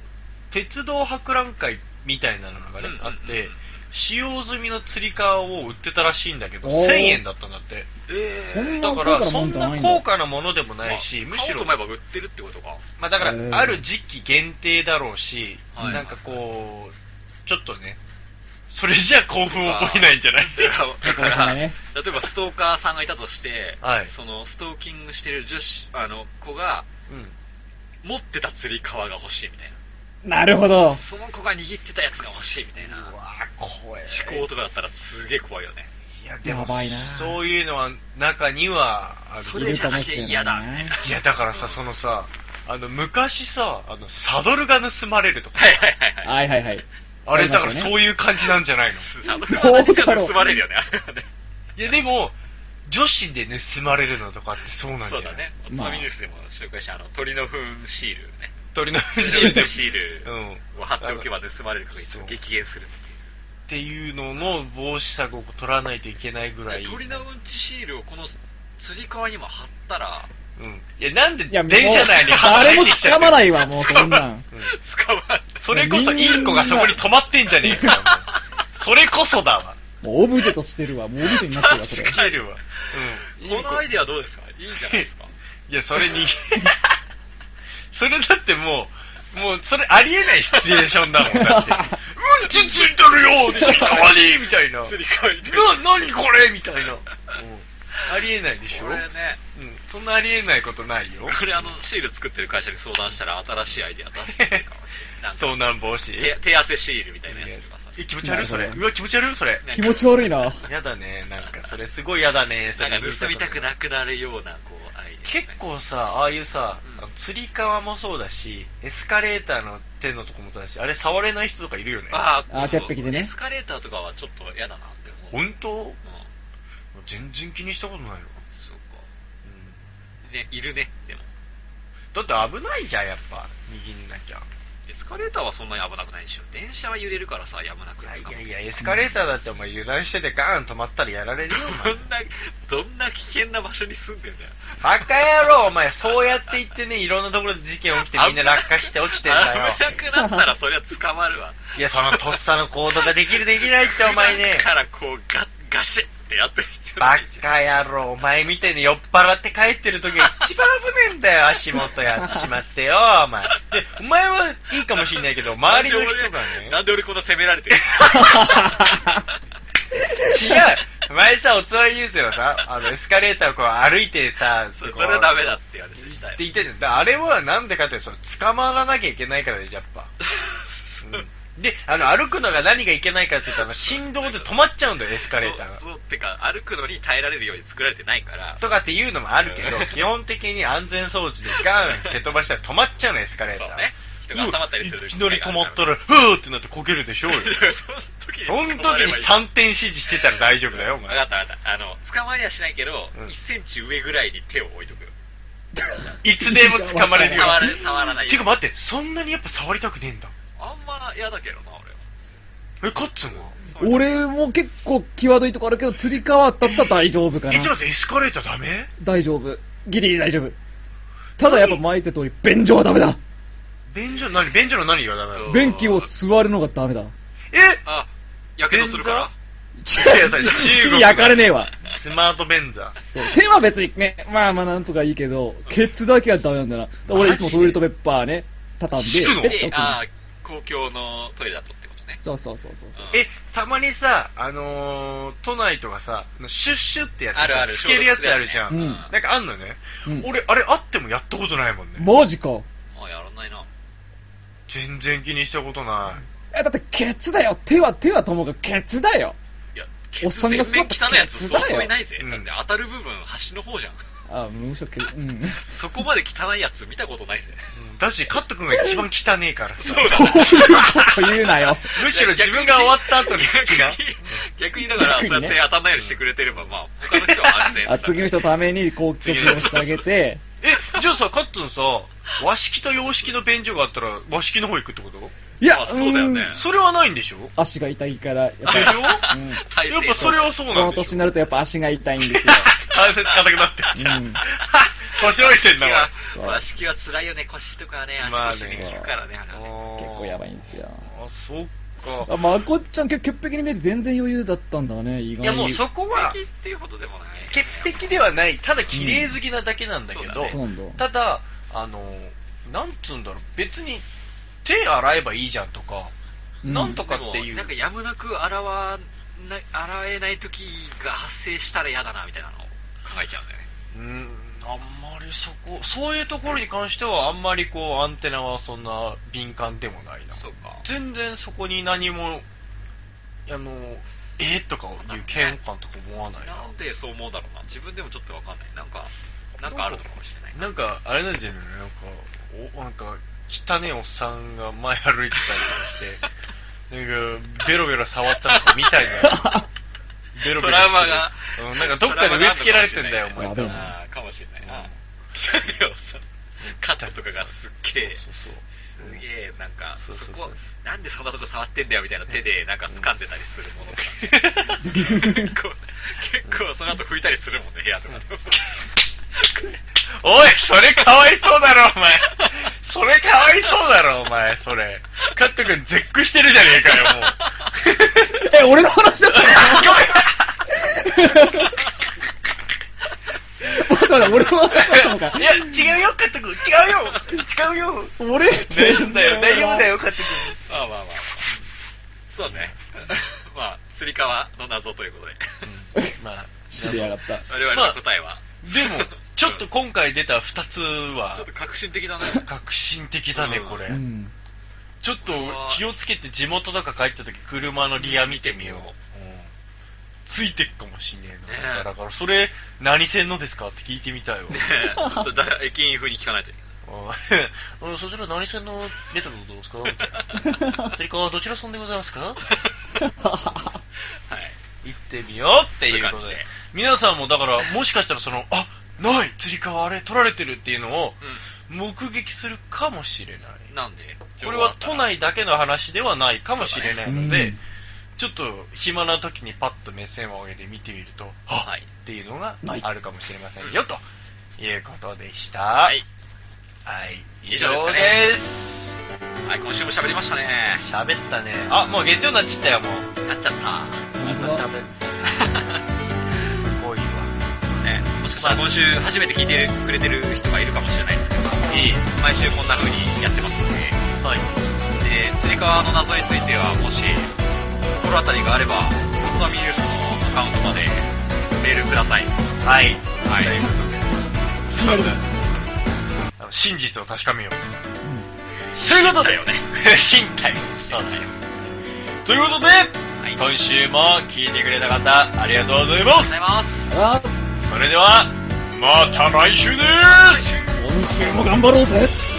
D: 鉄道博覧会みたいなのが
B: うんう
D: ね、
B: んうん
D: あって、使用済みの釣り革を売ってたらしいんだけど、
E: お
D: 1000
E: ー
D: 円だったんだって。
B: え
E: そんな
D: だから、
E: 高価な
D: そ
E: も
D: ん
E: んじゃな
D: ない
E: んだ
D: 高価なものでもないし、むしろ、
B: 買おうと思えば売ってるってこと か。
D: まあだか
E: えー
D: ら、ある時期限定だろうし、
B: はい
D: なんかこう、ちょっとね、それじゃ興奮を覚えないんじゃない
B: だから
E: そうかもしれないね
B: だ から例えばストーカーさんがいたとして、
D: はい
B: そのストーキングしてる女子あの子が
D: うん。
B: 持ってた釣り革が欲しいみたい
E: なるほど
B: な。。その子が握ってたやつが欲しいみたいな
D: うわぁ、怖え。
B: 思考とかだったらすげえ怖いよね
D: いや、でも
E: やばいな
D: そういうのは中にはあ
B: そ
D: る。
B: れじゃなきゃ嫌だ
E: いるかもしれないね
D: いや、だからさ、そのさ、あの、昔さ、あの、サドルが盗まれるとか、
B: はいはいはいはい
E: はいはいはい。
D: あれだ
E: あり
D: か
E: ま
D: ら
E: したね
D: そういう感じなんじゃないの
B: サドルが盗まれるよね
D: いや、でも、女子で盗まれるのとかってそう なんじ
B: そう
D: ゃな
B: だ
D: い
B: ねおつ
E: まあ
B: まみニュースでも紹介したあの鳥の糞シール ね
D: 鳥の
B: シ
D: 藤
B: ー
D: で
B: ル
D: っ
B: シールを貼っておけば盗まれる確率を激減する
D: ていうのの防止策を取らないといけないぐらい。
B: 鳥のうんちシールをこの釣り革にも貼ったら
D: うん。いや、なんで
E: いや、
D: 電
E: もう
D: 車内に
E: 誰も
D: か
E: 捕まないわ、もうそんなん。
B: 捕まんない
D: それこそインコがそこに止まってんじゃねえかよもう。それこそだわ。
E: もうオブジェとしてるわ、もうオブジェになってるわ、それ。
D: 帰るわ。うん。
B: このアイディアどうですかいいんじゃない ですか
D: いや、それに、 それだってもう、もう、それありえないシチュエーションだもん、だって。うんちついてるよついたわねみたいな。 な
B: 釣、り替えて
D: なにこれみたいな。うんありえないでしょ
B: これね
D: うん。そんなありえないことないよ。
B: これあのシール作ってる会社に相談したら新しいアイディア出してくれるかもしれ ないなんか
D: 盗難防止。
B: 手手汗シールみたいなやつとかさ
D: え、気持ち悪いそれ。
E: なるほ
D: うわ、気持ち悪いそれ。
B: なんか
E: 気持ち悪いな。
D: やだね、なんかそれすごいやだね、それ
B: なんか盗みたくなくなるようなこうアイディア
D: 結構さ、ああいうさ
B: うん、
D: あのつり革もそうだし、エスカレーターの手のとこもそうだし、あれ触れない人とかいるよね。
B: あ
E: あー鉄壁でね
B: エスカレーターとかはちょっと嫌だなって思う
D: 本当
B: うん
D: 全然気にしたことないよ。
B: そうかねいるねでも
D: だって危ないじゃん、やっぱ。右になきゃ。
B: エスカレーターはそんなに危なくないでしょ電車は揺れるからさやむなく
D: い
B: 捕ま
D: や
B: る
D: いや、エスカレーターだってお前油断しててガーン止まったらやられるよ、お
B: ど
D: 前。
B: んなどんな危険な場所に住んでんだよ
D: バカ野郎、お前。そうやって言ってね、いろんなところで事件起きてみんな落下して落ちてんだよ。
B: 危なくなったらそりゃ捕まるわ。
D: いや、そのとっさの行動ができるできないってお前ね
B: だ。からこうガガシッってやってる必要な
D: バ
B: いじゃん。
D: カ野郎、お前みたいに酔っ払って帰ってる時が一番危ねえんだ よ、足元やっちまってよ、お前。で、お前はいいかもしんない けど、周りの人がね。
B: なんで俺こんな責められてる
D: 違う前さ、おつまみ優勢はさ、あの、エスカレーターをこう歩いてさ、
B: そ
D: こう
B: それはダメだっていう話した
D: って
B: よ。
D: 言ったじゃん。だからあれはなんでかっていうと、その捕まらなきゃいけないからで、やっぱ。うんで、あの、歩くのが何がいけないかっていうと、あの、振動で止まっちゃうんだよ、エスカレーターが。
B: そうそうってか、歩くのに耐えられるように作られてないから。
D: とかっていうのもあるけど、基本的に安全装置でガーン蹴飛ばしたら止まっちゃうの、エスカレーター。
B: そうね人が挟まったりする
F: いきなり止まったら、ふーってなってこけるでしょうよ。
B: だから その時に
D: その
B: 捕ま
D: 時
B: れ
D: に
B: ばいい
D: 3点指示してたら大丈夫だよ、お
B: 分
D: 前。
B: かった分かったあの捕まりはしないけど、
D: うん
B: 1センチ上ぐらいに手を置いとくよ
D: いつでも捕まれるよ。
B: 触る触らないよ
D: てか待って、そんなにやっぱ触りたくねえんだ。
B: あんま嫌だけどな俺は
D: え、カッツンは
B: そういうの
E: 俺も結構際どいとこあるけど、釣り革だったら大丈夫か
D: え、
E: な
D: ちょっ。と待って、エスカレーターダメ
E: 大丈夫。ギリギリ大丈夫。ただやっぱ前言った通り、便所はダメだ
D: 便所、何便所の何がダメなの
B: そう
E: 便器を座るのがダメだ。い
D: え
B: あやけどするから
D: や それ中国の
E: 焼かれねえわ。
D: スマート便座。
E: そう。手は別にね、まあまあなんとかいいけど、ケツだけはダメなんだな。だから俺いつもトイレットペッパーね、畳ん
D: 敷くの
E: で、ペッ
B: で
E: ト
B: ああ公共のトイレだとってことね
E: そうそうそうそうそう。
B: うん
D: え、たまにさ、あのー、都内とかさ、シュッシュってやってさ
B: あるある
D: 吹けるやつあるじゃん。
E: うん
D: なんかあんのね。
E: うん
D: 俺、あれあってもやったことないもんね。
E: マジか。
B: もうやらないな
D: 全然気にしたことな
E: え、だってケツだよ。手は、手はともかくケツだよ。
B: いや
E: おっさんが座
B: 全
E: っ
B: 然
E: た
B: 汚いやつ
E: ケツ
B: そ
E: だ
B: う
E: よ
B: そういないぜ、
D: うん
B: だって当たる部分端の方じゃん
E: あ、むしろケツ、うん。
B: そこまで汚いやつ見たことないぜ
D: い。うんだし、カット君が一番汚ねえか ら
E: そ
D: さ。
E: ういうこと言うなよ。
D: むしろ自分が終わった後に
B: 逆
D: 聞きな。
B: に逆にだから、
E: 逆にね
B: そうやって当たんないようにしてくれてれば、まあ、他の人は安全
E: あ、次の人のために、こう、決をしてあげて、
D: え、じゃあさ、カットンさ、和式と洋式の便所があったら、和式の方行くってこと
E: いや、
B: あそうだよね
E: ん
D: それはないんでしょ
E: 足が痛いから、やっぱ
D: で
E: り、
D: しょ
E: うん
B: 体制
D: やっぱそれはそう
E: こ
D: な
E: の
D: んでし
E: 年
D: ょ
E: になるとやっぱ足が痛いんですよ。
D: 関節硬くなってるじゃ
E: うん
D: ん。腰折れてんだわ。
E: わ
B: 和式は辛いよね、腰とかね、足
D: まあね
B: 腰に効くからね、あれはね
D: 結
E: 結構やばいんですよ。
D: あ、そっか。
E: あ、まこっちゃん、け潔癖に見えて全然余裕だったんだね、意外に。
D: いやもうそこは
B: 潔癖っていうほどでもない。
D: 潔癖ではない、ただ綺麗好きなだけなんだけど、
B: うん
E: そうなんだ。
D: ただ、あの、なんつうんだろう、別に手洗えばいいじゃんとか、
E: うん
D: なんとかってい
B: で
D: う。
B: もなんかやむなく洗わな、洗えない時が発生したら嫌だな、みたいなのを考えちゃうんだよね。
D: うん、あんまりそこ、そういうところに関しては、あんまりこう、アンテナはそんな敏感でもないな。
B: そうか。
D: 全然そこに何も、あの、えー、とかいう嫌悪感とか思わない
B: な
D: な。
B: んでそう思うんだろうな。自分でもちょっとわかんない。なんか、なんかあるのかもしれないな。
D: なんか、あれなんじゃないのなんか、お、なんか、汚ねえおっさんが前歩いて たりとかして、なんか、ベロベロ触ったとかみたいな。ベ ロベロしてる
B: トラウマが
D: うん、なんかどっかで植え付けられてんだよ、お
B: ト
D: 前
B: ラ
E: や
B: ウマ
E: べ
D: 多分。
E: えな
D: そう
B: があるのかもしれないな。
D: うん
B: 汚いおっさん肩とかがすっげえ。
D: そう。
B: すげえ、なんか、そ
D: そうそうそう
B: こ、なんでそんなとこ触ってんだよみたいな手で、なんか掴んでたりするものとか、ね、結構、結構その後拭いたりするもんね、 部屋とかでも。
D: おい、それかわいそうだろ、お前。それかわいそうだろ、お前、それ。カット君、絶句してるじゃねえかよ、もう。
E: え、俺の話だった の待って待って、俺の話だったのか
D: い。や、違うよ、カット君。 違うよ。違うよ。
E: 俺って。
D: 大丈夫だよ、大丈夫だよ、カット君。
B: まあまあまあまあ。そうね。まあ、つり革の謎ということで、
D: まあ、
E: 知りやがった。
B: 我々の答えは、
D: でも、ちょっと今回出た2つは
B: ちょっ、と革新的だね。
D: 革新的だね、これ
E: う。 ん。
D: ちょっと気をつけて地元とか帰った時、車のリア見てみよう。うんついてっかもしんねえ
B: ねえ
D: な。だから、それ、何線のですかって聞いてみたいわ。
B: ちょっとだ 駅員風に聞かないといけない。
D: うんうん、そちら何線のレトロどうですかみたい な。釣り革はどちらさんでございますか
B: はい。
D: 行ってみようっていうこ
B: そういう感
D: と
B: じ
D: で
B: で。
D: 皆さんもだから、もしかしたらその、あ、ない釣り革あれ取られてるっていうのを目撃するかもしれない。
B: うん。なんで、
D: これは都内だけの話ではないかもしれないので、
E: うん
D: ちょっと暇な時にパッと目線を上げて見てみると、あ
B: はい
D: っていうのが
E: ない
D: あるかもしれませんよ、ということでした。は
B: はい。
D: はい、以
B: 以上
D: 上
B: ですかね
D: です。
B: はい、今週も喋りましたね。
D: 喋ったね。あ、もう月曜になっちゃったよ、もう。
B: なっちゃった。
D: また喋った。すごいわ。
B: ね、もしかしたら今週初めて聞いてくれてる人がいるかもしれないですけど、毎週こんな風にやってますので、
D: はい。
B: で、つり革の謎については、もし、心当たりがあれば、おつまみニュースのアカウントまでメールください。
D: はい。
B: はい。
E: 気になる
D: あの真実を確かめよう。
B: そういうことだ よね。
D: 身体。
B: そうだよ。
D: ということで、
B: はい。ありがとう
D: 今週も聞いてくれた方、ありがとうございま
B: ご
D: す
B: ざい。ます。
E: あ
D: それでは、また来週です
E: 今週も頑張ろうぜ